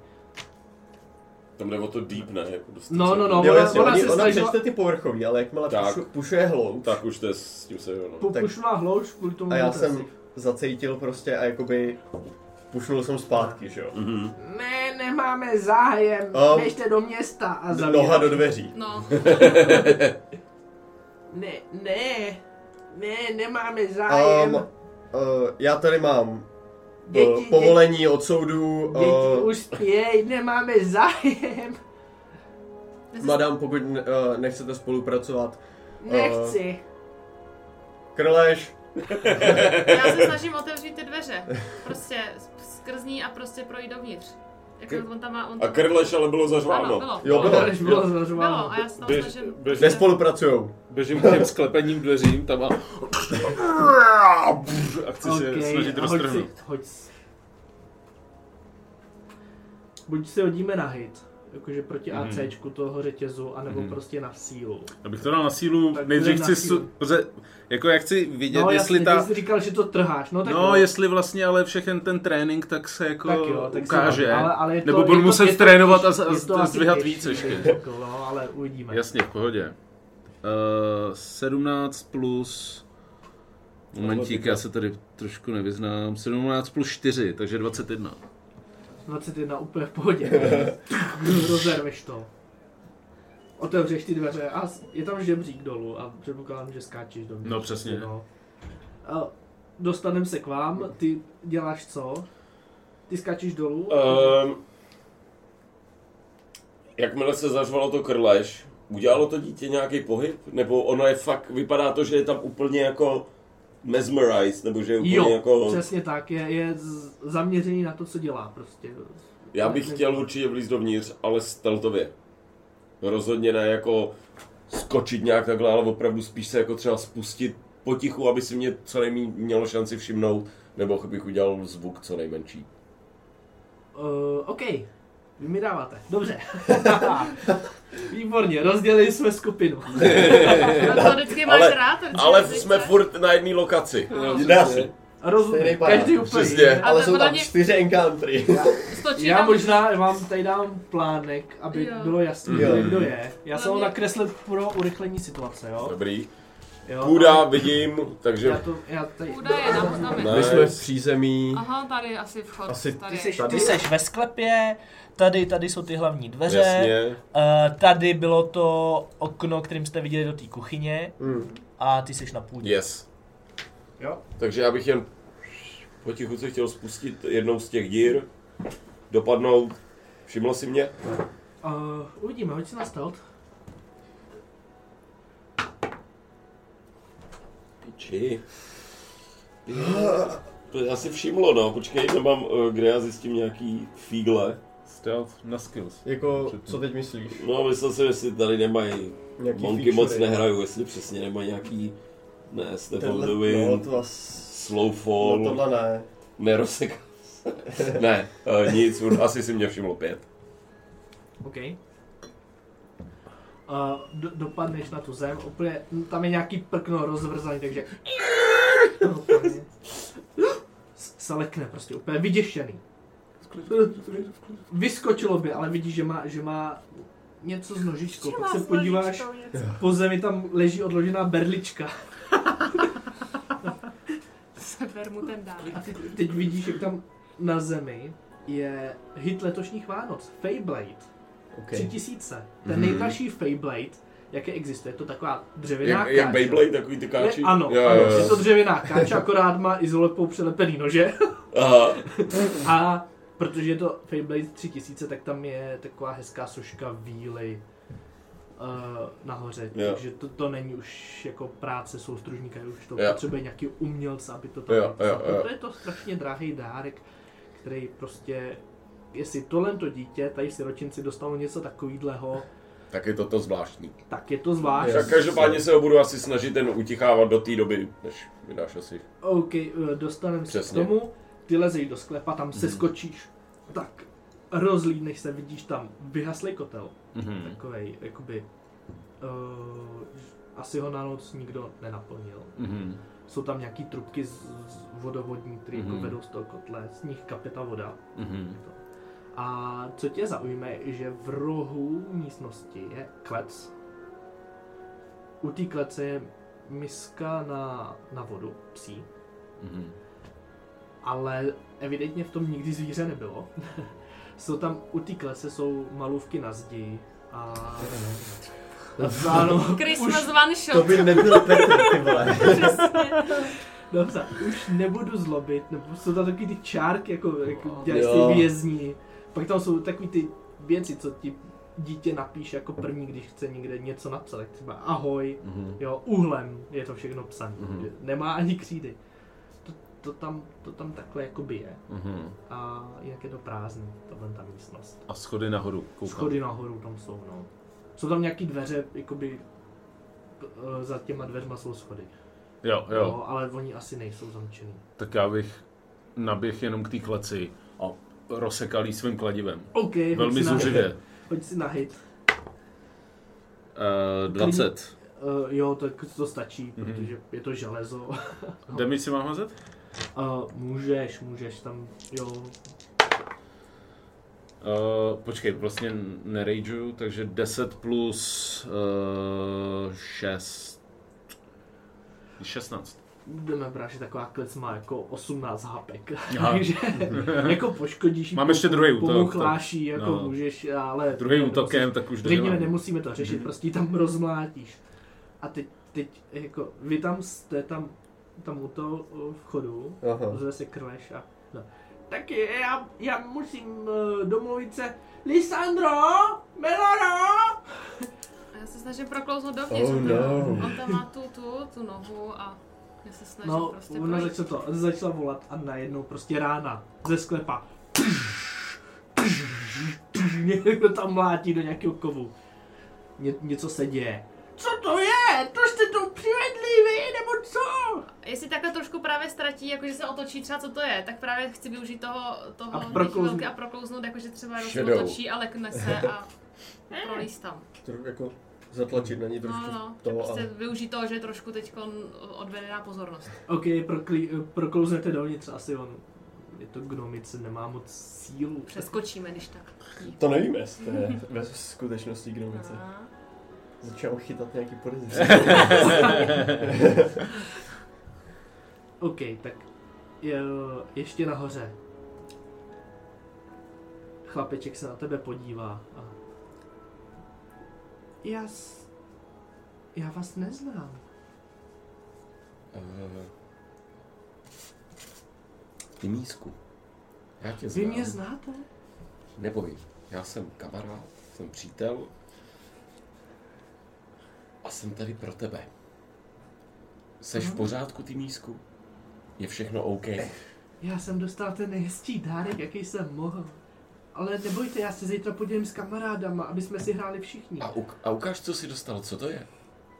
S3: Tam jde o to deep, ne? Jako dostat
S4: No,
S3: se-
S4: no, no.
S5: Jo,
S4: ona-
S5: jasně,
S4: ona
S5: ona,
S4: se
S5: ona
S4: snažila-
S5: přečte ty povrchový, ale jakmile
S3: Tak.
S5: pušu- pušuje hloub,
S3: Tak už to je s tím se jo, no.
S4: Popušná hlouč kvůli tomu
S5: a já
S4: matraci.
S5: jsem zacítil prostě a jakoby pušnul jsem zpátky, že jo.
S3: Mhm.
S4: Ne, nemá nemáme zájem,
S5: Um,
S4: běžte do města a
S5: Noha
S4: zavírat.
S5: do dveří.
S2: No,
S4: Ne, ne, ne, nemáme
S5: Um,
S4: zájem.
S5: uh, já tady mám
S4: děti,
S5: uh, povolení od soudu.
S4: děti, děti
S5: Uh,
S4: už spěj, nemáme
S5: eh,
S4: zájem.
S5: madam, pokud uh, nechcete spolupracovat.
S4: Nechci.
S5: Krleš,
S2: já se snažím otevřít ty dveře. Prostě skrz ní a prostě projít dovnitř. Jako on tam má... On
S3: A krleš ale bylo
S2: Ano,
S3: zařváno.
S2: bylo.
S5: jo,
S4: To
S5: bylo.
S4: už
S5: no, jo.
S4: bylo
S2: Bylo
S4: zvažováno.
S2: a já se tam
S1: Běž-
S2: snažím...
S1: běž-
S5: Nespolupracujou.
S1: Běžím k těm sklepením dveřím tam a... A chci
S4: Okej,
S1: se snažit
S4: a hoď
S1: roztrhnout.
S4: si- Hoď si. Buď si hodíme na hit, jakože proti
S1: Mhm.
S4: ACčku toho řetězu, anebo
S1: Mhm.
S4: prostě na sílu.
S1: Abych to dal na sílu,
S4: Tak
S1: nejdřív
S4: na
S1: chci...
S4: sílu.
S1: su- Protože, jako já chci vidět,
S4: no
S1: jestli
S4: jasně,
S1: ta...
S4: ty jsi říkal, že to trháš, no tak
S1: No,
S4: jo.
S1: jestli vlastně ale všechen ten trénink tak se jako
S4: tak jo, tak si-
S1: ukáže.
S4: ale, ale je to,
S1: Nebo
S4: je
S1: budu
S4: to-
S1: muset
S4: je to
S1: trénovat
S4: těžší,
S1: a- a
S4: je to asi
S1: zdvihat
S4: těžší,
S1: víc ještě.
S4: bych řekl, No, ale uvidíme.
S1: Jasně, v pohodě. Uh, 17 plus... Momentík, já se tady trošku nevyznám. 17 plus 4, takže 21.
S4: 21 úplně v pohodě. Rozerveš to. Otevřeš ty dveře a s- je tam žebřík dolů a předpokládám, že skáčeš do mě.
S1: No, přesně.
S4: No. A Dostanem se k vám, ty děláš co? Ty skáčeš dolů?
S3: Um, jakmile se zařvalo to krleš, udělalo to dítě nějaký pohyb? Nebo ono je fakt, vypadá to, že je tam úplně jako mesmerized, nebo že je úplně
S4: jo,
S3: jako...
S4: přesně tak, je, je z- zaměřený na to, co dělá prostě.
S3: Já bych chtěl určitě vlíz dovnitř, ale steltově. Rozhodně ne jako skočit nějak takhle, ale opravdu spíš se jako třeba spustit potichu, aby si mě co nejméně mělo šanci všimnout, nebo bych udělal zvuk co nejmenší.
S4: Uh, OK, vy mi dáváte. Dobře. Výborně, rozdělili jsme skupinu.
S2: To vždycky máš
S3: Ale-
S2: rád, ten
S3: Ale
S2: člověk,
S3: jsme
S2: že?
S3: furt na jedné lokaci.
S5: Dá se.
S4: Rozumím,
S5: Stejný barák,
S4: každý úplně.
S3: přesně.
S4: jiný.
S2: A
S5: Ale
S2: to
S5: jsou
S2: podle
S5: tam
S2: mě-
S5: čtyři encountry.
S2: Stočí
S4: Já
S2: tam-
S4: možná vám tady dám plánek, aby
S2: Jo.
S4: jo. bylo jasné,
S5: Jo.
S4: kdo je. Já jsem ho
S2: Hlavně-
S4: nakreslil pro urychlení situace, jo?
S3: Dobrý.
S4: jo?
S3: Půda, vidím,
S4: Já
S3: takže
S4: to, já tady...
S2: Půda je na
S3: Ne.
S5: My
S2: oznami.
S5: jsme v přízemí.
S2: Aha, tady je asi vchod.
S5: Asi
S2: tady.
S8: Ty, ty seš ve sklepě, tady, tady jsou ty hlavní dveře,
S3: jasně.
S8: eh, tady bylo to okno, kterým jste viděli do té kuchyně
S5: Mm.
S8: a ty seš na půdě.
S3: Yes.
S4: Jo?
S3: Takže já bych jen potichu se chtěl spustit jednou z těch dír, dopadnout. Všiml si mě?
S4: Uh, uvidíme, hoď si na stealth.
S3: Piči. To je asi všimlo, no. Počkej, nemám, eh, kde já zjistím nějaký fígle.
S6: Stealth na skills.
S5: Jako, co teď myslíš?
S3: No, myslel jsem, jestli tady nemají.
S5: Nějaký
S3: Monky
S5: feature?
S3: moc nehrajou, jestli přesně nemají nějaký... Ne, Step on
S5: Tenhle,
S3: the
S5: no,
S3: Wind,
S5: to vás...
S3: Slow
S5: No,
S3: Fall,
S5: tohle ne.
S3: Nerosek. ne, eh, nic, on asi si mě všimlo pět.
S4: OK. Uh, do, dopadneš na tu zem, úplně, m, tam je nějaký prkno rozvrzaný, takže... No, úplně. S- se lekne prostě, úplně vyděšený. Vyskočilo by, ale vidíš, že má, že má něco s nožičkou, pak se podíváš, po zemi tam leží odložená berlička.
S2: Seber mu ten dárek.
S4: A ty teď vidíš, jak tam na zemi je hit letošních Vánoc, Feyblade,
S5: Okay.
S4: 3000. Ten nejdražší Feyblade, jaké existuje, je to taková dřevěná
S3: Jak, jak
S4: káča.
S3: Beyblade, takový ty
S4: Je,
S3: káči?
S4: ano,
S3: Jo,
S4: ano,
S3: jo, jo.
S4: je to dřevěná káč, akorát má izolepou přilepený nože.
S3: Aha,
S4: A protože je to Feyblade 3000, tak tam je taková hezká soška víly uh, nahoře.
S3: Jo.
S4: Takže to, to není už jako práce soustružníka, je už to
S3: Jo.
S4: potřebuje nějaký umělce, aby to tam
S3: Jo, jo,
S4: napsal.
S3: jo.
S4: To je to strašně drahý dárek, který prostě, jestli tohle to dítě, tady v siročinci dostalo něco takového,
S3: tak je to to zvláštní.
S4: tak je to zvlášť.
S5: Jo.
S3: Tak každopádně se ho budu asi snažit ten utichávat do té doby, než vydáš asi.
S4: OK, eh, dostaneme se k
S3: Přesně. Mhm.
S4: tomu, ty lezeš do sklepa, tam se skočíš, tak rozlídneš se, vidíš tam vyhaslý kotel,
S3: Hmm.
S1: Mhm.
S4: takovej, jakoby, uh, asi ho na noc nikdo nenaplnil.
S1: Mhm.
S4: Jsou tam nějaký trubky z, z vodovodní, které jako
S1: Mhm.
S4: vedou z toho kotle, z nich kape ta voda.
S1: Mhm.
S4: A co tě zaujme, že v rohu místnosti je klec. U té klece je miska na, na vodu, psí.
S1: Mhm.
S4: ale evidentně v tom nikdy zvíře nebylo. jsou tam u té klece jsou malůvky na zdi a... Napsáno,
S2: Christmas one
S5: To
S2: shot.
S5: by nebyl Petr, ty vole.
S4: dobře, už nebudu zlobit, nebo jsou tam takový ty čárky, jako, jako dělají
S3: Jo.
S4: si vězni. Pak tam jsou takový ty věci, co ti dítě napíše jako první, když chce někde něco napsat, tak třeba ahoj,
S3: Mhm.
S4: Jo, uhlem je to všechno psané.
S3: Mhm.
S4: Mm-hmm. Nemá ani křídy. To, to, tam, to tam takhle jakoby je.
S3: Mhm.
S4: A jinak je to prázdný, tohle ta místnost.
S1: A schody nahoru, koukám.
S4: Schody nahoru tam jsou, no. Jsou tam nějaký dveře, jakoby eh, za těma dveřma jsou schody.
S1: Jo, jo.
S4: No, ale oni asi nejsou zamčený.
S1: Tak já bych naběh jenom k té kleci a rozsekal jí svým kladivem.
S4: OK,
S1: Velmi
S4: hoď si na hit.
S1: zuřivě.
S4: Hoď si na hit.
S1: Uh, 20.
S4: Uh, jo, tak to stačí,
S1: Mhm.
S4: mm-hmm. protože je to železo.
S1: Demi si mám hazet?
S4: Uh, můžeš, můžeš tam, jo,
S1: Uh, počkej, vlastně nerageuju, takže 10 plus uh, 6. 16.
S4: budeme brát, že taková klec má jako 18 hápek.
S1: Aha. Mhm.
S4: Takže jako poškodíš. jí,
S1: Mám ještě druhý útok,
S4: Pomuchláš jí, jako
S1: no.
S4: no. můžeš, ale...
S1: Druhým útokem, tak už
S4: Řekněme,
S1: dodělám.
S4: nemusíme to řešit, prostě ji tam rozmlátíš. A teď, teď jako, vy tam jste, tam, tam u toho uh, vchodu,
S5: Aha.
S4: ozve se krleš a... No. Tak je, já, já musím uh, domluvit se... Lisandro! Meloro!
S2: A já se snažím proklouznout dovnitř.
S5: Oh,
S2: protože
S5: no.
S2: On tam má tu, tu, tu nohu a já se snažím
S4: No,
S2: prostě
S4: ona
S2: projít.
S4: začala, to, začala volat a najednou prostě rána ze sklepa. Někdo tam mlátí do nějakého kovu. Ně, něco se děje. Co to je? To jste to přivedli vy, nebo co?
S2: Jestli takhle trošku právě ztratí, jakože se otočí třeba co to je, tak právě chci využít toho, toho
S4: A
S2: a
S4: proklouznout.
S2: chvilky a proklouznout, jakože třeba jenom se
S3: Shadow.
S2: otočí a lekne se a prolíst tam.
S5: Tro- Jako zatlačit na
S2: No,
S5: ní trošku
S2: no, to,
S5: to a...
S2: prostě využít toho, že je trošku teď odvedená pozornost.
S4: OK, proklí, eh, proklouznete dovnitř, asi on je to gnomice, nemá moc sílu.
S2: Přeskočíme, když tak.
S5: To nevíme, jestli to je ve skutečnosti gnomice.
S2: A-
S5: Začal chytat nějaký podezření.
S4: OK, tak je, ještě nahoře. Chlapeček se na tebe podívá a... Já s... Já vás neznám.
S3: Eh, Ty mísku. Já tě
S4: Vy
S3: znám.
S4: mě znáte?
S3: Neboj, já jsem kamarád, jsem přítel a jsem tady pro tebe. Seš v pořádku, ty mísku? Je všechno OK.
S4: Já jsem dostal ten nejhezčí dárek, jaký jsem mohl. Ale nebojte, já se zítra podělím s kamarádama, aby jsme si hráli všichni.
S3: A, uk- a ukáž, co jsi dostal, co to je?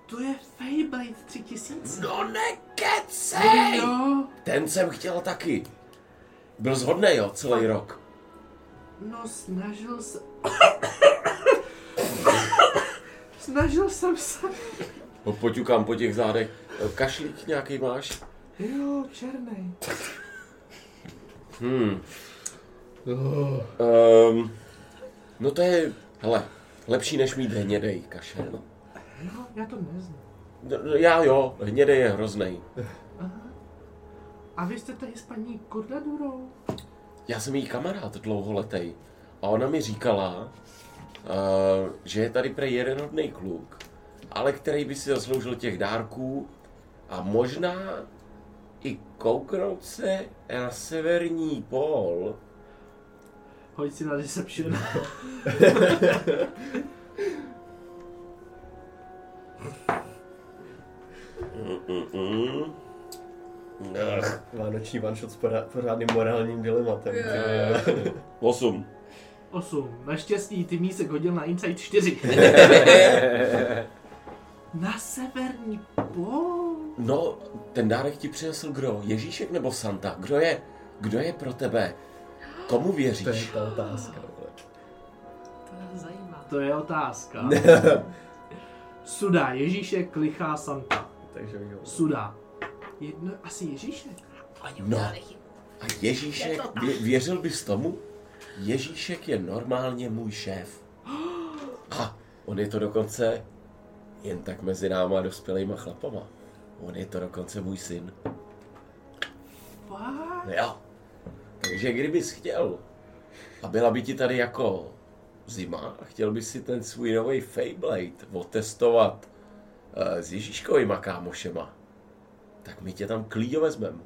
S4: To je Feyblade 3000.
S3: No nekecej!
S4: Jo,
S3: no. Ten jsem chtěl taky. Byl zhodný, jo, celý rok.
S4: no snažil se... snažil jsem se...
S3: Po- No, Poťukám po těch zádech. Eh, Kašlík nějaký máš?
S4: Jo, černý.
S3: Hmm. Um, no to je, hele, lepší než mít hnědej kašel.
S4: No, já to neznám.
S3: No, no, já jo, hnědej je hrozný.
S4: Aha. A vy jste tady s paní Kordadurou?
S3: Já jsem její kamarád dlouholetej a ona mi říkala, uh, že je tady prej jeden hodný kluk, ale který by si zasloužil těch dárků a možná i kouknout se na severní pól.
S4: Hoď si na deception.
S3: Mm-mm. Ach,
S5: Vánoční one shot s pora- pořádným morálním dilematem.
S3: Osm.
S4: 8. Naštěstí ty mísek hodil na Insight 4. na severní pol.
S3: No, ten dárek ti přinesl kdo? Ježíšek nebo Santa? Kdo je? Kdo je pro tebe? Komu
S5: To je
S3: věříš?
S5: ta otázka. vole.
S2: To nás zajímá.
S4: To je otázka. Sudá Ježíšek, lichá Santa.
S5: Takže jo.
S4: Sudá. Jedno, asi Ježíšek.
S2: Oni
S3: No.
S2: udělali chybu.
S3: A Ježíšek, vě, věřil bys tomu? Ježíšek je normálně můj šéf. A on je to dokonce jen tak mezi náma dospělejma chlapama. On je to dokonce můj syn.
S4: Fakt?
S3: No jo, Takže kdybys chtěl, a byla by ti tady jako zima, a chtěl bys si ten svůj nový Feyblade otestovat eh, s Ježíškovýma kámošema, tak my tě tam klíďo vezmem.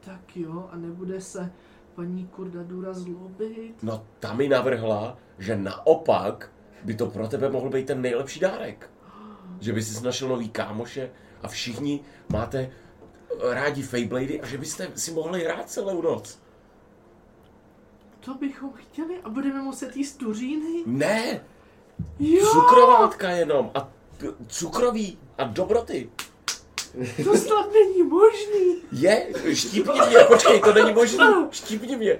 S4: Tak jo, a nebude se paní Kordadura zlobit.
S3: No ta mi navrhla, že naopak by to pro tebe mohl být ten nejlepší dárek. Že by si našel nový kámoše a všichni máte eh, rádi Feyblady a že byste si mohli hrát celou noc.
S4: To bychom chtěli a budeme muset jíst tuříny?
S3: Ne,
S4: Jo,
S3: cukrovátka jenom a p- cukroví a dobroty.
S4: to snad není možný.
S3: Je, štípni mě, počkej, to není možné, štípni mě.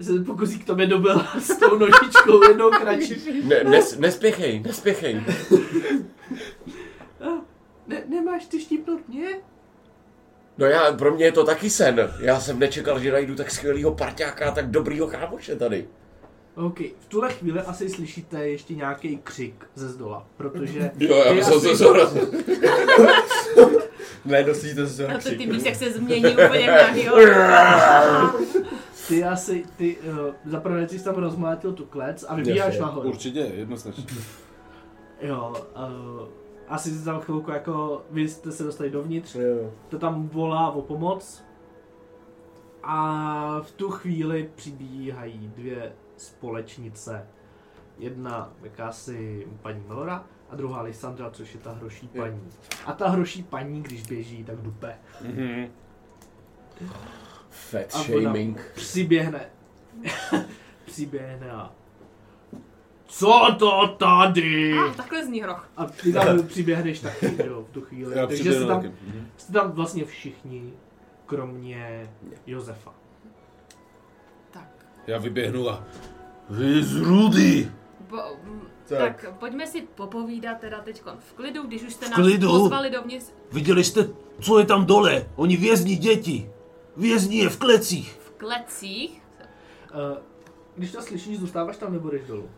S4: Se pokusí k tobě dobila s tou nožičkou jednou kratší.
S3: Ne, nes, nespěchej, nespěchej.
S4: Ne, nemáš ty štípnout mě?
S3: No já, pro mě je to taky sen. Já jsem nečekal, že najdu tak skvělýho parťáka a tak dobrýho kámoše tady.
S4: OK, v tuhle chvíli asi slyšíte ještě nějaký křik ze zdola, protože...
S3: Jo, já
S4: Ty
S3: myslím,
S4: asi-
S3: že se
S5: Ne, dostíte se
S2: A
S5: na
S2: to ty
S5: křik.
S2: víš, jak se změní úplně v nějakýho...
S4: Ty asi, ty, uh, zaprvé jsi tam rozmlátil tu klec a vybíháš
S5: Jasně,
S4: nahoru.
S6: Určitě, jednoznačně.
S4: Jo, uh, asi za chvilku jako, vy jste se dostali dovnitř,
S5: Jo.
S4: to tam volá o pomoc. A v tu chvíli přibíhají dvě společnice. Jedna jakási paní Melora a druhá Lisandra, což je ta hroší paní. A ta hroší paní, když běží, tak dupe.
S3: Fat
S4: A ona-
S3: shaming.
S4: Přiběhne. Přiběhne a... Co to tady?
S2: Ah, takhle zní hroch.
S4: A ty tam přiběhneš taky, jo, v tu chvíli.
S6: Já
S4: Takže jste
S6: přiběhnu
S4: tam,
S6: taky. Mhm.
S4: jste tam vlastně všichni, kromě Josefa.
S2: Tak.
S6: Já vyběhnu a... Vy z Rudy!
S2: Bo, m,
S5: Tak.
S2: tak. pojďme si popovídat teda teďkon v klidu, když už jste
S9: V
S2: nás
S9: klidu?
S2: pozvali dovnitř.
S9: Viděli jste, co je tam dole? Oni vězní děti. Vězní je v klecích.
S2: V klecích.
S4: Eh, Když to slyšíš, zůstáváš tam nebo jdeš dolů?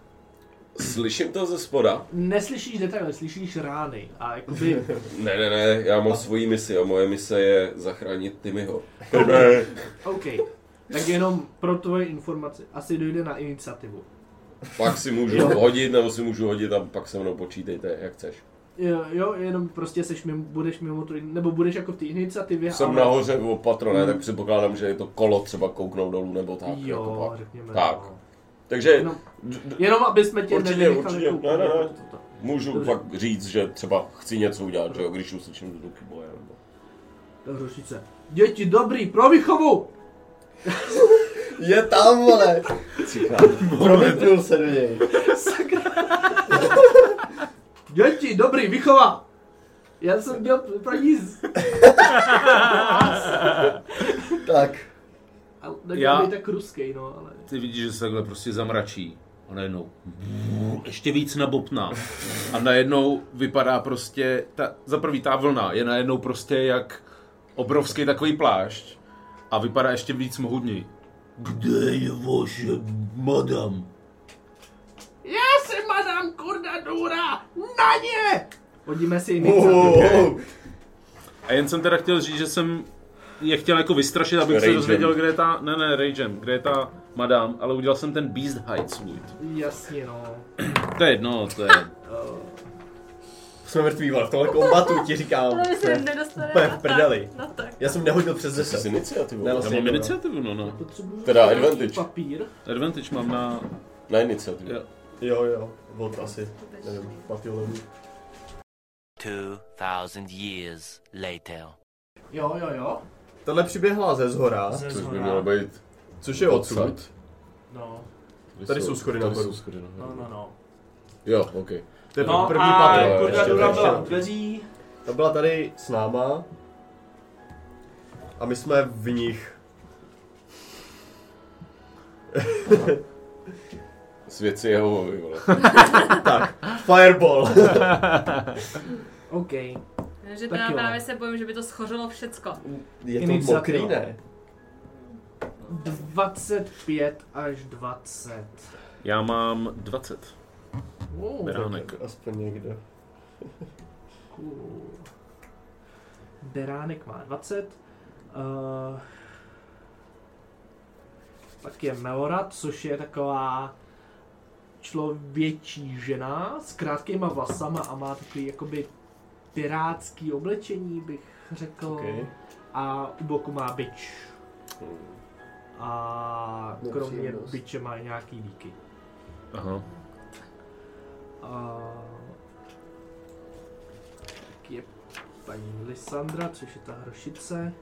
S3: Slyším to ze spoda?
S4: Neslyšíš detaily, slyšíš rány a jakoby
S3: Ne, ne, ne, já mám svoji misi a moje mise je zachránit Timmyho.
S4: OK. Tak jenom pro tvoje informaci, asi dojde na iniciativu.
S3: Pak si můžu hodit, nebo si můžu hodit a pak se mnou počítejte, jak chceš.
S4: Jo, jo jenom prostě seš mimo, budeš mimo tu, nebo budeš jako v té iniciativě,
S3: Jsem
S4: ale...
S3: nahoře o patrone, tak předpokládám, že je to kolo třeba kouknout dolů nebo tak. jako
S4: Hmm. Jo,
S3: pak.
S4: řekněme.
S3: Tak.
S4: no.
S3: Takže
S4: Jenom,
S3: d- d-
S4: jenom aby jsme tě
S3: Určitě,
S4: nevynechali
S3: určitě. Ne,
S4: koukat,
S3: ne, ne.
S4: jako toto.
S3: můžu
S4: Dobře.
S3: pak říct, že třeba chci něco udělat, že jo, když uslyším zvuky boje. Nebo...
S4: Tak hrošice. Děti dobrý, pro výchovu!
S5: Je tam, vole! Promitul se do něj.
S4: Děti dobrý, výchova! Já jsem dělal pro nic.
S5: Tak.
S4: Ale tak
S1: Já-
S4: Já... tak ruský, no, ale...
S1: Ty vidíš, že se takhle prostě zamračí. A najednou ještě víc nabopná. A najednou vypadá prostě, ta, za prvý ta vlna je najednou prostě jak obrovský takový plášť. A vypadá ještě víc mohutněji.
S9: Kde je vaše madam?
S4: Já jsem madame Kordadura! Na ně! Hodíme si iniciativu.
S5: Uuu.
S1: A jen jsem teda chtěl říct, že jsem je chtěl jako vystrašit, abych se
S3: Ragem.
S1: dozvěděl, kde je ta, ne ne, Ragem, kde je ta madam, ale udělal jsem ten Beast Hide svůj.
S4: Jasně, no. Eh,
S1: To je jedno, to je...
S5: Jsme mrtví, vole, v tomhle kombatu ti říkám.
S2: Ale my se
S5: Jsme-
S2: nedostane
S5: úplně v
S2: na tak,
S5: prdeli.
S2: Na tak.
S5: Já jsem nehodil přes
S3: Jsi s
S5: 10.
S3: iniciativou?
S5: Ne,
S1: Já
S5: vlastně
S1: mám
S5: jedno.
S1: iniciativu, no, no.
S4: Potřebuji
S3: Teda
S4: nějaký
S3: advantage.
S4: papír.
S1: Advantage mám na...
S3: Na iniciativu.
S1: Jo.
S5: Jo, jo, od asi, nevím, patilem.
S10: 2,000 years later.
S4: Jo, jo, jo.
S5: Tohle přiběhla ze zhora,
S8: Ze
S3: Což by
S8: zhora.
S3: mělo být...
S5: což je odsud.
S4: No,
S5: Tady jsou schody
S3: tady
S5: nahoru.
S3: jsou schody nahoru.
S4: no, no, no.
S3: Jo, OK.
S5: To je
S8: No
S5: první
S8: a
S5: patro. ještě,
S8: Kordadura
S5: ještě
S8: byla
S5: na
S8: u
S5: to.
S8: dveří.
S5: Ta byla tady s náma. A my jsme v nich.
S3: Svět si Jehovovi, vole.
S5: Fireball!
S4: OK.
S2: Takže
S4: Tak
S2: teda
S4: jo.
S2: právě se bojím, že by to schořilo všecko.
S5: Je to
S4: Iniciativa.
S5: mokrý, ne?
S4: 25 až 20.
S1: Já mám 20.
S4: Wow,
S1: Beránek.
S5: Aspoň někde.
S4: cool. Beránek má 20. Uh, pak je Melora, což je taková člověčí žena s krátkýma vlasama a má takový jakoby pirátský oblečení, bych řekl.
S5: Okay.
S4: A u boku má bič. A kromě
S5: Nepříjemnost.
S4: biče má nějaký díky.
S1: Aha.
S4: A... Tak je paní Lisandra, což je ta hrošice.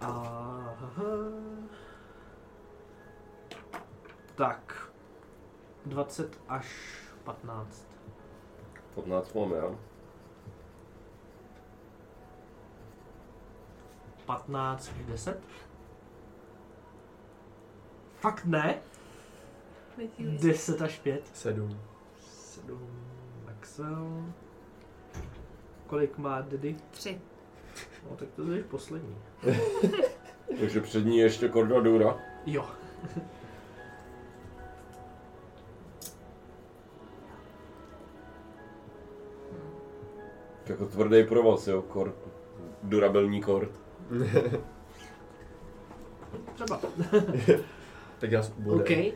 S4: A... Tak. 20 až 15.
S3: 15 mám já.
S4: 15 až 10? Fakt ne? 10 až 5.
S5: Sedm.
S4: 7 Maxwell. Kolik má Dedy?
S2: Tři.
S4: No tak to je poslední.
S3: Takže před ní je ještě Cordadura.
S4: Jo.
S3: Jako tvrdý provoz, jo, kord. Durabilní kord.
S4: Třeba.
S5: Tak já s- bude.
S4: OK.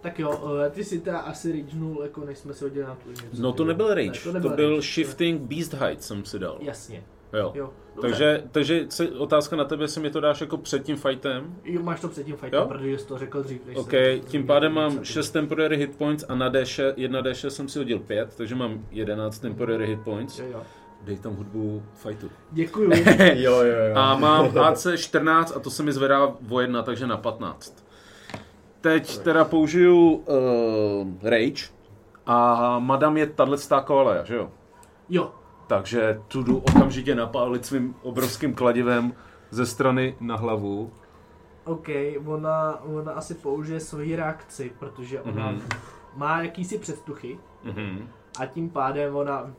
S4: Tak jo, eh, ty si teda asi ridgenul, jako než jsme se hodili na tu něco.
S1: No to nebyl rage,
S4: to
S1: to,
S4: nebyl
S1: byl
S4: rage,
S1: shifting beast height jsem si dal.
S4: Jasně,
S1: Jo.
S4: jo. Dobře.
S1: Takže, takže se, otázka na tebe, jestli mi to dáš jako před tím fightem.
S4: Jo, máš to před tím fightem,
S1: Jo?
S4: protože jsi to řekl dřív, než
S1: OK,
S4: jsem-
S1: tím pádem mám 6 temporary hit points a na D6, 1 D6 jsem si hodil 5, takže mám 11 temporary hit points.
S4: Jo, jo.
S1: Dej tam hudbu fightu.
S4: Děkuju.
S5: Jo, jo, jo.
S1: A mám AC 14 a to se mi zvedá o 1, takže na 15. Teď teda použiju uh, Rage a madam je tato koala, že jo?
S4: jo,
S1: Takže tu jdu okamžitě napálit svým obrovským kladivem ze strany na hlavu.
S4: OK, ona, ona asi použije svoji reakci, protože ona má jakýsi předtuchy
S1: Mhm.
S4: a tím pádem ona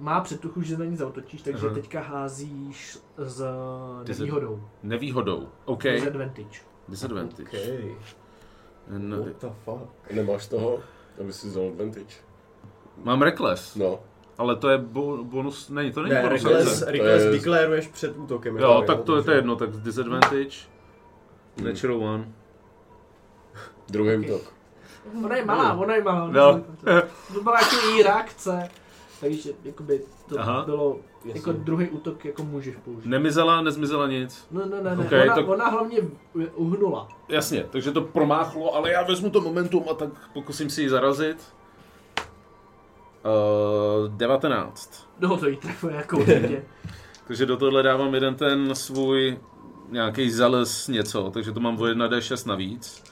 S4: má předtuchu, že na ní zautočíš, takže
S1: Aha.
S4: teďka házíš s
S1: Mhm. Ty se-
S4: nevýhodou,
S1: Nevýhodou. OK.
S4: disadvantage.
S1: Disadvantage.
S5: Okay.
S1: No,
S5: What the fuck?
S3: Nemáš toho, aby si vzal advantage.
S1: mám Reckless,
S3: No,
S1: ale to je bo- bonus, není, to není
S5: Ne,
S1: bonus
S5: Reckless,
S1: akce.
S5: reckless
S3: To je-
S5: deklaruješ před útokem. jako
S1: Jo,
S5: jo, Hmm.
S1: tak to je to
S5: takže-
S1: je jedno, tak disadvantage. Natural one.
S3: druhý útok.
S4: Ona je malá, ona je malá.
S1: No.
S4: To byla jako její reakce. Takže jakoby to Aha.
S1: Aha.
S4: bylo jako druhý útok, jako můžeš použít.
S1: Nemizela, nezmizela nic.
S4: No, no, ne, ne.
S1: Okej,
S4: ona,
S1: tak-
S4: ona hlavně uhnula.
S1: Jasně, takže to promáchlo, ale já vezmu to momentum a tak pokusím si ji zarazit. Uh, 19.
S4: No, to jí trefuje jako určitě.
S1: Takže do tohle dávám jeden ten svůj nějaký zales něco, takže to mám o 1d6 navíc.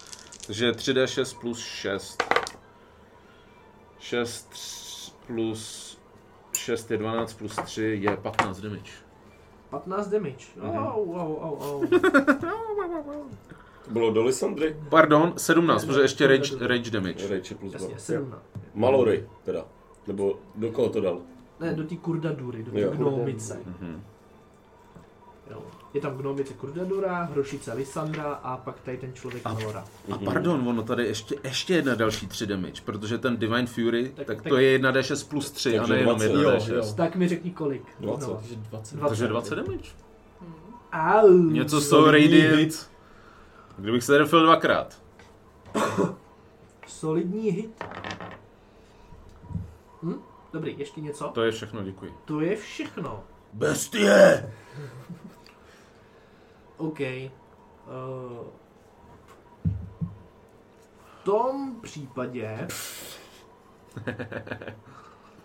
S1: Takže 3d6 plus 6. 6 plus 6 je 12 plus 3 je 15 damage.
S4: 15 damage.
S1: Mhm.
S4: Au, au, au, au.
S3: To bylo do Lisandry?
S1: Pardon, 17, protože ještě rage, rage damage.
S3: Rejče plus dva.
S4: Jasně, 17.
S3: Malory, teda. Nebo do koho to dal?
S4: Ne, do té kurdadury, do té
S3: Jo.
S4: gnomice.
S1: Mhm.
S4: Jo. Je tam gnomice kurdadura, hrošice Lisandra a pak tady ten člověk Melora.
S1: A pardon, ono tady ještě, ještě jedna další 3 damage, protože ten Divine Fury, tak,
S4: tak-
S1: tak to je 1d6 plus 3 a
S3: Takže
S1: nejenom
S3: 20.
S1: 1d6.
S5: Jo, jo.
S4: Tak mi řekni kolik.
S3: 20.
S4: No.
S5: Takže 20.
S4: 20.
S1: Takže 20 damage.
S4: Au.
S1: Něco z toho Radiant. Kdybych se trefil dvakrát.
S4: Solidní hit. Hm? Dobrý, ještě něco?
S1: To je všechno, děkuji.
S4: To je všechno.
S9: Bestie!
S4: OK. Eh, Uh, v tom případě...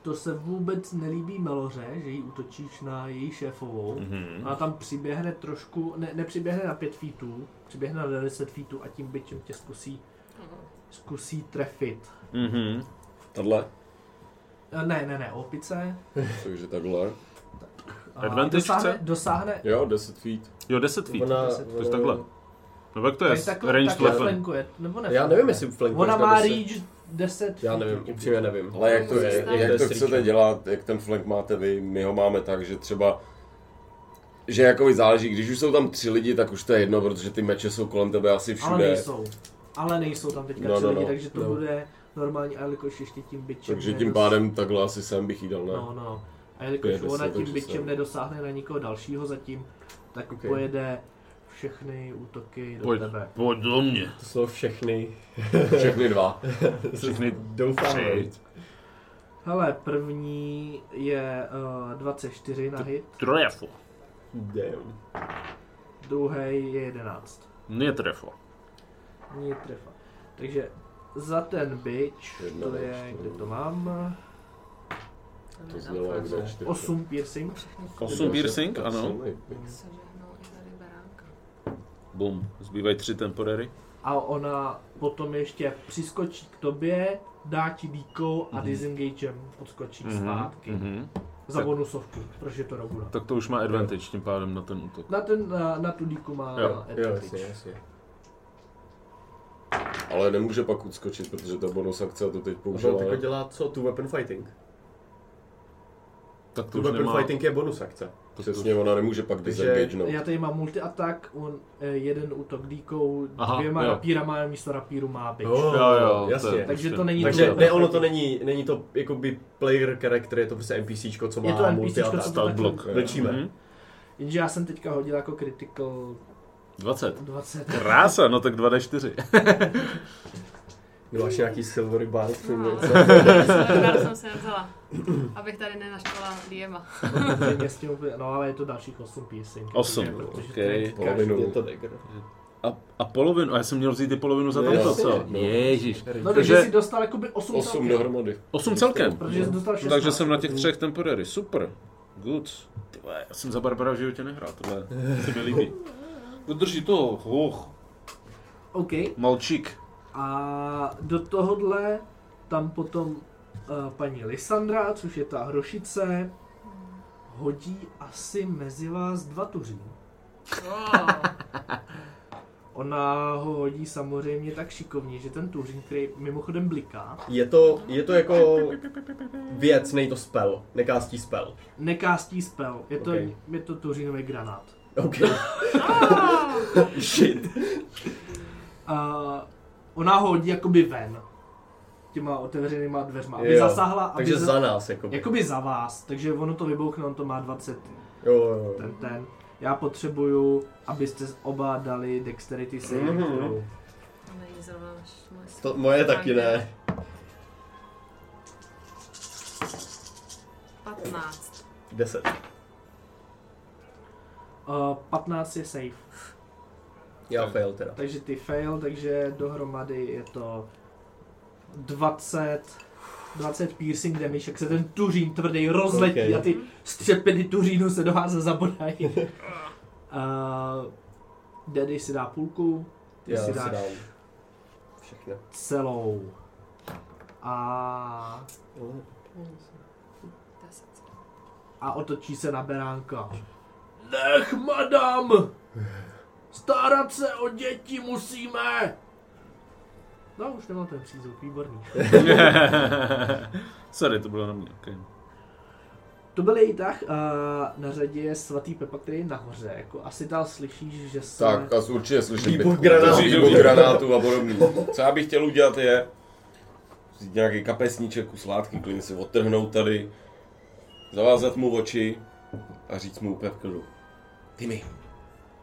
S4: To se vůbec nelíbí Meloře, že jí útočíš na její šéfovou. Mm-hmm. Ona tam přiběhne trošku, ne, nepřiběhne na 5 feetů, přiběhne na 10 feetů a tím byčem tě zkusí, zkusí trefit.
S1: Mhm.
S3: Tadle.
S4: Eh, Ne, ne, ne, opice.
S3: Takže takhle.
S4: A
S1: Advantage
S4: dosáhne,
S1: chce?
S4: dosáhne,
S3: Jo, 10 feet.
S1: Jo, 10 feet.
S5: Ona,
S4: To
S1: To je takhle. No jak to
S4: Tak
S1: je?
S4: takhle,
S1: Range
S4: takhle
S1: weapon.
S4: flankuje, nebo ne?
S5: Já nevím, jestli flankuje.
S4: Ona
S5: zda
S4: má
S5: by se-
S4: reach 10
S5: Já
S4: feet.
S5: nevím, upřímně nevím.
S3: Ale jak to,
S2: To se
S3: je,
S2: stane.
S3: jak to
S5: Desítky.
S3: chcete dělat, jak ten flank máte vy, my ho máme tak, že třeba že jakoby záleží, když už jsou tam tři lidi, tak už to je jedno, protože ty meče jsou kolem tebe asi
S4: Ale
S3: všude.
S4: nejsou. Ale nejsou tam teďka
S3: No,
S4: tři
S3: no,
S4: lidi,
S3: no,
S4: takže to
S3: no.
S4: bude normální, a jelikož ještě tím byčem.
S3: Takže
S4: je
S3: tím
S4: dost-
S3: pádem takhle asi sem bych jí dal, ne?
S4: No, no. A jelikož
S6: Pojede
S4: ona
S6: se,
S4: tím
S6: takže se-
S4: bičem nedosáhne na nikoho dalšího zatím, tak
S5: Ok.
S4: pojede všechny útoky do
S9: Pojď.
S4: tebe.
S9: Pojď do mě.
S5: To jsou všechny.
S3: Všechny dva.
S9: Všechny
S5: Doufám.
S9: tři.
S4: Hele, první je uh, 24 na hit,
S9: Trefo.
S5: Damn.
S4: druhý je 11.
S9: Netrefo.
S4: Ní trefa. Takže za ten bič,
S3: Jedna
S4: to
S3: na
S4: je,
S3: čtyři.
S4: kde to mám,
S3: To znělo jak za čtyři.
S4: 8 piercing.
S1: Osm piercing, ano.
S2: Sežehnou i tady beránka.
S6: Bum, zbývají tři temporary.
S4: a ona potom ještě přiskočí k tobě, dá ti díkou a mm-hmm. disengagem odskočí mm-hmm. zpátky mm-hmm.
S6: Mhm.
S4: za
S6: Tak-
S4: bonusovku, protože je to rovuna.
S6: Tak to už má advantage tím pádem na ten útok.
S4: Na, ten, na, na tu díku má
S6: Jo,
S5: Jo,
S4: advantage.
S5: jasně, jasně.
S3: Ale nemůže pak odskočit, protože to je bonus akce a to teď
S5: A on
S3: použila.
S5: jako dělá co? Tu weapon fighting?
S6: Tak to
S5: Tu
S6: už
S5: weapon
S6: nemá...
S5: fighting je bonus akce.
S6: To, to,
S3: Přesně, ona nemůže pak
S5: Takže-
S3: disengagenout.
S4: Já tady mám multi attack, on eh, jeden útok díkou,
S6: Aha,
S4: dvěma
S6: jo.
S4: rapírama, místo rapíru má bitch.
S6: jo, jo, to je
S5: jasně.
S4: Takže
S6: prostě-
S4: to není
S5: Takže
S4: dobré.
S5: ne, ono to není, není to jakoby player character, je to prostě NPCčko, co má
S4: Je to NPC,
S5: multi-attack.
S4: co to
S6: Start block.
S4: tak...
S5: Mlčíme.
S6: Mhm.
S4: Jenže já jsem teďka hodil jako critical
S6: 20.
S4: 20.
S6: Krása, no tak 2D4.
S5: Kdo máš nějaký silvery bar v
S2: No,
S5: tom
S2: ale jsem se nevzala, abych tady nenaštvala Diema.
S4: Samozřejmě s tím úplně- no ale je to dalších 8 piercing.
S6: Osm,
S4: protože- protože
S6: ok.
S4: to je-
S5: Je to dagger.
S6: A, a polovinu, a já jsem měl vzít i polovinu za
S5: No,
S6: tamto,
S5: jasně,
S6: co?
S3: no.
S6: Ježíš.
S4: No, takže,
S6: Takže-
S4: jsi dostal jakoby 8,
S3: 8
S4: celkem.
S3: dohromady.
S6: 8 celkem.
S4: Protože jsi dostal
S6: No,
S4: 16.
S6: takže jsem na těch třech temporary, super. Good. Ty vole, já jsem za Barbara v životě nehrál, tohle se mi líbí. Udrží No, to, hoch,
S4: OK.
S6: malčík.
S4: A do tohohle tam potom uh, paní Lisandra, což je ta hrošice, hodí asi mezi vás dva tuří.
S2: Wow.
S4: Ona ho hodí samozřejmě tak šikovně, že ten tuřín, který mimochodem bliká,
S5: Je to, je to jako věc, nej to spell, nekástí spell.
S4: nekástí spel. Je to,
S5: Ok.
S4: je to tuřínový granát.
S5: OK.
S2: Ah,
S5: Shit.
S4: A ona ho hodí jakoby ven. Těma otevřenýma dveřma. Aby
S5: Jo,
S4: zasáhla, aby
S5: Takže
S4: za-
S5: za nás, jako.
S4: Jakoby za vás, takže ono to vybouchne, on to má 20
S5: Jo, jo, jo.
S4: ten ten. Já potřebuju, abyste oba dali dexterity saving
S5: Mhm.
S4: throw.
S2: To není zrovna naš- moje
S5: To
S2: silná
S5: moje
S2: stránka.
S5: taky ne.
S2: 15.
S5: 10.
S4: Uh, 15 je safe,
S5: Já fail teda.
S4: takže ty fail, takže dohromady je to 20, 20 piercing damage, jak se ten tuřín tvrdý rozletí
S5: Ok.
S4: a ty střepiny tuřínu se doháze zabodají. Uh, Daddy si dá půlku, ty
S5: Já
S4: si
S5: si
S4: dáš
S5: dám. Všechno.
S4: celou. A
S2: Deset.
S4: a otočí se na beránka. Nech, madam! Starat se o děti musíme! No, už nemám ten přízvuk, výborný.
S6: Sorry, to bylo na mě, okay.
S4: To byl její tah a na řadě je svatý Pepa, který je nahoře. Jako asi dál slyšíš, že se...
S3: Tak, a určitě slyším
S5: Výbuch
S3: bitku,
S5: granátu.
S3: výbuch granátu a podobný. Co já bych chtěl udělat je, vzít nějaký kapesníček, kus látky, klidně si odtrhnout tady, zavázat mu oči a říct mu úplně v klidu. Tymi,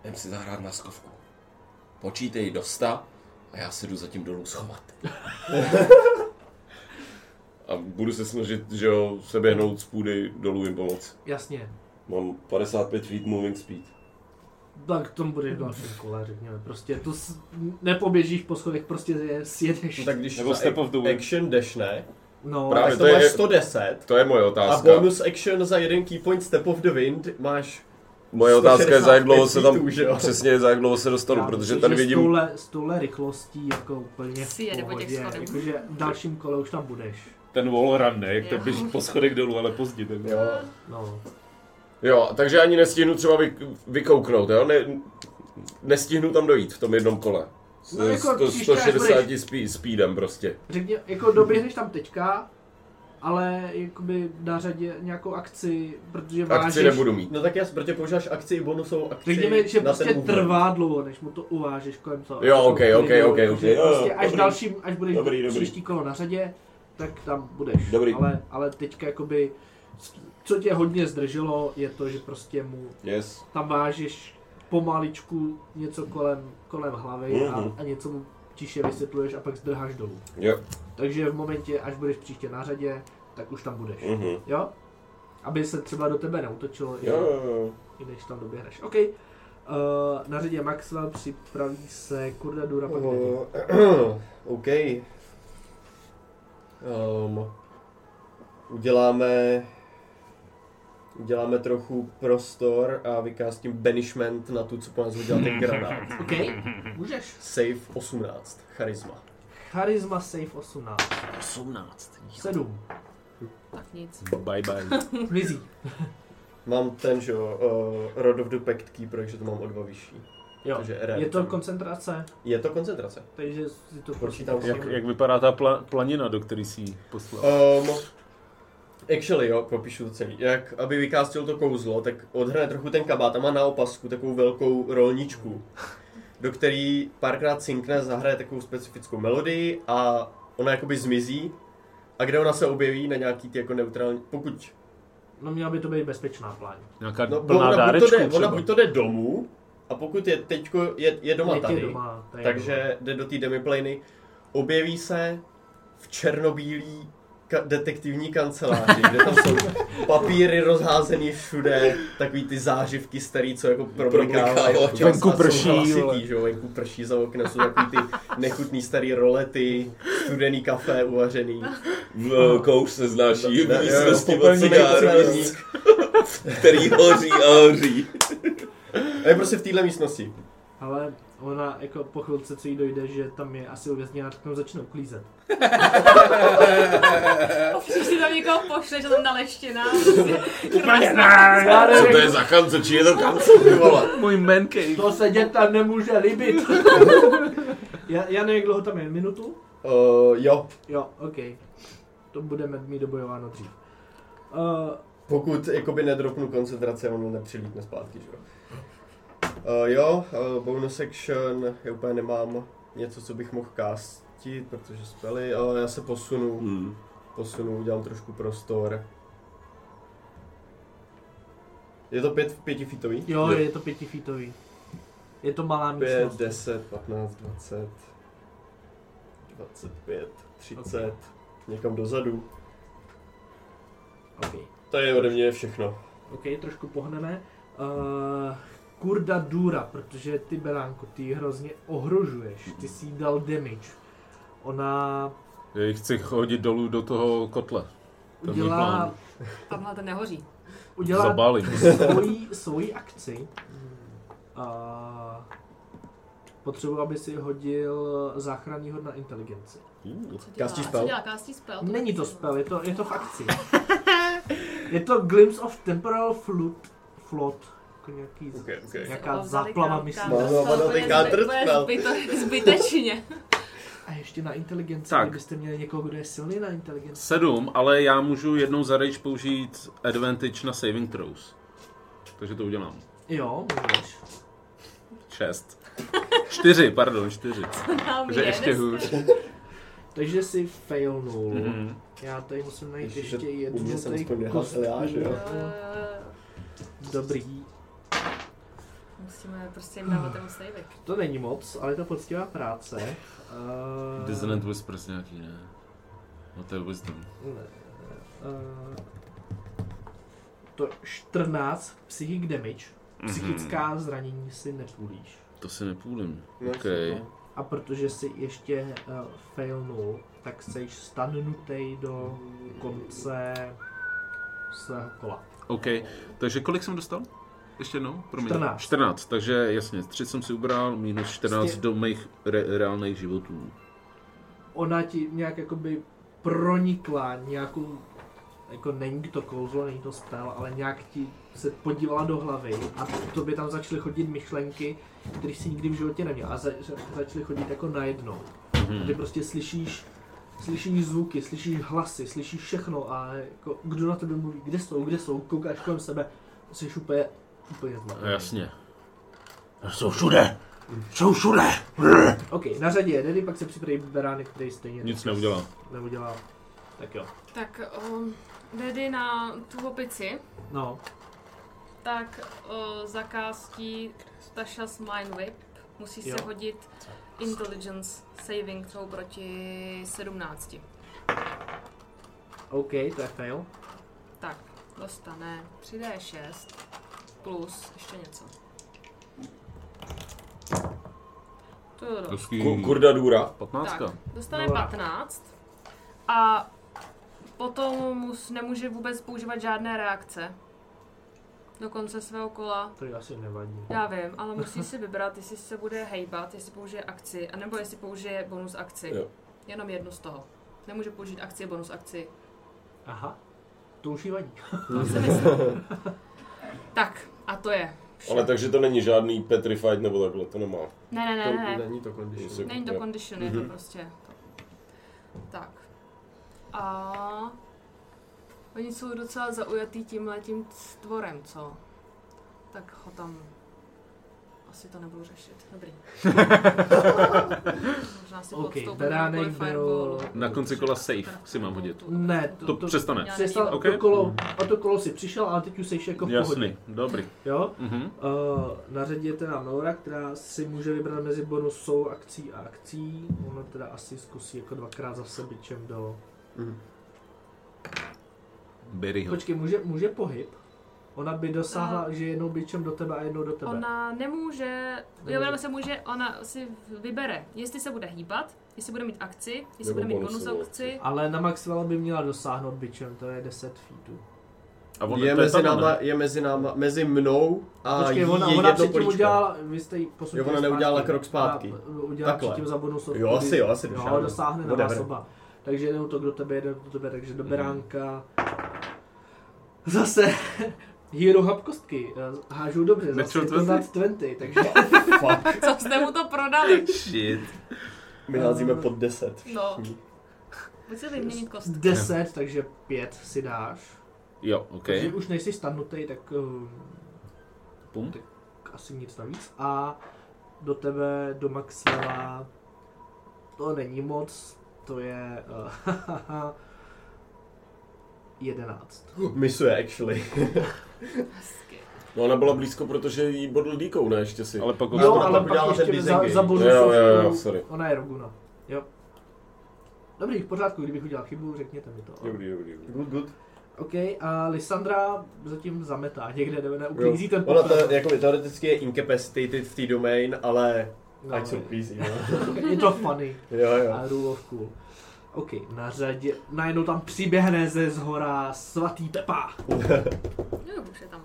S3: jdem si zahrát na skovku. Počítej do sta a já se jdu zatím dolů schovat. a budu se snažit, že jo, se běhnout z půdy dolů jim pomoct.
S4: Jasně.
S3: Mám 55 feet moving speed.
S4: Tak tom bude v dalším kole, řekněme. Prostě to s... nepoběžíš po schodech, prostě je sjedeš.
S5: No, tak když
S6: Nebo
S5: za
S6: step
S5: ac-
S6: of the way.
S5: action dashne,
S4: No,
S3: Právě to
S5: tak to
S3: je-
S5: máš 110.
S3: To je moje
S5: A
S3: otázka.
S5: bonus action za jeden key point step of the wind máš
S3: Moje otázka je, za jak dlouho se
S5: 165
S3: tam,
S5: feetů, že jo?
S3: přesně za jak dlouho se dostanu, protože tady
S4: S
S3: vidím,
S4: touhle, s touhle rychlostí jako úplně v
S2: Si jede po těch
S4: pohodě,
S2: schodech.
S4: jakože v dalším kole už tam budeš.
S6: Ten wall run, ne? Jak to
S2: Jo.
S6: běží po schodech dolů, ale pozdě. Tak...
S5: Jo.
S4: No.
S3: jo, takže ani nestihnu třeba vy, vykouknout, jo, ne, nestihnu tam dojít v tom jednom kole. S,
S4: No jako
S3: s
S4: příště, až
S3: 160 spí, speedem prostě.
S4: Řekně, jako doběhneš tam teďka, ale jakoby na řadě nějakou akci, protože
S3: Akci
S4: vážeš,
S3: nebudu mít.
S5: No tak jasně, protože používáš akci i bonusovou akci
S4: Řekněme, že
S5: na
S4: prostě
S5: ten movement.
S4: trvá dlouho, než mu to uvážeš kolem toho.
S3: Jo, ok, ok,
S4: klidu,
S3: ok, ok.
S4: takže
S3: Jo, jo,
S4: Prostě až
S3: dobrý.
S4: dalším, až budeš
S3: Dobrý, dobrý.
S4: příští kolo na řadě, tak tam budeš.
S3: Dobrý.
S4: Ale, ale teďka jakoby co tě hodně zdrželo, je to, že prostě mu
S3: Yes.
S4: tam vážeš pomaličku něco kolem, kolem hlavy
S3: Mhm.
S4: a, a něco mu tiše vysvětluješ a pak zdrháš dolů.
S3: Jo.
S4: Takže v momentě, až budeš příště na řadě, tak už tam budeš.
S3: Mhm.
S4: Jo? Aby se třeba do tebe neutočilo, i-
S3: Jo, jo, jo.
S4: i než tam doběhneš. OK. Uh, na řadě Maxwell připraví se kurda Dura pak uh.
S5: Uh, OK. Um, uděláme uděláme trochu prostor a vykástím banishment na tu, co po nás udělal
S4: Hmm.
S5: ten granát.
S4: OK, můžeš.
S5: Save 18, charisma.
S4: Charisma save 18.
S1: 18.
S4: 7.
S2: Tak nic.
S1: Bye bye.
S4: Mizí.
S5: Mám ten, že jo, uh, Rod of the Pact Keeper, takže to mám o dva vyšší.
S4: Jo.
S5: Takže RM.
S4: Je to koncentrace,
S5: je to koncentrace.
S6: No.
S4: takže si to prostě
S5: Počítám
S4: počítám.
S5: si.
S6: Jak, jak vypadá ta pla, planina, do který si ji poslal?
S5: Um, actually, jo, popíšu to celý. Jak, aby vykástil to kouzlo, tak odhrne trochu ten kabát a má na opasku takovou velkou rolničku, do který párkrát cinkne, zahraje takovou specifickou melodii a ona jakoby zmizí. A kde ona se objeví na nějaký ty jako neutrální, pokud...
S4: No měla by to být bezpečná pláň.
S6: Nějaká
S5: No,
S6: no,
S5: bo
S6: plná
S5: ona, buď to
S6: dárečku
S5: jde,
S6: třeba.
S5: ona buď to jde domů, a pokud je teďko, je, je doma
S4: Teď
S5: tady,
S4: je doma, tady je doma.
S5: takže jde do té demiplany, objeví se v černobílý ka- detektivní kanceláři, kde tam jsou papíry rozházený všude, takový ty záživky starý, co jako problikávají
S3: Problikávají.
S5: občas
S6: Venku
S5: a jsou
S6: prší, vole.
S5: hlasitý, že jo, venku prší, za oknem jsou takový ty nechutný starý rolety, studený kafe uvařený.
S3: V kouř se znáší
S5: Ne,
S3: v
S5: jo,
S3: místnosti od
S5: popelník,
S3: cigáru,
S5: popelník.
S3: který hoří a hoří.
S5: A je prostě v téhle místnosti.
S4: Ale ona jako po chvilce, co jí dojde, že tam je asi uvězněná, tak tam začne uklízet.
S2: Když si tam někoho pošleš, že tam naleštěná.
S3: Co to je za kance, či je to kance?
S1: Můj man cave.
S4: To se dětem nemůže líbit. já, já nevím, jak dlouho tam je, minutu?
S5: Uh, jo,
S4: Jo, OK. To budeme mít dobojováno dřív. Uh,
S5: Pokud jakoby nedropnu koncentraci, ono nepřilítne zpátky, že jo. Uh, jo, uh, bonus action, já úplně nemám něco, co bych mohl kástit, protože spely, ale já se posunu,
S3: Hmm.
S5: posunu, udělám trošku prostor. Je to pět, pětifitový?
S4: jo, je to pětifítový. Je to malá
S5: Pět,
S4: místnost.
S5: deset, patnáct, dvacet, dvacet pět, třicet, někam dozadu.
S4: OK,
S5: To je ode mě všechno.
S4: OK, trošku pohneme. Uh, kurda dura, protože ty beránku, ty ji hrozně ohrožuješ. Ty si jí dal damage. Ona
S6: Já ji chci hodit dolů do toho kotle. To je můj
S4: udělá,
S6: plán.
S2: Tamhle ten nehoří.
S4: udělá
S6: Zabálím.
S4: svoji, svoji akci. A potřebuji, aby si hodil záchranný hod na inteligenci.
S2: Co dělá?
S5: Kastí spell?
S2: Co dělá? Kastí spell? To
S4: Není to
S2: nechci.
S4: spell, je to, je to v akci. Je to Glimpse of Temporal Flood. Flood. Jako nějaký, z-
S5: Okay, okay.
S4: nějaká
S2: Jsem vzali
S4: záplava
S2: kám-
S4: myslí.
S2: kám-
S5: Mám
S2: spell,
S5: zapadl
S2: úplně
S5: No, ten kádr
S2: zbyt-
S5: spell.
S2: úplně zbyte- Zbytečně.
S4: A ještě na inteligenci,
S1: Tak.
S4: tak. kdybyste měli někoho, kdo je silný na inteligenci.
S1: Sedm, ale já můžu jednou za rage použít advantage na saving throws. Takže to udělám.
S4: Jo, můžeš.
S1: Šest. Čtyři, pardon, čtyři.
S2: Tam
S1: Takže
S2: je
S1: ještě
S2: deska.
S1: hůř.
S4: Takže si failnul. Mm-hmm.
S1: Mhm.
S4: Já tady musím najít
S5: Ježiš,
S4: ještě
S5: že
S4: jednu.
S5: u mě jsem
S4: tady
S5: aspoň
S4: kostku.
S5: nehlasil já, že jo?
S2: Eh,
S4: Dobrý,
S2: Musíme prostě jim dávat ten savey.
S4: To není moc, ale je to poctivá práce. Uh,
S1: Dissonant Whispers nějaký, ne? No to je wisdom.
S4: Uh, to 14 psychic damage. Psychická zranění si nepůlíš.
S1: To si nepůjdem.
S5: No,
S1: OK.
S5: jasně,
S4: A protože si ještě uh, failnul, tak jsi stanutej do konce svého kola.
S1: OK, takže kolik jsem dostal? Ještě jednou? Promiň.
S4: 14.
S1: 14, takže jasně, 3 jsem si ubral, minus 14
S4: Stě-
S1: do mých re- reálných životů.
S4: Ona ti nějak jakoby pronikla nějakou jako není to kouzlo, není to spell, ale nějak ti se podívala do hlavy a to by tam začaly chodit myšlenky, které si nikdy v životě neměl a za, za- začaly chodit jako najednou. Mm-hmm. Ty prostě slyšíš, slyšíš zvuky, slyšíš hlasy, slyšíš všechno a jako, kdo na tebe mluví, kde jsou, kde jsou, koukáš kolem sebe, jsi úplně, úplně
S1: No,
S4: zmatený.
S1: jasně.
S9: Jsou všude. Jsou všude.
S4: Ok, na řadě je Dedy, pak se připraví Beránek, který stejně
S1: Nic neudělá.
S4: neudělá. Tak jo.
S2: Tak um, Tedy na tu opici,
S4: No,
S2: tak uh, zakástí Tasha's Mind Whip. Musí
S4: Jo.
S2: se hodit Intelligence Saving Throw proti 17.
S4: OK, to je fail.
S2: Tak, dostane 3D6 plus ještě něco. To jo, do-
S3: Ku- Kurda důra.
S6: 15.
S2: tak, dostane
S4: Dobrá.
S2: 15 a potom mu s- nemůže vůbec používat žádné reakce. Do konce svého kola.
S4: To je asi nevadí.
S2: Já vím, ale musí si vybrat, jestli se bude hejbat, jestli použije akci, anebo jestli použije bonus akci.
S3: Jo.
S2: Jenom jednu z toho. Nemůže použít akci, bonus akci.
S4: Aha, to už jí vadí.
S2: To si myslím. tak, a to je.
S3: Ale takže to není žádný petrified nebo takhle, to nemá.
S2: Ne, ne, ne, ne.
S5: To
S2: ne.
S5: není to condition.
S2: Není to
S3: Jo.
S2: condition, je to prostě. To. Tak. A oni jsou docela zaujatý tímhle tím tvorem, co? Tak ho tam asi to nebudu řešit. Dobrý. Možná si
S4: OK,
S2: podstoupím
S4: beránek
S2: nějakou fireball.
S4: byl...
S1: Na konci kola safe si mám hodit.
S4: Ne, to-
S1: To přestane.
S2: Já
S4: Přestal,
S1: OK.
S4: okay. to kolo, o to kolo si přišel, ale teď už jsi jako v pohodě.
S1: Jasný, dobrý.
S4: Jo?
S1: Mhm.
S4: Uh, na řadě je teda Nora, která si může vybrat mezi bonusovou akcí a akcí. Ona teda asi zkusí jako dvakrát zase bičem do...
S6: Berry ho.
S4: Počkej, může, může pohyb? Ona by dosáhla, že jednou bičem do tebe a jednou do tebe.
S2: Eh, Ona nemůže, jo, ona se může, ona si vybere, jestli se bude hýbat, jestli bude mít akci,
S3: Nebo
S2: jestli bude mít bonus
S3: bonusovou
S2: akci.
S4: Ale na Maxwella by měla dosáhnout bičem, to je 10 feetů.
S1: A on
S5: Je
S1: to je
S5: mezi,
S1: tam,
S5: náma,
S1: ne?
S5: je mezi náma, mezi mnou a
S4: Počkej,
S5: jí
S4: ona,
S5: je
S4: ona
S5: jedno
S4: předtím
S5: políčko.
S4: udělala, vy jste ji posunuli
S5: Jo, ona
S4: zpátky.
S5: neudělala krok zpátky.
S4: Ona, uh, udělala
S5: Takhle.
S4: předtím za bonus
S5: Jo, asi jo, asi
S4: dosáhne.
S5: došáhne.
S4: Jo, dosáhne na
S5: Whatever.
S4: vás oba. Takže jenom to, kdo tebe jede, do tebe, takže
S5: Mhm.
S4: do beránka. Zase. Hero hub kostky. Eh, Hážu dobře, zase je to
S1: Natural
S4: nad 20, takže
S5: Fuck,
S2: Co jste mu to prodali?
S1: Shit.
S5: my házíme pod 10.
S2: No. Pojď si vyměnit kostky.
S4: 10, takže 5 si dáš.
S1: Jo, OK.
S4: Že už nejsi stanutej, tak eh,
S1: Pum.
S4: asi nic navíc. A do tebe, do Maxela, to není moc, to je uh, 11.
S5: No, Misuje, actually.
S2: Hezky.
S3: No ona byla blízko, protože jí bodl díkou, ne, ještě si.
S1: Ale pak ho
S5: Jo,
S1: no,
S5: ale pak udělala ten
S4: za,
S5: disengage.
S4: za bonusovku,
S3: Jo, jo, jo, sorry.
S4: ona je Roguna. Jo. Dobrý, v pořádku, kdybych udělal chybu, řekněte mi to.
S3: Dobrý, dobrý, dobrý.
S5: Good, good.
S4: OK, a Lisandra zatím zametá někde, nebo ne,
S5: Jo.
S4: uklízí ten
S5: Ona
S4: popel.
S5: to, jako teoreticky je incapacitated v té domain, ale
S4: No,
S5: ať jsou klízí, no.
S4: je to funny.
S5: Jo, jo.
S4: A rule of cool. OK, na řadě, najednou tam přiběhne ze zhora svatý Pepa.
S2: No, už je tam.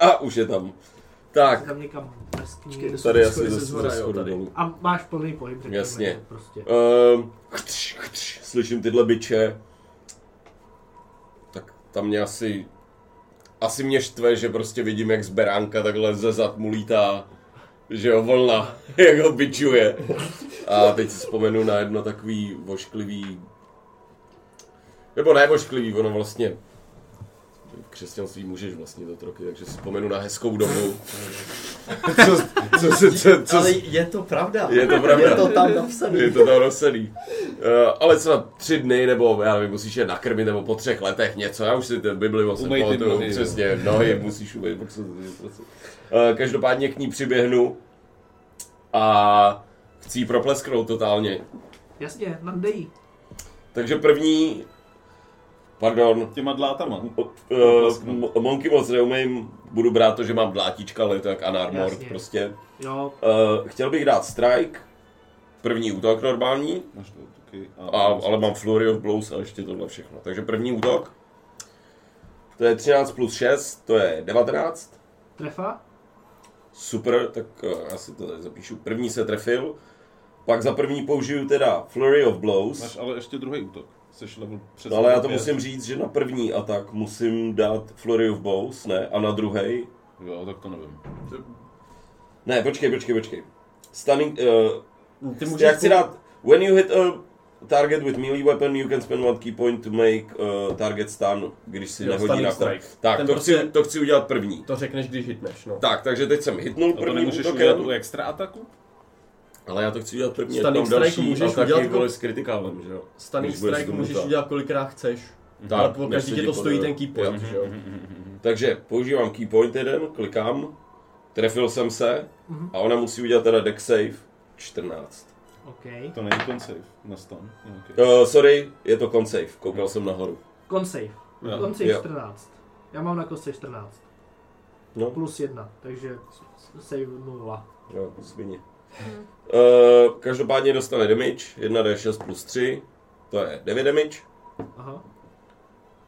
S3: A už je tam. Tak,
S4: Tak. Tam někam mrskní.
S3: tady asi
S5: schody
S3: ze
S5: se zhora, jo,
S3: schodu
S5: tady.
S3: dolů.
S4: A máš plný pohyb, řekněme.
S3: Jasně.
S4: že Prostě.
S3: Ehm, chtř, chtř, slyším tyhle biče. Tak tam mě asi... Asi mě štve, že prostě vidím, jak z beránka takhle ze zad mu lítá. Že jo, vlna, jak ho bičuje. A teď si vzpomenu na jedno takový vošklivý... Nebo ne vošklivý, ono vlastně... V křesťanství můžeš vlastně do troky, takže si vzpomenu na hezkou dobu. Co, co, co, co, co,
S5: Ale je to pravda.
S3: Je to pravda.
S5: Je to tam napsané.
S3: je to tam rozsadý. Uh, ale snad tři dny, nebo já nevím, musíš je nakrmit, nebo po třech letech něco, já už si ten Bibli moc
S1: Umej ty
S3: nepamatuju,
S1: nohy, no. jo.
S3: přesně, nohy musíš umýt, protože to je prostě. Uh, každopádně k ní přiběhnu a chci jí proplesknout totálně.
S4: Jasně, nandejí.
S3: Takže první, pardon,
S1: Těma dlátama.
S3: uh, monky moc neumím, budu brát to, že mám dlátička, ale je to jak anarmort
S4: Jasně.
S3: prostě.
S4: Jo,
S3: Uh, chtěl bych dát strike, první útok normální,
S1: Máš to taky.
S3: A, ale mám Flurry of Blows a ještě tohle všechno. Takže první útok. To je 13 plus 6, to je 19.
S4: trefa.
S3: Super, tak eh, já si to tady zapíšu. První se trefil. Pak za první použiju teda Flurry of
S1: Máš
S3: Blows.
S1: ale ještě druhý útok. Jsi level přes
S3: No, ale já to
S1: pět.
S3: musím říct, že na první atak musím dát Flurry of Blows, ne? A na druhý.
S1: Jo, tak to nevím.
S3: Ne, počkej, počkej, počkej. Stunning, uh,
S5: Ty
S3: já
S5: můžeš
S3: chci dát... When you hit a target with melee weapon, you can spend one key point to make uh, target stun, když si
S5: Jo,
S3: nehodí
S5: stunning
S3: na kol.
S5: strike.
S3: Tak,
S5: Ten
S3: to,
S5: prostě-
S3: chci, to chci udělat první.
S5: To řekneš, když hitneš, no.
S3: Tak, takže teď jsem hitnul
S1: A to
S3: první
S1: nemůžeš
S3: útokem,
S1: udělat u extra ataku?
S3: ale já to chci udělat první,
S5: Stunning
S3: tam
S5: strike
S3: další
S5: můžeš
S3: a taky
S5: udělat-
S3: vole s kritikálem, že jo?
S5: Stunning
S3: Když budeš
S5: strike můžeš
S3: domutá.
S5: udělat kolikrát chceš.
S3: Tak,
S5: Ale po každý tě to
S3: nesedí
S5: stojí
S3: podle- Mhm,
S5: ten key point,
S3: Jo.
S5: že jo?
S3: Takže používám key point jeden, klikám, trefil jsem se
S5: Mhm.
S3: a ona musí udělat teda deck save 14.
S4: OK.
S1: To není kon save na stun. nějaký.
S3: Uh, sorry, je to con save, koukal jsem nahoru.
S4: Konsej.
S1: Jo.
S4: Konsej
S3: Jo.
S4: 14. Já mám na konsej 14.
S3: No.
S4: Plus 1, takže save 0.
S3: Jo, svině. Uh, každopádně dostane damage, 1d6 plus 3, to je 9 damage.
S4: Aha,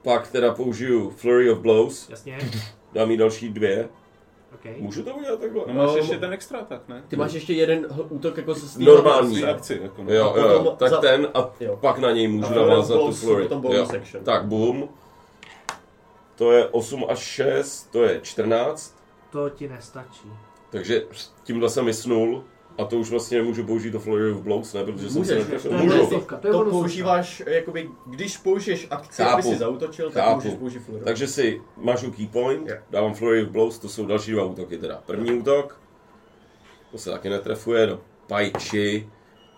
S3: Pak teda použiju Flurry of Blows,
S4: jasně.
S3: dám jí další dvě.
S4: OK.
S3: Můžu to udělat takhle?
S1: No, máš
S5: No,
S1: ještě
S5: mo-
S1: ten extra tak, ne?
S5: Ty máš ještě jeden h- útok jako se
S3: mhm. Normální.
S1: Ty akci, jako no.
S3: Jo,
S5: A potom
S3: jo, tak
S5: za-
S3: ten a
S5: Jo.
S3: pak na něj
S5: A
S3: můžu
S5: potom
S3: navázat tu
S5: bonus-
S3: Flurry.
S5: potom bonus
S3: Jo.
S5: action.
S3: Tak, boom. To je 8 až 6, to je 14.
S4: To ti nestačí.
S3: Takže tímhle jsem vysnul a to už vlastně nemůžu použít do Flurry of Blows, ne? Protože jsem se
S4: To
S5: Můžeš,
S3: netrefil.
S4: je
S3: Můžu.
S4: bonusovka, to je
S5: To vlastně-
S4: bonusovka.
S5: používáš, jakoby, když použiješ akci,
S3: Chápu.
S5: aby si zautočil, tak
S3: Chápu.
S5: můžeš použít flurry.
S3: Takže si mažu key point,
S5: Jo.
S3: dávám Flurry of Blows, to jsou další dva útoky teda. První útok, to se taky netrefuje, do pajči.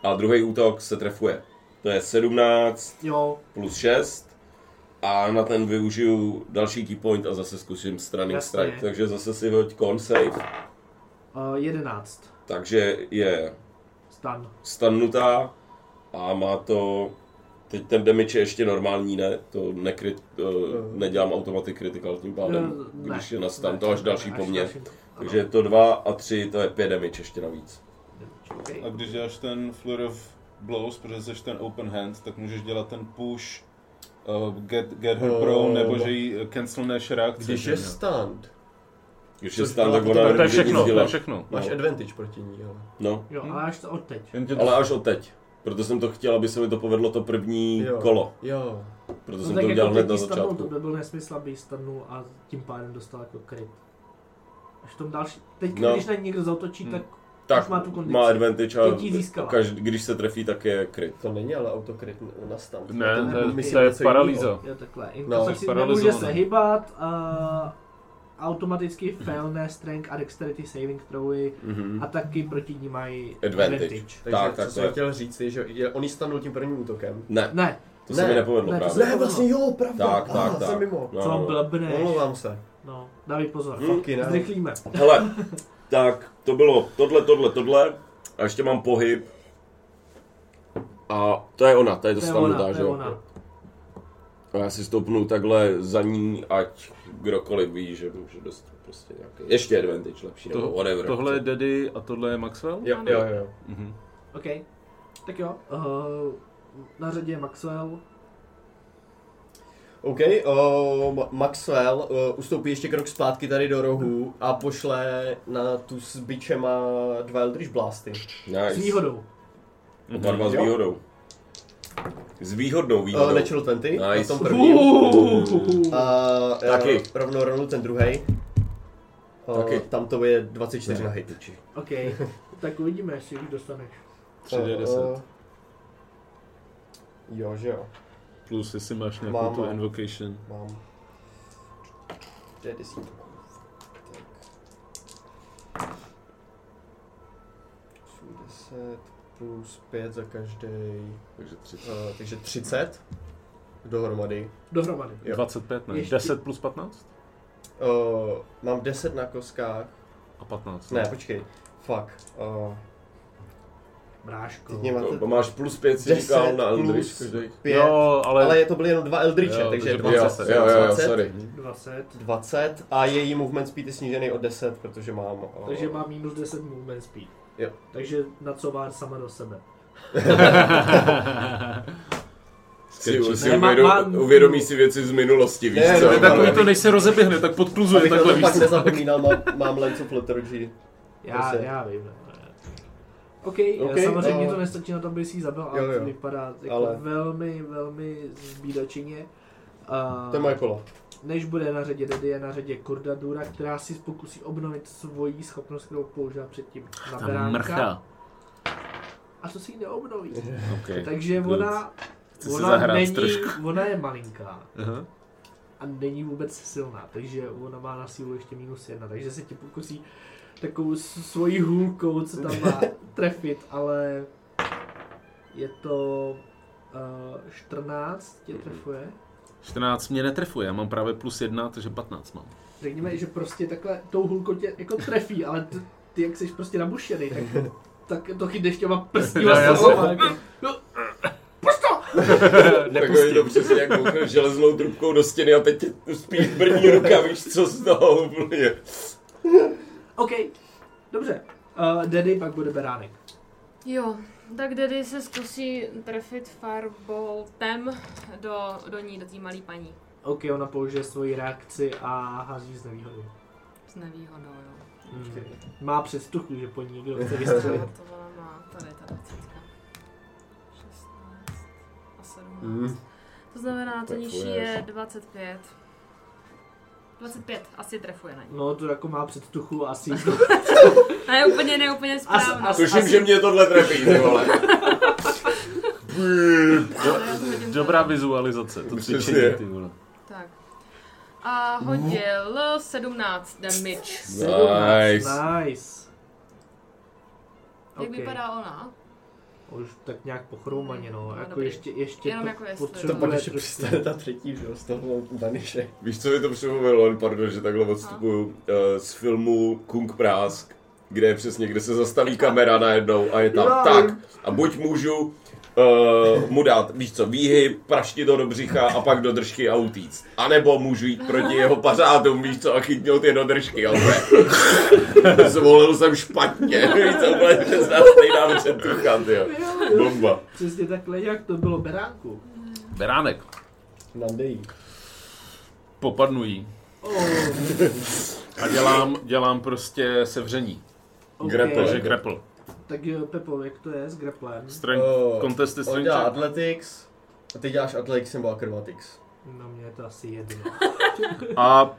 S3: A druhý útok se trefuje. To je 17
S4: Jo,
S3: plus 6. A na ten využiju další key point a zase zkusím Stunning
S4: Jasně.
S3: Strike. Takže zase si hoď con save.
S4: uh, 11.
S3: Takže je
S4: Stan.
S3: stunnutá a má to... Teď ten damage je ještě normální, ne? To nekryt, uh, nedělám automatic critical tím pádem,
S4: Eh, ne,
S3: když je na stun,
S4: ne,
S3: to až
S4: ne,
S3: další poměr.
S4: další-
S3: Takže je to 2 a 3, to je 5 damage ještě navíc.
S4: ano, OK.
S1: A když děláš ten Flurry of Blows, protože jsi ten open hand, tak můžeš dělat ten push, uh, get, get her
S5: Eh,
S1: prone, nebo že jí eh, cancelneš reakci.
S5: Když
S1: že
S5: je
S1: jo?
S5: stunned,
S3: Když je
S5: Což
S3: stán,
S5: byla
S3: tak
S5: to-
S3: ona
S5: to je
S1: No, To je
S3: nemůže nic
S1: všechno, to je
S3: dělat.
S1: všechno.
S5: máš
S3: No.
S5: advantage proti ní, ale...
S3: No,
S4: Jo, ale až to od teď.
S6: Jen tě to...
S3: ale až od teď. Proto jsem to chtěl, aby se mi to povedlo to první
S5: Jo.
S3: kolo.
S5: Jo.
S3: Proto
S4: No
S3: jsem
S4: tak
S3: to udělal
S4: jako
S3: hned na
S4: teď jí stanul,
S3: začátku.
S4: To by byl nesmysl, aby jí stanul a tím pádem dostal jako kryt. Až v tom další... Teď,
S3: No.
S4: když na ní někdo zautočí, tak
S3: Tak
S4: už má tu kondici.
S3: má advantage
S4: Teď ji
S3: a
S4: získala.
S3: každý, když se trefí, tak je kryt.
S5: To není ale autokryt na stunt.
S6: Ne,
S5: to,
S6: to je-
S5: myslím
S6: to je
S5: něco jiného.
S6: paralýza.
S4: Jo, takhle.
S5: No.
S4: No, tak si nemůže
S6: Paralizovaný.
S4: se hýbat a automaticky failné strength a dexterity saving throwy
S3: Mhm.
S4: a taky proti ní mají
S3: Advantage.
S5: Takže
S3: Tak,
S5: tak,
S3: tak
S5: tak,
S3: to
S5: co jsem
S3: je.
S5: chtěl říct, je, že je, on jí stanul tím prvním útokem.
S3: Ne,
S4: Ne,
S3: to se
S5: Ne,
S3: mi nepovedlo
S4: ne, to
S3: právě.
S4: se-
S5: Ne, vlastně jo, pravda.
S3: Tak,
S5: Aha,
S3: tak, tak.
S5: jsem mimo.
S3: No,
S4: co
S3: no.
S4: blbneš.
S5: Omlouvám se.
S4: No, dávej pozor.
S3: Hm.
S5: Fucking hell.
S4: Zrychlíme.
S3: Hele, tak to bylo tohle, tohle, tohle. A ještě mám pohyb. A to je ona, to je to,
S4: To je
S3: standardá,
S4: ona,
S3: že
S4: to je
S3: jo?
S4: ona.
S3: A já si stoupnu takhle za ní, ať kdokoliv ví, že může dostat prostě nějaký. Ještě advantage lepší,
S1: To-
S3: nebo whatever.
S1: Tohle je Daddy a tohle je Maxwell?
S5: Jo, jo, jo.
S1: Mhm.
S4: OK. Tak jo, uh, na řadě je Maxwell.
S5: OK, um, Maxwell uh, ustoupí ještě krok zpátky tady do rohu a pošle na tu s bičema dva Eldritch Blasty.
S4: S
S3: Nice.
S4: výhodou.
S3: Oba dva s
S5: Jo.
S3: výhodou. S výhodnou
S1: Eh,
S3: výhodou.
S5: Uh, natural 20 na
S3: no. Nice.
S5: tom prvním.
S4: Uhuhu.
S5: A uh,
S3: Taky.
S5: rovnou rovnou ten druhý. Uh,
S3: Taky.
S5: Tam to je 24 na hit.
S4: OK, tak uvidíme, jestli jich dostaneš.
S5: Eh,
S1: 3D10.
S5: jo, že jo,
S1: Plus, jestli máš
S5: Mám,
S1: nějakou tu
S5: mám.
S1: invocation.
S5: mám. To je desítka. Tak. 80 plus 5 za každý.
S3: Takže 30.
S5: Eh, takže 30 dohromady.
S4: Dohromady.
S5: Jo.
S1: 25, ne?
S4: Ještě-
S1: 10 plus 15?
S5: Uh, mám 10 na koskách.
S1: A 15.
S5: Ne, počkej. Fuck. Uh,
S4: Bráško.
S5: teď mě máte
S3: To máš plus 5, si
S5: 10
S3: říkal na Andriš.
S5: plus
S3: každý.
S5: 5,
S1: Jo, ale...
S5: ale je to byly jenom dva Eldritche,
S1: Jo,
S5: takže
S1: takže
S5: 20,
S1: jo,
S3: Jo, jo, jo,
S5: 20,
S3: sorry.
S4: 20.
S5: 20 a její movement speed je snížený o 10, protože mám... Uh,
S4: Takže má minus 10 movement speed.
S5: Jo.
S4: Takže na co vár sama do sebe.
S3: Si, si
S4: Ne, má-
S3: uvědom,
S4: má-
S3: uvědomí si věci z minulosti, víš
S5: Ne,
S3: co?
S5: ne,
S1: Takový
S5: ale-
S1: to, než se rozeběhne, tak podkluzuje
S5: Abych na
S1: takhle
S5: to
S1: víc.
S5: pak nezapomínal, mám, mám Lance of Lethargy.
S4: Já,
S5: Zase.
S4: já vím. OK, OK, eh,
S5: OK,
S4: samozřejmě
S5: no.
S4: to nestačí na to, aby si ji zabil, ale
S5: Jo, jo.
S4: to vypadá jako
S5: Ale-
S4: velmi, velmi zbídačině. Uh,
S5: To je moje kolo.
S4: Než bude na řadě Dedy, je na řadě Kordadura, která si pokusí obnovit svoji schopnost, kterou použila předtím na beránka. A to si ji neobnoví.
S1: Okay.
S4: Takže ona,
S1: Chci si
S4: ona,
S1: zahrát
S4: není,
S1: trošku.
S4: ona je malinká
S1: Aha.
S4: a není vůbec silná, takže ona má na sílu ještě minus jedna, takže se ti pokusí takovou s- svojí hůlkou, co tam má, trefit, ale
S1: Mhm.
S4: je to uh, 14, tě eh, trefuje.
S1: 14 mě netrefuje, já mám právě plus 1, takže 15 mám.
S4: Řekněme, že prostě takhle tou hulkou tě jako trefí, ale t- ty jak jsi prostě nabušený, tak, tak to chytneš těma prstníma
S6: Já
S4: no,
S6: se-
S4: jako, no, Pusť to!
S3: Takový to přesně jak koukne železnou trubkou do stěny a teď tě spíš brní ruka, víš co z toho úplně.
S4: OK, dobře. Uh, Daddy pak bude beránek.
S2: Jo, tak Daddy se zkusí trefit fireboltem do, do ní, do té malé paní.
S4: OK, ona použije svoji reakci a hází z nevýhody.
S2: S nevýhodou, jo.
S4: Mm. Má předstuchu, že po ní někdo chce
S2: No,
S4: vystřelit.
S2: to ona má, tady ta 20. 16 a 17.
S3: Mm.
S2: To znamená, to
S3: Trefuješ.
S2: nižší je 25. 25, asi trefuje na ní.
S4: No, to jako má předstuchu asi.
S2: Ne, úplně, ne, úplně správno.
S4: as-
S3: Tuším, že mě tohle trefí, ty vole.
S2: Ale já to hodím
S6: Dobrá
S2: tady.
S6: vizualizace, to
S3: Přesně.
S6: cvičení, ty vole.
S2: Tak. A hodil 17 damage.
S3: Nice.
S4: Nice.
S2: Jak
S4: OK.
S2: vypadá ona?
S4: Už tak nějak pochroumaně, no.
S2: No,
S4: Jako
S2: dobrý.
S4: ještě, ještě
S2: Jenom
S4: to
S2: jako jestli-
S5: To
S4: potřebuje
S5: pak ještě
S4: trošku-
S5: přistane ta třetí, že jo, z toho Daniše.
S3: Víš, co mi to připomnělo, pardon, že takhle odstupuju, eh, z filmu Kung Prásk, kde je přesně, kde se zastaví kamera najednou a je tam
S4: Já
S3: tak.
S4: vím.
S3: A buď můžu uh, mu dát, víš co, výhy, praštit to do břicha a pak do držky a utíct. A nebo můžu jít proti jeho pařátům, víš co, a chytnout je do držky. A úplně, zvolil jsem špatně, víš co, úplně přesná stejná předtucha, jo. Bomba.
S4: Přesně takhle, jak to bylo beránku.
S1: Beránek,
S5: Nandejí.
S1: popadnu jí
S2: Mhm.
S4: Oh,
S1: a dělám, dělám prostě sevření,
S4: OK.
S3: Grapple.
S1: takže grapple.
S4: Tak jo, Pepo, jak to je s graplem?
S1: Strength,
S5: Oh,
S1: contested
S5: On
S1: strength
S5: dělá
S1: check.
S5: Athletics, a ty děláš Athletics nebo Acrobatics.
S4: No mě je to asi jedno.
S1: A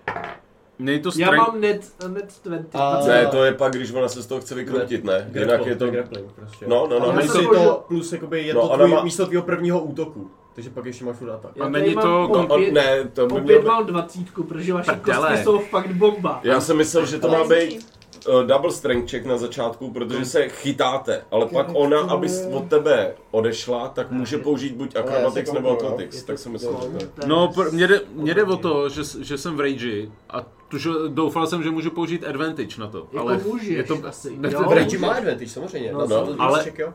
S1: nej to
S4: Já
S1: strength,
S4: mám net, net 20.
S5: A-
S3: Ne, to je pak, když ona se z toho chce vykroutit, ne? Jinak je to...
S5: grappling prostě.
S3: No, no,
S5: A
S3: no.
S4: Ale
S5: máš
S4: nejsou-
S5: si to plus jakoby je
S3: No,
S5: to
S3: ona
S5: tvůj,
S3: má-
S5: místo tvýho prvního útoku. Takže pak ještě máš furt atak.
S4: Já
S1: a
S4: tady
S1: není
S4: mám
S1: to-
S3: On,
S4: opět,
S3: on, ne, to by mělo
S4: opět
S3: být...
S4: mám dvacítku, protože vaše
S1: Prdele.
S4: kostky jsou fakt bomba.
S3: Já jsem myslel, že to má být uh, double strength check na začátku, protože se chytáte, ale pak ona, aby s- od tebe odešla, tak může použít buď acrobatics nebo athletics, tak jsem myslel, že to je.
S1: No, pr- mě, jde, mě jde o to, že, s- že jsem v rage a tuž, doufal jsem, že můžu použít advantage na to,
S4: Jako
S1: ale
S4: můžeš
S1: je to...
S4: asi,
S1: ne,
S4: jo.
S1: to
S5: No,
S1: v
S5: Reggie
S1: rage.
S5: má advantage, samozřejmě.
S4: No,
S5: No, no,
S4: samozřejmě.
S1: Ale-
S5: ale... Check, jo?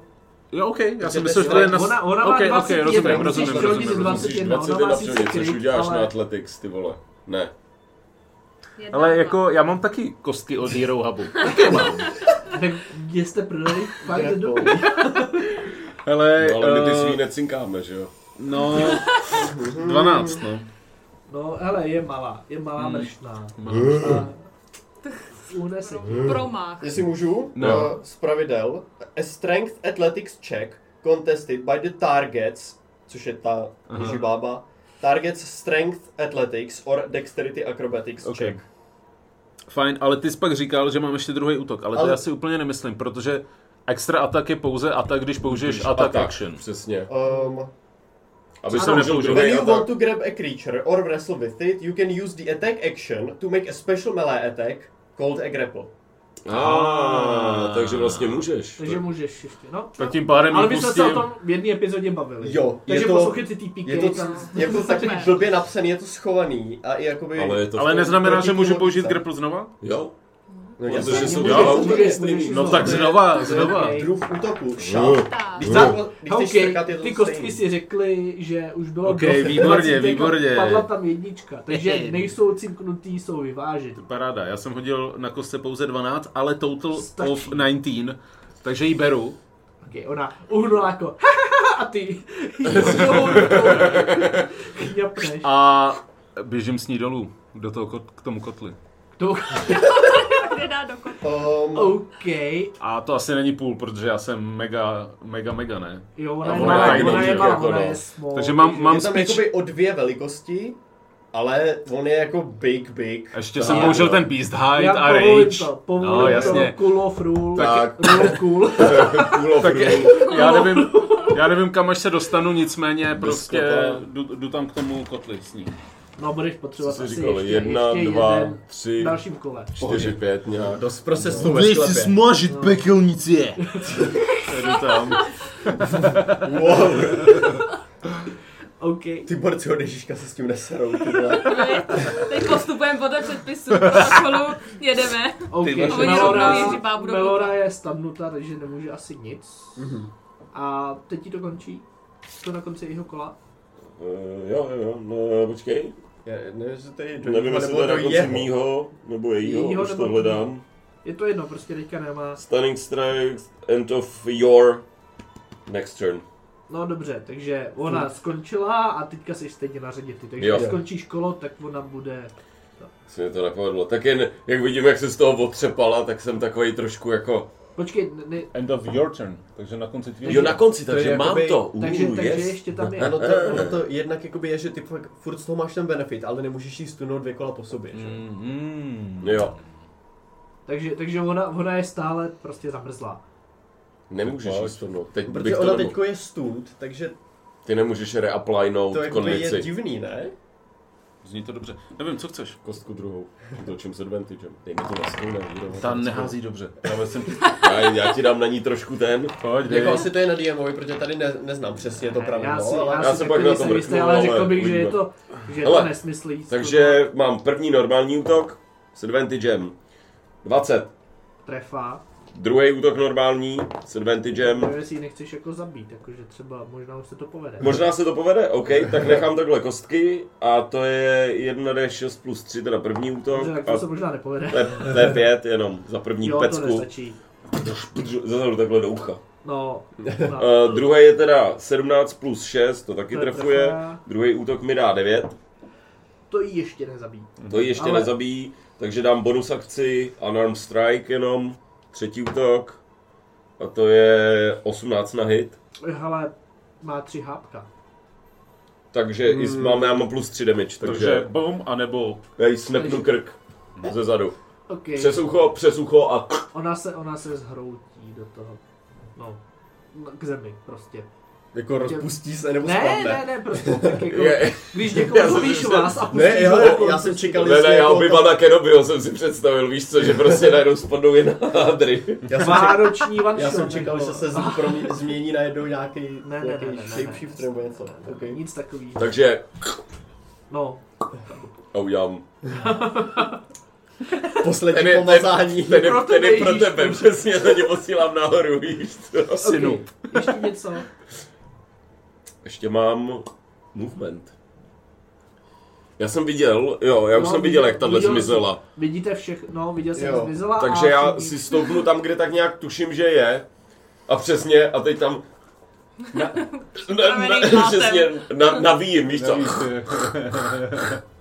S1: Jo, OK, já jsem
S5: je
S1: myslel, že to je na...
S4: Jako Ona, ona
S1: OK,
S4: má
S1: OK,
S4: 21,
S1: rozumím,
S4: musíš
S1: rozumím,
S4: hodit
S1: rozumím, rozumím.
S4: 21, ona má
S3: 21
S4: sice
S3: přilně, což
S4: crit,
S3: uděláš na
S4: ale-
S3: athletics, ty vole. Ne.
S2: Jedna,
S1: Ale
S2: dva.
S1: jako, já mám taky kostky od Hero Hubu.
S4: Tak mě jste prodali fakt do...
S1: Hele,
S3: No, ale my ty
S1: eh,
S3: svý necinkáme, že jo?
S1: No, 12, no.
S4: No, hele, je malá, je malá
S1: Hmm.
S4: mršná. A- Uhne se.
S2: Pro- Promách.
S5: Jestli můžu,
S1: No.
S5: no. uh, z pravidel. A strength athletics check contested by the targets, což je ta nižší bába. Targets strength athletics or dexterity acrobatics
S1: Ok.
S5: check.
S1: Fajn, ale ty jsi pak říkal, že mám ještě druhý útok, ale, ale... to
S5: Ale-
S1: já si úplně nemyslím, protože extra atak je pouze atak, když použiješ attack,
S3: Attack,
S1: action.
S3: Přesně.
S5: Um,
S3: Aby
S1: Ano,
S3: se užil
S1: nepoužil.
S5: When
S3: druhý
S5: you want
S3: atak.
S5: to grab a creature or wrestle with it, you can use the attack action to make a special melee attack called a grapple.
S3: Ah, takže vlastně můžeš.
S4: Takže můžeš ještě, no.
S1: Tak tím pádem
S4: Ale
S1: ji
S4: my jsme se o
S1: pustím.
S4: tom v jedné epizodě bavili.
S5: Jo, je
S4: Takže
S5: to-
S4: poslouchejte ty píky.
S5: Je to, je to takový blbě napsaný, je to schovaný a i jakoby...
S3: Ale je to...
S1: Ale neznamená,
S5: Proti
S1: že můžu
S5: logice.
S1: použít grapple znova?
S3: Jo,
S5: no,
S3: protože jsou
S4: můžeš,
S3: jo,
S4: můžeš,
S3: úplně
S4: můžeš,
S3: stejný.
S4: můžeš.
S1: No tak znova, znova.
S5: druh
S3: Hmm.
S5: útoku, šát.
S2: Tak.
S5: Když chceš- když chceš
S4: Okay,
S5: strkat, je to
S4: ty
S5: stejný.
S4: kostky si řekli, že už bylo
S1: Ok,
S4: dost
S1: výborně,
S4: dvacítek a
S1: výborně.
S4: jako Padla tam jednička, takže
S1: Hehe.
S4: nejsou cinknutý, jsou vyvážení.
S1: Paráda, já jsem hodil na kostce pouze 12, ale total
S4: Stačí.
S1: of 19, takže ji beru.
S4: Okay, ona uhnula jako "Hahaha", a ty jí s tou rukou chňapneš.
S1: A běžím s ní dolů, do toho, kot- k tomu kotli.
S4: To-
S2: Kde dá do kotle?
S5: Um,
S4: OK,
S1: A to asi není půl, protože já jsem mega, mega, mega, ne?
S4: jo, ona
S3: A
S4: je
S3: ona
S4: malá,
S3: je
S4: ona je
S3: jiný,
S4: malá,
S3: jako
S4: ona
S3: no.
S4: je small.
S1: Takže mám, mám
S5: je tam
S1: speech,
S5: jakoby o dvě velikosti, ale on je jako big, big.
S1: ještě jsem
S3: Tak,
S1: použil
S3: jo.
S1: ten Beast Hide
S4: Já
S1: a
S4: povolím
S1: Rage.
S4: to,
S1: no,
S4: povolím to,
S1: jasně.
S4: cool off rule,
S3: Tak.
S4: rule of cool.
S3: Cool off
S1: Tak
S3: rule.
S1: já nevím, já nevím, kam až se dostanu, nicméně prostě
S3: kotle.
S1: jdu, jdu tam k tomu kotli s ní.
S4: No, budeš potřebovat
S3: Co
S4: asi
S3: jsi říkal?
S4: ještě,
S3: Jedna,
S4: ještě
S3: dva,
S4: jeden
S3: tři, Oh.
S4: v dalším kole.
S3: čtyři, pět nějak.
S5: Dost procesu ve
S9: Budeš si
S5: sklepě.
S4: No.
S9: smažit pekelnici.
S1: Jdu tam.
S5: Wow.
S4: OK.
S5: Ty borci od Ježíška se s tím neserou, ty vole.
S2: Teď postupujeme podle předpisu, protokolu, jedeme.
S4: okay.
S1: vaše
S4: Melora,
S2: jsou Ježíba, budou
S4: Melora
S2: kopat.
S4: je stanutá, takže nemůže asi nic.
S3: Mhm.
S4: A teď ti to končí. To na konci jeho kola.
S3: Eh, jo, jo, jo, no, počkej.
S5: Já nevím, jestli to je do
S3: Nevím,
S5: něho,
S3: jestli
S5: nebo
S3: to je
S5: do
S3: na konci
S5: jeho.
S3: mýho, nebo jejího,
S4: Jejího
S3: už
S4: nebo
S3: to hledám.
S4: Je to jedno, prostě teďka nemá.
S3: Stunning strike, end of your next turn.
S4: No dobře, takže ona skončila a teďka jsi stejně na řadě ty. Takže
S3: Jo.
S4: když skončíš kolo, tak ona bude...
S3: Se mi to nepovedlo. Tak jen, jak vidím, jak se z toho otřepala, tak jsem takový trošku jako...
S4: Počkej, ne, ne,
S6: End of your turn. Takže na konci tvýho.
S3: Jo, na konci,
S5: To je
S3: takže mám
S5: jakoby-
S3: to. Uh,
S4: takže, takže
S3: yes.
S4: ještě tam je.
S5: Ono no to, ono to jednak jakoby je, že ty fakt furt z toho máš ten benefit, ale nemůžeš jí stunout dvě kola po sobě.
S3: Mm,
S5: Že?
S1: Mm-hmm.
S3: No Jo,
S4: Takže, takže ona, ona je stále prostě zamrzlá.
S3: nemůžeš jí strnout. Teď bych
S5: Protože
S3: to
S5: ona
S3: nemohl.
S5: teďko je stunt, takže
S3: Ty nemůžeš reapplynout
S5: to jakoby je
S3: kondici.
S5: divný, ne?
S1: Zní to dobře. Nevím, co chceš.
S3: Kostku druhou. Točím s advantagem. Dej mi to na stejné.
S6: Ta nehází dobře. Já jsem...
S3: Já, já ti dám na ní trošku ten.
S6: Pojď,
S5: Jako
S6: dej.
S5: asi to je na DMovi, protože tady ne, neznám přesně to
S4: já si,
S5: pravidlo,
S4: já,
S5: ale
S3: no, já
S4: si
S3: se
S4: taky
S3: pak na to
S4: nejsem jistý,
S3: mrknu,
S4: ale
S3: ale
S4: řekl bych, že
S3: uvidíme.
S4: je to, že je
S3: Hele,
S4: to nesmyslí.
S3: Takže mám první normální útok s advantagem. 20.
S4: Trefa.
S3: Druhý útok normální s advantagem.
S4: Nevím, jestli ji nechceš jako zabít, jakože třeba možná už se to povede.
S3: Možná se to povede, OK, tak nechám takhle kostky a to je 1d6 plus 3, teda první útok.
S4: Dobře, tak
S3: A
S4: to se možná nepovede.
S3: to je, to je 5 jenom za první
S4: Jo, to
S3: pecku.
S4: nestačí.
S3: Zazadu takhle do ucha.
S4: No, no.
S3: Uh, druhý je teda 17 plus 6, to taky
S4: To je
S3: trefuje.
S4: trefá.
S3: Druhý útok mi dá 9.
S4: to ji ještě nezabíjí.
S3: To ji ještě
S4: Ale-
S3: nezabíjí, takže dám bonus akci Unarmed Strike jenom, třetí útok, a to je 18 na hit,
S4: Hele, má tři hápka.
S3: takže i s, mám, já mám plus 3 damage,
S1: Takže
S3: takže
S1: bom, anebo
S3: já jí snapnu krk ze zadu.
S4: OK,
S3: Přes ucho, přes ucho a
S4: ona se, ona se zhroutí do toho. No, no, k zemi prostě.
S5: jako rozpustí se nebo
S4: Ne,
S5: spadne.
S4: ne, ne, prostě tak jako,
S3: Je.
S4: když
S3: Já
S4: někoho
S3: jsem
S4: zlobíš
S3: si
S4: vás a pustíš
S5: Ne, já,
S4: ho jako-
S5: já jsem čekal,
S3: ne,
S5: jestli
S3: ne, já
S5: jako-
S3: Obi-Wana Kenobiho jsem si představil, víš co, že prostě najednou spadnou jen na hadry.
S5: já jsem čekal,
S4: Vánoční one
S5: já jsem
S4: shot,
S5: čekal,
S4: jako.
S5: že se z, promě, změní najednou nějaký,
S4: ne, ne,
S5: nějaký
S4: ne, ne, ne.
S5: shapeshift nebo něco. Okay.
S4: Nic takový.
S3: Takže
S4: No,
S3: a udělám. Ten
S5: Poslední
S3: je, ten,
S5: pomazání.
S3: ten, je,
S4: Proto
S3: ten je pro
S4: nejdíš.
S3: tebe, přesně, ten je posílám nahoru, víš co.
S4: okay. ještě něco.
S3: Ještě mám movement. Já jsem viděl, jo, já už
S4: No,
S3: jsem viděl, jak
S4: viděl-
S3: tahle
S4: viděl
S3: zmizela.
S4: Vidíte všechno, viděl jsem,
S5: Jo.
S4: jak zmizela
S3: Takže
S4: a
S3: já
S4: všichni-
S3: si stoupnu tam, kde tak nějak tuším, že je. A přesně, a teď tam... Na, na,
S2: Upravený
S3: na,
S2: pásem.
S3: přesně, na, navím, víš co?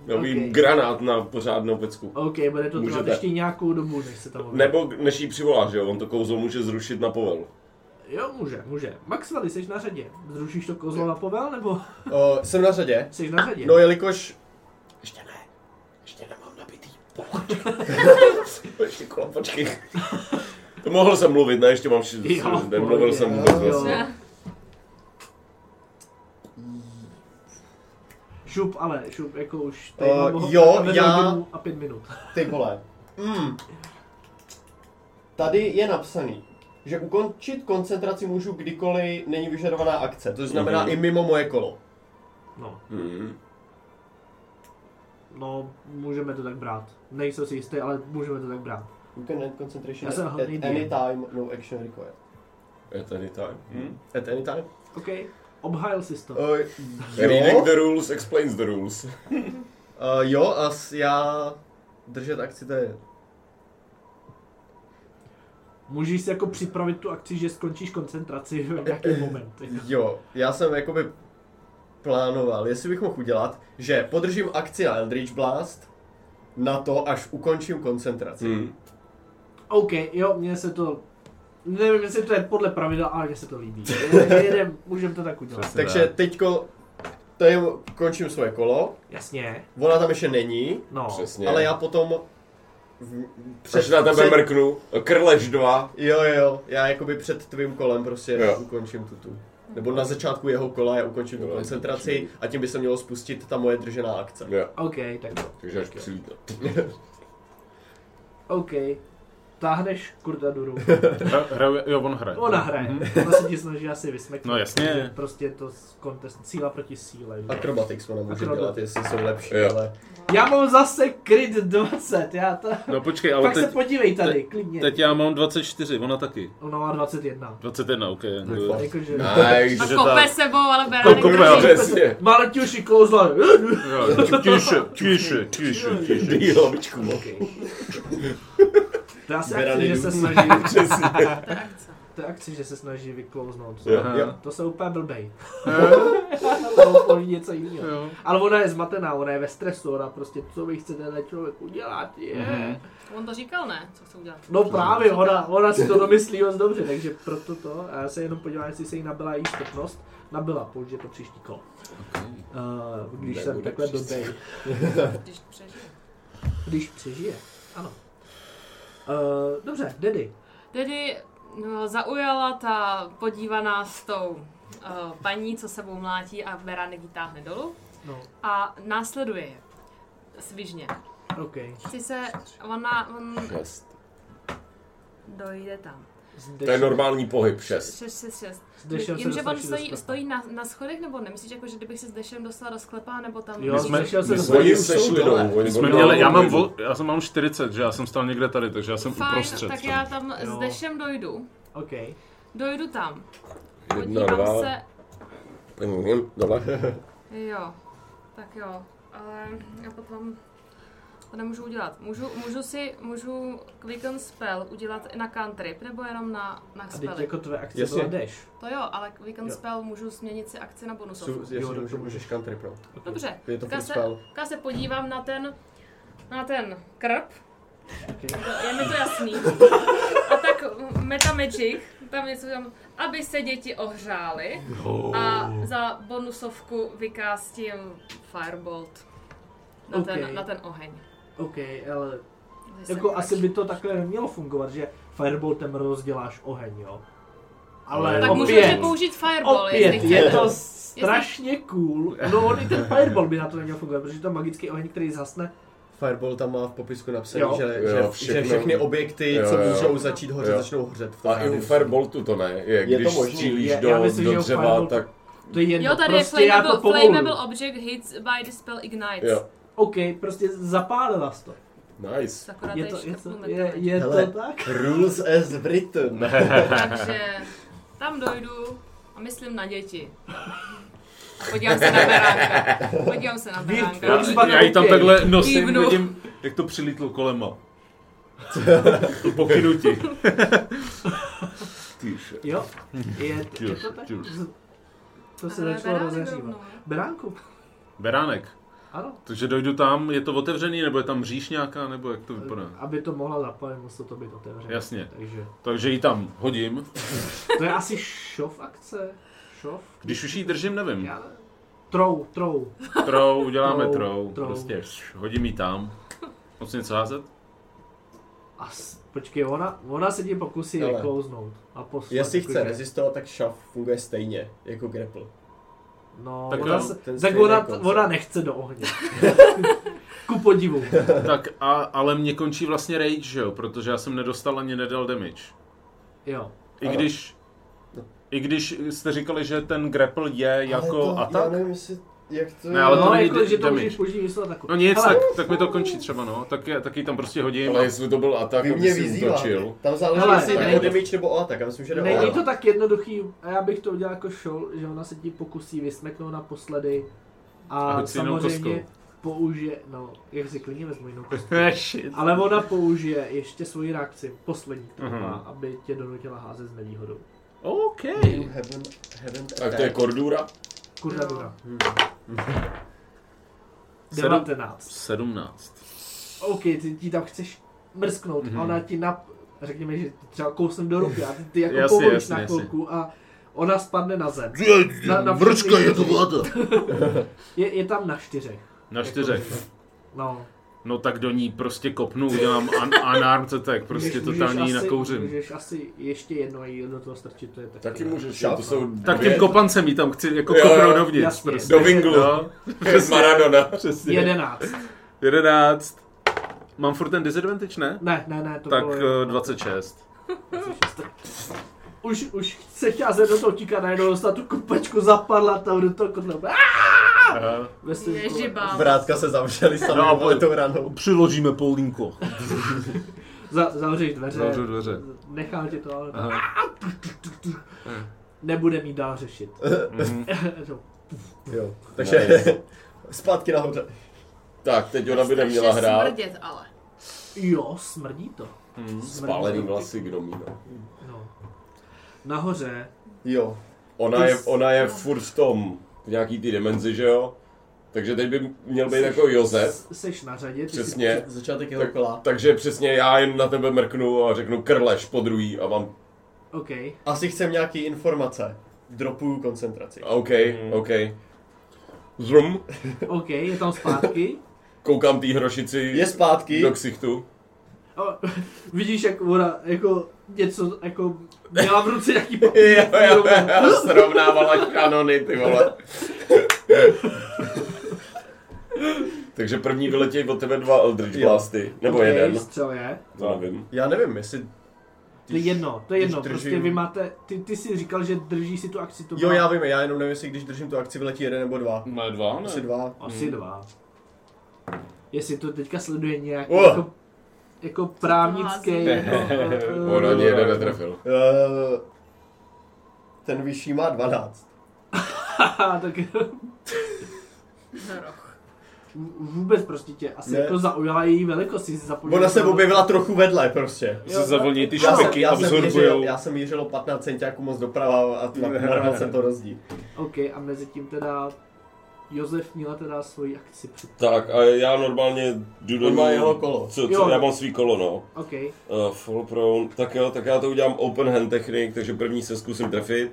S3: Navím
S4: Okay.
S3: granát na pořádnou pecku.
S4: OK, bude to trvat
S3: Můžete.
S4: ještě nějakou dobu, než se tam objeví.
S3: Nebo než jí přivoláš, že jo? On to kouzlo může zrušit na povel.
S4: Jo, může, může. Maxwell, jsi na řadě. Zrušíš to kozlo na povel, nebo
S5: O, jsem na řadě.
S4: jsi na řadě?
S5: No jelikož
S3: Ještě ne. Ještě nemám nabitý. Ještě kola, počkej. Mohl jsem mluvit, ne? Ještě mám šest.
S4: Jo,
S3: Nemluvil
S4: pohodě,
S3: jsem
S5: jo,
S3: vůbec
S5: jo.
S3: vlastně.
S1: No.
S4: Šup, ale šup, jako už tady
S5: Eh,
S4: mám ho-
S5: jo,
S4: máme
S5: já-
S4: hodinu a pět minut.
S5: Ty vole. Mm. Tady je napsaný, že ukončit koncentraci můžu kdykoliv není vyžadovaná akce. To znamená
S3: Mhm.
S5: i mimo moje kolo.
S4: No,
S3: Hmm.
S4: no, můžeme to tak brát. Nejsem si jistý, ale můžeme to tak brát.
S5: You can end concentration
S4: Já jsem
S5: at, at
S4: hodný
S5: any
S4: dým.
S5: time, no action required.
S3: At any time. Hmm?
S5: At any time?
S4: OK, obhájil jsi to.
S5: Uh,
S3: Reading
S5: jo,
S3: the rules explains the rules.
S5: uh, jo, a s, já držet akci to je...
S4: Můžeš si jako připravit tu akci, že skončíš koncentraci v nějaký moment.
S5: Jo, já jsem jakoby plánoval, jestli bych mohl udělat, že podržím akci na Eldritch Blast na to, až ukončím koncentraci.
S3: Hmm.
S4: OK, jo, mně se to... Nevím, jestli to je podle pravidla, ale mně se to líbí. Je- Jedem, můžeme to tak udělat.
S5: Takže teďko to je, končím svoje kolo,
S4: Jasně,
S5: ona tam ještě není,
S4: no.
S3: Přesně.
S5: ale já potom v, před,
S3: Až na tebe mrknu. Krlež 2.
S5: Jo, jo, jo, já jakoby před tvým kolem prostě
S3: Jo.
S5: jo. ukončím tu tu. Nebo na začátku jeho kola já ukončím tu
S3: Jo,
S5: koncentraci a tím by se mělo spustit ta moje držená akce.
S3: Jo,
S4: OK, tak jo.
S3: takže až přilítá.
S4: OK. Táhneš kurda do ruky.
S1: Hra, hra, jo, on hraje.
S4: Ona hraje. Ona se ti snaží asi vysmeknout.
S1: No jasně.
S4: protože Prostě je to s- kontest síla proti síle. že?
S5: Akrobatics ona může
S4: Akrobat.
S5: dělat, jestli jsou lepší,
S3: Jo.
S5: ale...
S4: Já mám zase kryt 20, já to...
S1: No počkej, ale
S4: Pak
S1: teď,
S4: se podívej tady, klidně.
S1: teď já mám 24, ona taky.
S4: Ona má 21.
S1: 21, ok.
S4: Jakože...
S1: No.
S3: Nice.
S2: A
S1: Takže
S2: kope
S1: ta-
S2: sebou, ale beránek.
S1: kope,
S2: drží.
S1: ale-
S3: Přesně.
S4: Má na těžší kouzla.
S1: Tiše, tiše, tiše, tiše.
S3: Dej hlavičku.
S4: To já si
S5: Bera
S4: akci, že
S5: nejdu.
S4: se snaží...
S3: Přesně.
S4: To je akci, že se snaží vyklouznout.
S3: Jo.
S1: Aha.
S4: To se úplně blbej. to poví něco jiného.
S1: Jo.
S4: Ale ona je zmatená, ona je ve stresu, ona prostě, co vy chcete ten člověk udělat, je.
S1: Mhm.
S2: On to říkal, ne? Co chce udělat?
S4: No právě, ona, ona si to domyslí moc dobře, takže proto to. A já se jenom podívám, jestli se jí nabila její schopnost. Nabila, použije to příští kolo. Uh, když
S3: Nebude
S4: jsem takhle
S3: příští.
S4: blbej.
S2: Když přežije.
S4: Když přežije, ano. Uh, dobře, Dedy.
S2: Tedy no, zaujala ta podívaná s tou eh, paní, co sebou mlátí a beránek ji táhne dolů
S4: No,
S2: a následuje je. Svižně.
S4: OK.
S2: Chci se, ona, on
S3: Šest.
S2: dojde tam.
S4: Zde
S3: To je normální pohyb, šest.
S2: 6, 6, 6.
S4: Zdešel
S2: Vím,
S4: se
S2: že on
S4: dostaneš i do sklepa.
S2: stojí, stojí na, na schodech, nebo nemyslíš, jako, že kdybych se s Dešem dostala do sklepa, nebo tam...
S4: Jo,
S1: My jsme-
S4: zdešel se
S3: My
S4: do
S3: jsme
S4: sklepa.
S3: oni
S5: jsou
S3: sešli
S5: dole.
S3: dolů. oni
S1: Jsme
S3: byli
S1: měli, já
S3: dolů.
S1: mám, vol, já jsem mám 40, že já jsem stál někde tady, takže já jsem
S2: Fajn,
S1: uprostřed.
S2: tak já tam
S4: Jo.
S2: s Dešem dojdu.
S4: OK.
S2: Dojdu tam.
S3: Jedna,
S2: Podívám
S3: dva.
S2: se,
S3: Mhm, Dole.
S2: Jo, tak jo, ale já potom to nemůžu udělat. Můžu, můžu si, můžu Quicken Spell udělat i na cantrip, nebo jenom na, na
S4: A teď
S2: spely?
S4: jako tvoje akce
S5: Jasně.
S4: byla deš.
S2: To jo, ale Quicken
S4: Jo.
S2: Spell můžu změnit si akci na bonusovku.
S5: Jsou, jestli
S4: dobře.
S5: může, můžeš cantrip, no.
S2: Dobře,
S5: Je to
S2: tak já
S5: furt
S2: se,
S5: spell.
S2: tak já se podívám na ten, na ten krb. To- Je mi to jasný. A tak Meta Magic, tam něco tam, aby se děti ohřály. A za bonusovku vykástím Firebolt. Na,
S4: Ok.
S2: ten, na ten oheň.
S4: OK, ale
S2: Zase
S4: jako
S2: jsem-
S4: asi by to takhle nemělo fungovat, že fireboltem rozděláš oheň, jo. Ale
S2: Tak můžete
S4: opět,
S2: použít Fireball,
S4: opět
S2: jestli
S4: je
S2: chcete.
S4: to strašně cool. No on i ten fireball by na to neměl fungovat, protože to je magický oheň, který zhasne.
S5: Fireball tam má v popisku napsaný,
S4: Jo.
S5: že,
S3: Jo,
S5: že,
S3: všechno.
S5: že všechny objekty,
S3: Jo,
S5: co
S3: jo.
S5: můžou začít hořet,
S3: Jo.
S5: začnou hořet. v tom
S3: A i u
S5: radiusu.
S3: Fireboltu to ne. Je,
S5: Je to
S3: když
S5: možný.
S3: střílíš
S4: Je-
S3: do,
S4: já myslím, že
S3: do
S4: u
S3: dřeva,
S4: Fireboltu-
S3: tak
S4: To je jedno,
S2: Jo, tady
S4: prostě
S2: je
S4: já to
S2: flammable, flammable
S4: povolím.
S2: object hits by the spell ignites.
S3: jo.
S4: OK, prostě zapálila jsi to.
S3: Nice.
S2: Akorát
S4: Je
S2: tady
S4: to, je to,
S2: škrtnu
S4: je,
S2: Meta Magic.
S4: je
S5: Hele.
S4: to tak?
S5: Rules as written.
S3: No,
S2: Takže tam dojdu a myslím na děti. Podívám se na beránka. Podívám se na
S4: Vírt,
S2: beránka.
S4: proč
S1: Já ji tam takhle nosím,
S2: Kývnu.
S1: vidím, jak to přilítlo kolema. Pokynutí.
S3: Tyše.
S4: Jo, je, je to tak?
S1: Čus, čus.
S4: To se
S2: Ale no.
S4: začalo
S2: beránek
S4: rozehřívat.
S2: rovnou.
S4: Beránku,
S1: Beránek.
S4: ano.
S1: Takže dojdu tam, je to otevřený, nebo je tam říš nějaká, nebo jak to vypadá?
S4: Aby to mohla zapojit, muselo to být otevřené.
S1: Jasně.
S4: Takže
S1: Takže ji tam hodím.
S4: to je asi šov akce. Šov?
S1: Když už ji držím, nevím.
S4: Já ne- Trou, trou.
S1: Trou, uděláme
S4: Trou,
S1: trou.
S4: trou.
S1: Prostě hodím ji tam. Moc něco házet?
S4: A s- počkej, ona, ona se ti pokusí
S5: Ale-
S4: vyklouznout. A poslat,
S5: Jestli
S4: jako,
S5: chce
S4: že-
S5: rezistovat, tak šaf funguje stejně, jako grapple.
S4: No, tak
S1: Tak
S4: ona,
S1: jo,
S4: se,
S5: ten
S4: tak
S5: stejný jako-
S4: ona,
S5: koncept.
S4: ona nechce do ohně. Ku podivu.
S1: Tak a, ale mě končí vlastně rage, že jo? Protože já jsem nedostal ani nedal damage.
S4: Jo.
S1: I
S5: Ano.
S1: když... I když jste říkali, že ten grapple je jako
S5: Ale to, Já
S1: atak?
S5: nevím, jestli, jak to
S1: Ne,
S5: je.
S1: ale to
S4: no,
S1: není
S4: jako, že to
S1: damage.
S4: můžeš použít místo ataku.
S1: No nic,
S4: Hele,
S1: tak, tak mi to končí třeba, no. Tak, je- tak ji tam prostě hodím.
S3: Ale jestli to byl atak,
S5: Vy
S3: aby
S5: jako mě
S3: si
S5: vyzýváte.
S3: utočil.
S5: Tam záleží,
S4: Hele,
S5: jestli
S4: tady-
S5: jde o damage nebo o atak. Já myslím, že jde o
S4: Není
S5: atak.
S4: to tak jednoduchý, a já bych to udělal jako šol, že ona se ti pokusí vysmeknout naposledy a,
S1: A
S4: a
S1: hoď si jinou
S4: samozřejmě
S1: kostkou.
S4: použije, no, jak si klidně vezmu jinou kostku.
S1: Shit.
S4: Ale ona použije ještě svoji reakci, poslední, kterou
S1: Mhm.
S4: má, aby tě donutila házet s nevýhodou.
S1: OK.
S5: You haven't- haven't
S3: Tak to je jako-
S5: attacked.
S3: kordura.
S4: Kurva
S2: Jo.
S4: dura.
S1: Sedm-
S4: 19.
S1: 17.
S4: OK, ty ti tam chceš mrsknout
S1: Mhm.
S4: a ona ti nap... Řekněme, že ti třeba kousnem do ruky a ty, ty jako
S1: Jasně,
S4: povolíš
S1: jasně,
S4: na
S1: jasně.
S4: chvilku a ona spadne na zem. Na- na
S11: Je, vrčka je to
S4: všechny
S11: vláda.
S4: Je, je tam na čtyřech.
S1: Na čtyřech.
S4: No.
S1: No tak do ní prostě kopnu, udělám an- unarmed attack, prostě
S4: Můžeš- můžeš
S1: totální ji
S4: asi-
S1: nakouřím.
S4: Můžeš asi ještě jedno jí do toho strčit, to je taky.
S3: Taky
S4: ne.
S3: můžeš,
S5: Šaf,
S3: to jsou
S1: Tak
S3: dvě-
S1: tím kopancem jí tam chci jako
S3: Jo, jo,
S1: kopnout dovnitř
S4: jasně.
S1: prostě.
S3: Do vinglu.
S1: No,
S3: Přes Maradona.
S1: přesně.
S4: Jedenáct.
S1: 11. Mám furt ten disadvantage, ne?
S4: Ne, ne, ne, to
S1: Tak
S4: bylo...
S1: eh, 26.
S4: Už, už se chtěla se do toho tíka najednou dostat tu kupačku zapadla tam do toho kotle. Ve svým kole.
S2: Ježiba.
S5: Vrátka se zavřeli sami no,
S6: pojď.
S5: tou ranou.
S6: Přiložíme Paulínko.
S4: Za, zavřej dveře.
S1: Zavřu dveře.
S4: Nechal tě to, ale
S1: Aha.
S4: nebude mít dál řešit. No,
S5: Jo. Takže
S3: Nice.
S5: zpátky nahoře.
S3: Tak, teď ona by
S2: Strašně
S3: neměla hrát.
S2: smrdět, ale.
S4: jo, smrdí to. Smrdí
S3: Spálený
S4: to.
S3: vlasy gnomí, no.
S4: No. Nahoře,
S5: Jo.
S3: Ona je, ona
S4: no.
S3: je furt v tom, v nějaký ty dimenzi, že jo? Takže teď by měl být jako Josef,
S4: s- seš na řadě, ty si
S3: přesně.
S5: Začátek jeho
S3: Tak,
S5: kola.
S3: takže přesně já jen na tebe mrknu a řeknu krleš po druhý a mám
S4: OK.
S5: Asi chcem nějaký informace. Dropuju koncentraci.
S3: OK,
S4: Mhm.
S3: OK. Zrum,
S4: OK, je tam zpátky.
S3: koukám tý hrošici
S5: Je zpátky.
S3: do ksichtu.
S4: A, vidíš, jak ona jako něco, jako měla v ruce nějaký papír.
S3: Jo, jo, jo, srovnávala kanony, ty vole. Takže první vyletějí od tebe dva Eldritch
S5: Jo.
S3: Blasty, nebo
S4: OK,
S3: jeden,
S4: Střel je.
S3: to nevím.
S5: Já nevím, jestli...
S4: To je jedno, to je
S5: když
S4: jedno,
S5: držím-
S4: prostě vy máte, ty, ty jsi říkal, že držíš si tu akci, to
S5: Jo,
S4: byla
S5: já vím, já jenom nevím, jestli když držím tu akci, vyletí jeden nebo dva.
S1: Má dva, No, ne?
S5: Asi dva.
S4: asi dva. Jestli to teďka sleduje nějak
S5: Oh.
S4: jako, jako právnický,
S2: hází?
S4: jako, eh,
S3: On ani jeden netrefil.
S5: Eh, ten vyšší má 12.
S4: haha, tak
S2: Hroch.
S4: v- vůbec prostě tě asi
S5: Ne.
S4: jako zaujala její velikost, jsi zapomněl.
S5: Ona se objevila trochu vedle prostě.
S1: Se zavlní ty
S5: Já jsem,
S1: špiky,
S5: já, jsem mířil,
S1: absorbujou.
S5: já jsem mířil o 15 centiáků moc doprava a tla- narazil jsem to rozdíl.
S4: OK, a mezi tím teda Josef měla teda svoji akci před.
S3: Tak a já normálně jdu do
S5: On má
S3: ní-
S5: jeho kolo.
S3: Co, co,
S4: Jo.
S3: já mám svý kolo, no.
S4: OK,
S3: Uh, fall prone, tak jo, tak já to udělám open hand technik, takže první se zkusím trefit.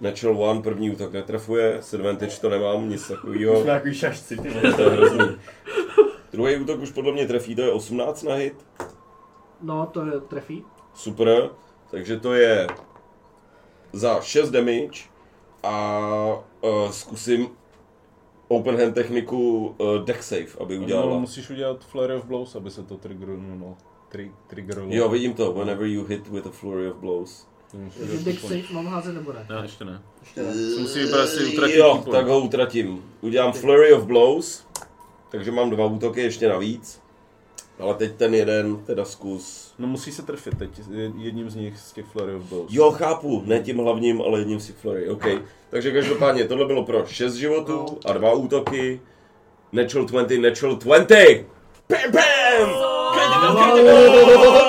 S3: Natural one, první útok netrefuje, advantage to nemám, nic takového.
S5: Už na nějaký šašci, ty vole.
S3: To je hrozný. Druhý útok už podle mě trefí, to je 18 na hit.
S4: no to je- trefí.
S3: Super, takže to je za 6 damage a uh, zkusím open hand techniku uh, deck save, aby
S6: No,
S5: Mm,
S3: udělala.
S6: musíš udělat Flare of Blows, aby se to
S1: no,
S6: triggerovalo. Tri, triggerovalo.
S3: Jo, vidím to, whenever you hit with a flurry of blows.
S4: Takže deck save mám házet nebo ne?
S1: Ne, ještě ne.
S5: Ještě ne.
S1: Si musí vybrat, jestli utratit
S3: Jo,
S1: keypoint.
S3: tak ho utratím. Udělám Flurry of Blows, takže mám dva útoky ještě navíc. Ale teď ten jeden, teda zkus.
S6: No musí se trefit teď je- jedním z nich z těch Flare of Blows.
S3: Jo, chápu, ne tím hlavním, ale jedním si Flurry, OK. Takže každopádně tohle bylo pro 6 životů a dva útoky. Natural 20, natural 20! Bam, bam! Critical, critical!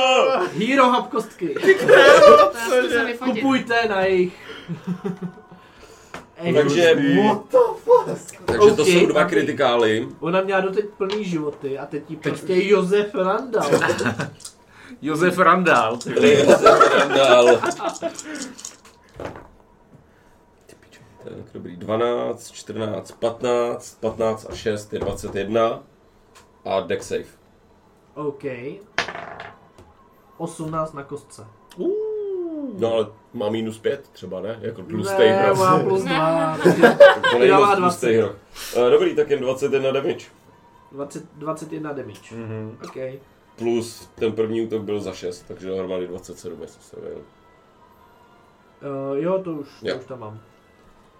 S4: Hero Hub kostky!
S2: To já zkusím vyfotit.
S4: Kupujte na jejich... Ej,
S3: Takže,
S5: What the fuck?
S3: takže to
S4: OK,
S3: jsou dva
S4: OK.
S3: kritikály.
S4: Ona měla doteď plný životy a teď jí prostě Josef Randall.
S1: Josef Randál.
S3: dál. Tak dobrý, 12, 14, 15, 15 a 6 je 21 a deck safe.
S4: OK. 18 na kostce.
S3: No ale má minus 5 třeba, ne? Jako tlustej
S4: Ne,
S3: hra.
S4: má plus 2,
S3: To není
S4: dává
S3: moc
S4: 20.
S3: tlustej hra. Eh, Dobrý, tak jen 21 damage.
S4: 20, 21 damage. Mm-hmm. OK.
S3: Plus ten první útok byl za 6, takže dohromady 27, jestli se nevím.
S4: Uh, jo, to už,
S3: Jo.
S4: to už tam mám.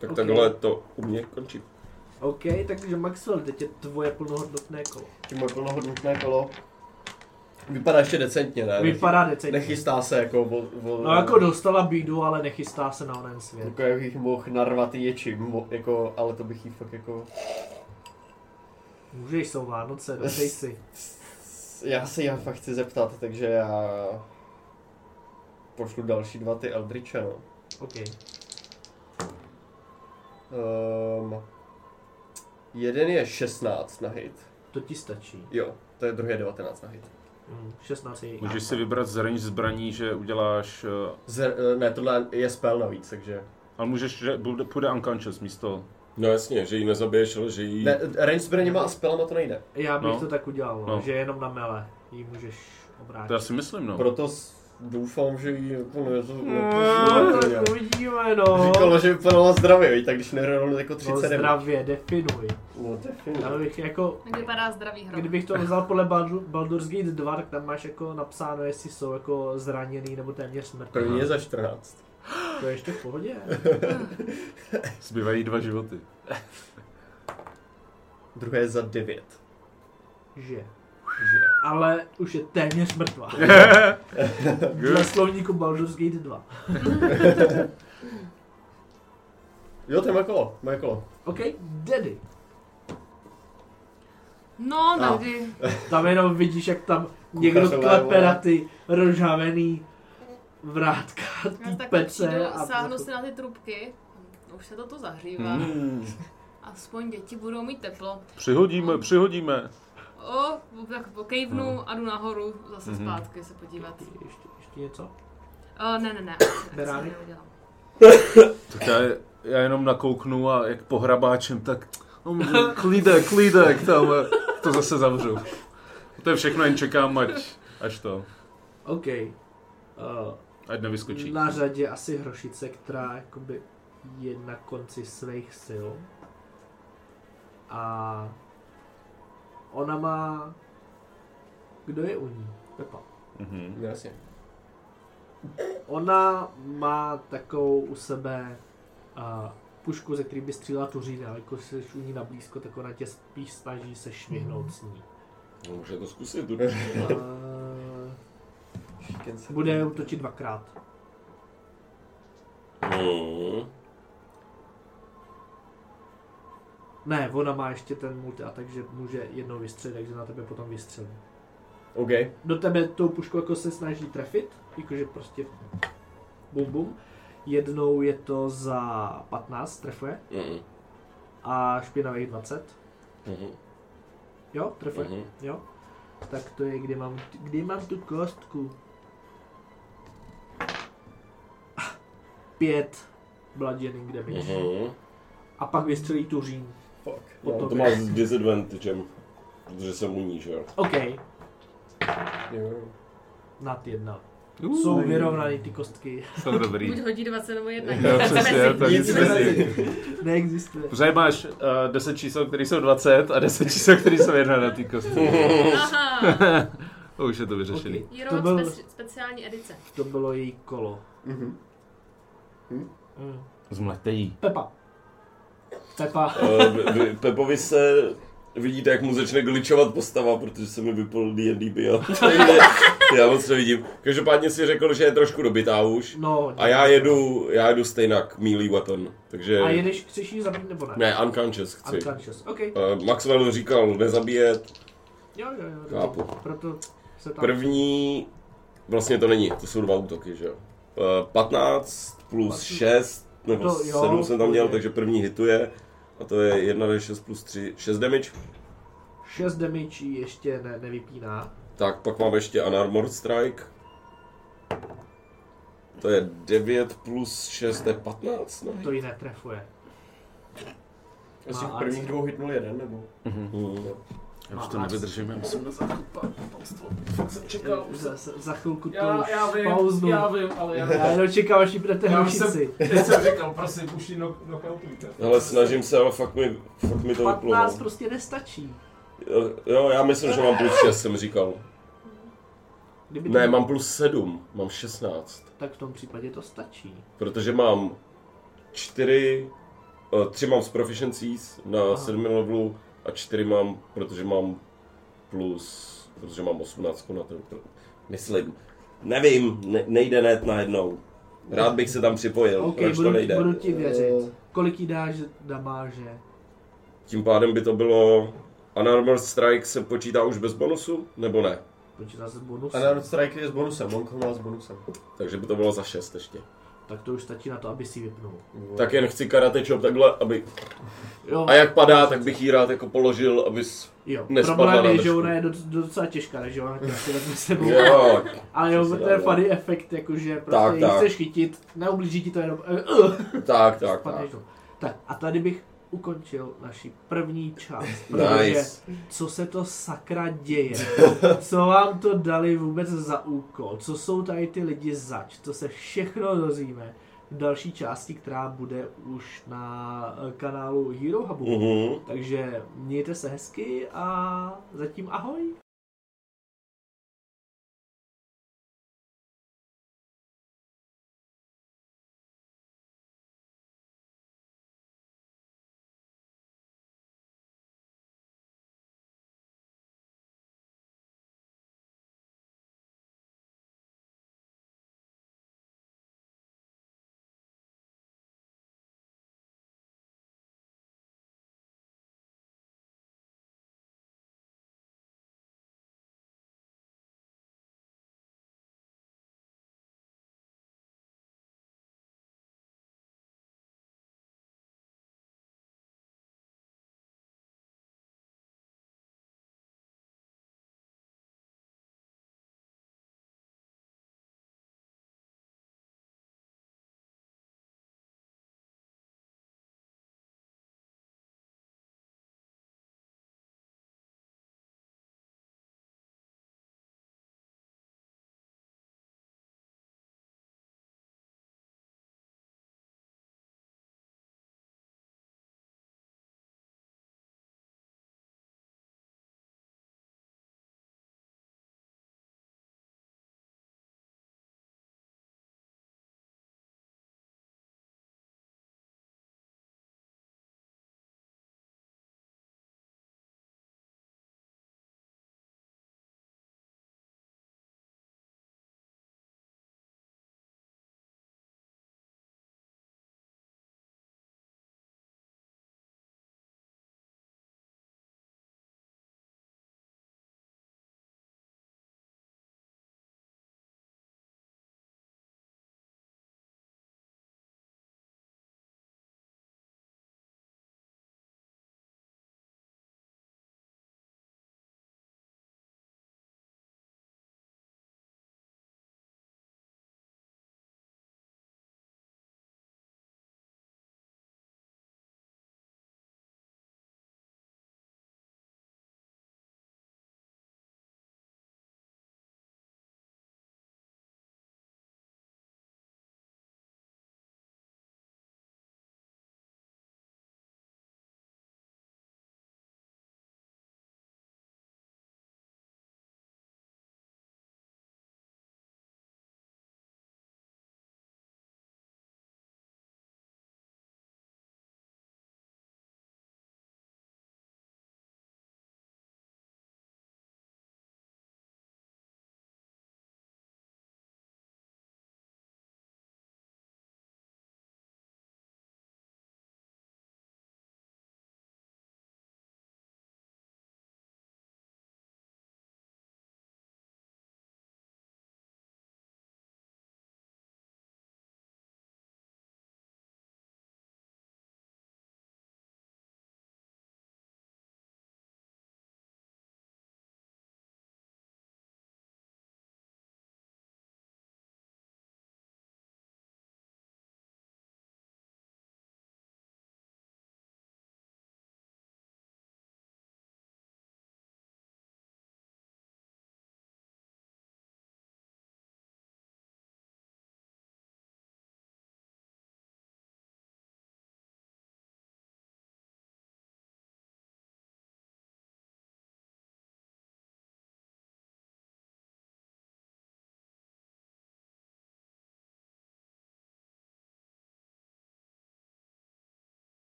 S3: Tak
S4: Ok.
S3: takhle to u mě končí.
S4: OK, takže Maxwell, teď je tvoje plnohodnotné kolo.
S5: Ty moje plnohodnotné kolo. Vypadá ještě decentně, ne?
S4: Vypadá decentně.
S5: Nechystá se jako... Vol, vol,
S4: No jako dostala bídu, ale nechystá se na onen svět.
S5: Jako jak bych mohl narvat ječím, mo- jako, ale to bych jí fakt jako...
S4: Můžeš, jsou Vánoce, dopřej si.
S5: Já se já fakt chci zeptat, takže já... Pošlu další dva ty Eldriče, no.
S4: OK.
S5: Um, jeden je 16 na hit.
S4: To ti stačí.
S5: Jo, to je druhý 19 na hit.
S4: Mm, 16 je její
S1: Můžeš
S4: arma.
S1: si vybrat z range zbraní, že uděláš... eh,
S5: Z, ne, tohle je spell navíc, takže...
S1: Ale můžeš, že bude, půjde unconscious místo.
S3: No jasně, že ji nezabiješ, ale že ji...
S5: Ne, range zbraněma a spellama to nejde.
S4: Já bych
S1: No.
S4: to tak udělal, no.
S1: No.
S4: že jenom na mele. Jí můžeš obrátit.
S1: To já si myslím, no.
S5: Proto s, doufám, že jí jako
S4: No, Tak
S5: ne,
S4: uvidíme, no.
S5: Říkala, že vypadala zdravě, víš, tak když nerolil jako
S4: No
S5: 30
S4: zdravě, definuj.
S5: No, to je fajn.
S4: Já bych jako,
S2: Jak vypadá zdravý hrom?
S4: kdybych to vzal podle Baldur- Baldur's Gate 2, tak tam máš jako napsáno, jestli jsou jako zraněný nebo téměř smrtní.
S5: První je za 14.
S4: To je ještě v pohodě.
S6: Zbývají dva životy.
S5: Druhé je za 9.
S4: Že.
S5: Že.
S4: Ale už je téměř mrtvá. Dle slovníku Baldur's Gate 2.
S5: Jo, to je moje kolo, moje kolo.
S4: OK, Daddy.
S2: No,
S5: No.
S2: tady.
S4: Tam jenom vidíš, jak tam někdo
S5: Kuchařové,
S4: klepe
S5: vole.
S4: na ty rožavený vrátka,
S2: Já
S4: ty
S2: tak
S4: pece.
S2: přijdu,
S4: A jako
S2: sáhnu si na ty trubky. Už se to tu zahřívá.
S4: Hmm.
S2: Aspoň děti budou mít teplo.
S6: Přihodíme, přihodíme.
S2: O, tak
S4: Hmm.
S2: pokejvnu a jdu nahoru zase
S3: Hmm.
S2: zpátky se podívat.
S4: ještě, ještě něco?
S2: O, ne, ne, ne.
S4: Beránek?
S6: Tak já, já jenom nakouknu a jak pohrabáčem, tak no, klídek, klídek, tam to zase zavřu. To je všechno, jen čekám, ať, až to,
S4: OK. Uh,
S6: ať nevyskočí.
S4: Na řadě asi Hrošice, která jakoby je na konci svých sil. A ona má... Kdo je u ní? Pepa.
S6: Mhm.
S4: Hm.
S5: No, Jasně.
S4: Ona má takovou u sebe uh, pušku, ze který by střílela tuřína, ale jako jsi u ní na blízko, tak ona tě spíš snaží se švihnout s ní.
S3: No, může to zkusit.
S4: Uh, bude útočit dvakrát.
S3: Mm.
S4: Ne, ona má ještě ten multi a takže může jednou vystřelit, takže na tebe potom vystřelí.
S5: OK.
S4: do tebe tou pušku jako se snaží trefit, jakože prostě bum bum. Jednou je to za 15, trefuje,
S3: Mm.
S4: a špinavých 20.
S3: Mhm.
S4: Jo, trefuje,
S3: Mhm.
S4: jo. Tak to je, kde mám, kde mám tu kostku? Ah, Pět bludgeoning damage.
S3: Mhm.
S4: A pak vystřelí tu řín.
S5: Fuck.
S3: No, to má s disadvantagem, protože jsem u ní, že jo.
S4: OK,
S5: Jo.
S4: nad jedna. Jsou vyrovnané ty kostky.
S6: To dobrý.
S2: Buď hodí 20 nebo 1.
S6: Jo, přesně, to nic mezi.
S4: Neexistuje.
S6: Protože máš uh, 10 čísel, které jsou 20 a 10 čísel, které jsou 1 na té kostce.
S2: Aha.
S6: To už je to vyřešený.
S4: Ok,
S2: Jirovat
S4: byl-
S2: speci- speciální edice.
S4: To bylo její kolo.
S5: Mhm.
S4: Mm.
S6: Zmlete jí.
S4: Pepa. Pepa.
S3: Eh, vy- vy- Pepovi se vidíte, jak mu začne glitchovat postava, protože se mi vypl D&D Beyond. já moc nevidím. Každopádně si řekl, že je trošku dobitá už.
S4: No,
S3: A já jedu, já jedu stejnak, melee weapon. Takže...
S4: A jedeš, chceš jí zabít nebo ne?
S3: Ne, unconscious chci.
S4: Unconscious, OK. Jo,
S3: Eh, Maxwell říkal nezabíjet.
S4: jo, jo. dobře.
S3: Chápu.
S4: Proto se tam...
S3: První... Vlastně to není, to jsou dva útoky, že jo. Eh, 15 plus 6, nebo
S4: To jo,
S3: 7 jsem tam měl,
S4: bude.
S3: takže první hituje. A to je 1 6 plus 3, 6 damage.
S4: 6 damage jí ještě ne, nevypíná.
S3: Tak pak mám ještě Unarmored Strike. To je 9 plus 6, to je 15, no.
S4: To ji netrefuje.
S5: Já si
S4: Má
S5: prvních
S4: ac.
S5: dvou hitnul jeden, nebo?
S3: Mhm.
S6: Já
S4: Má
S6: už to
S4: ac.
S6: nevydržím, já musím na záchod. Fakt jsem čekal. už jsem-
S4: Eh, Za, za, za chvilku to
S6: Jako Já,
S4: už
S6: já vím,
S4: pauznu.
S6: já vím, ale já
S4: Já jenom čekám, až jí budete
S6: Já
S4: hrušici.
S6: Teď jsem říkal, prosím, už ji no- nokautujte.
S3: Hele, snažím se, ale fakt mi, fakt mi to vyplo.
S4: 15
S3: no.
S4: prostě nestačí.
S3: Jo, já myslím, že mám plus 6, jsem říkal.
S4: Kdyby to-
S3: Ne, mám plus 7, mám 16.
S4: Tak v tom případě to stačí.
S3: Protože mám 4, tři mám z proficiencies na
S4: Aha.
S3: 7 levelu a 4 mám, protože mám plus, protože mám 18 na to. Myslím, nevím, ne, nejde net najednou. Rád bych se tam připojil,
S4: OK,
S3: proč to
S4: budu,
S3: nejde. Eh.
S4: budu ti věřit. Kolik jí dáš damáže?
S3: Tím pádem by to bylo... Unarmored Strike se počítá už bez bonusu, nebo ne?
S4: Počítá se bonus.
S5: A na Strike je s bonusem, Monk ho má s bonusem.
S3: Takže by to bylo za 6 ještě.
S4: Tak to už stačí na to, aby si ji vypnul.
S3: Tak jen chci karate chop takhle, aby...
S4: Jo,
S3: A jak padá, tak bych jí rád jako položil, abys...
S4: jo.
S3: nespadla
S4: problém
S3: na
S4: je, že
S3: držku.
S4: ona je doc- docela těžká, takže ona si vezme s sebou.
S3: Jo,
S4: Ale jo,
S3: Co se
S4: to
S3: dá
S4: je
S3: dělat?
S4: funny efekt, jakože prostě
S3: Tak,
S4: tak,
S3: tak.
S4: chceš chytit, neublíží ti to jenom, eh, eh,
S3: tak, tak, tak.
S4: spadneš dolů. Tak a tady bych ukončil naši první část. Protože
S3: Nice.
S4: co se to sakra děje? Co vám to dali vůbec za úkol? Co jsou tady ty lidi zač? To se všechno dozvíme v další části, která bude už na eh, kanálu Hero Hubu.
S3: Mhm.
S4: Takže mějte se hezky a zatím ahoj!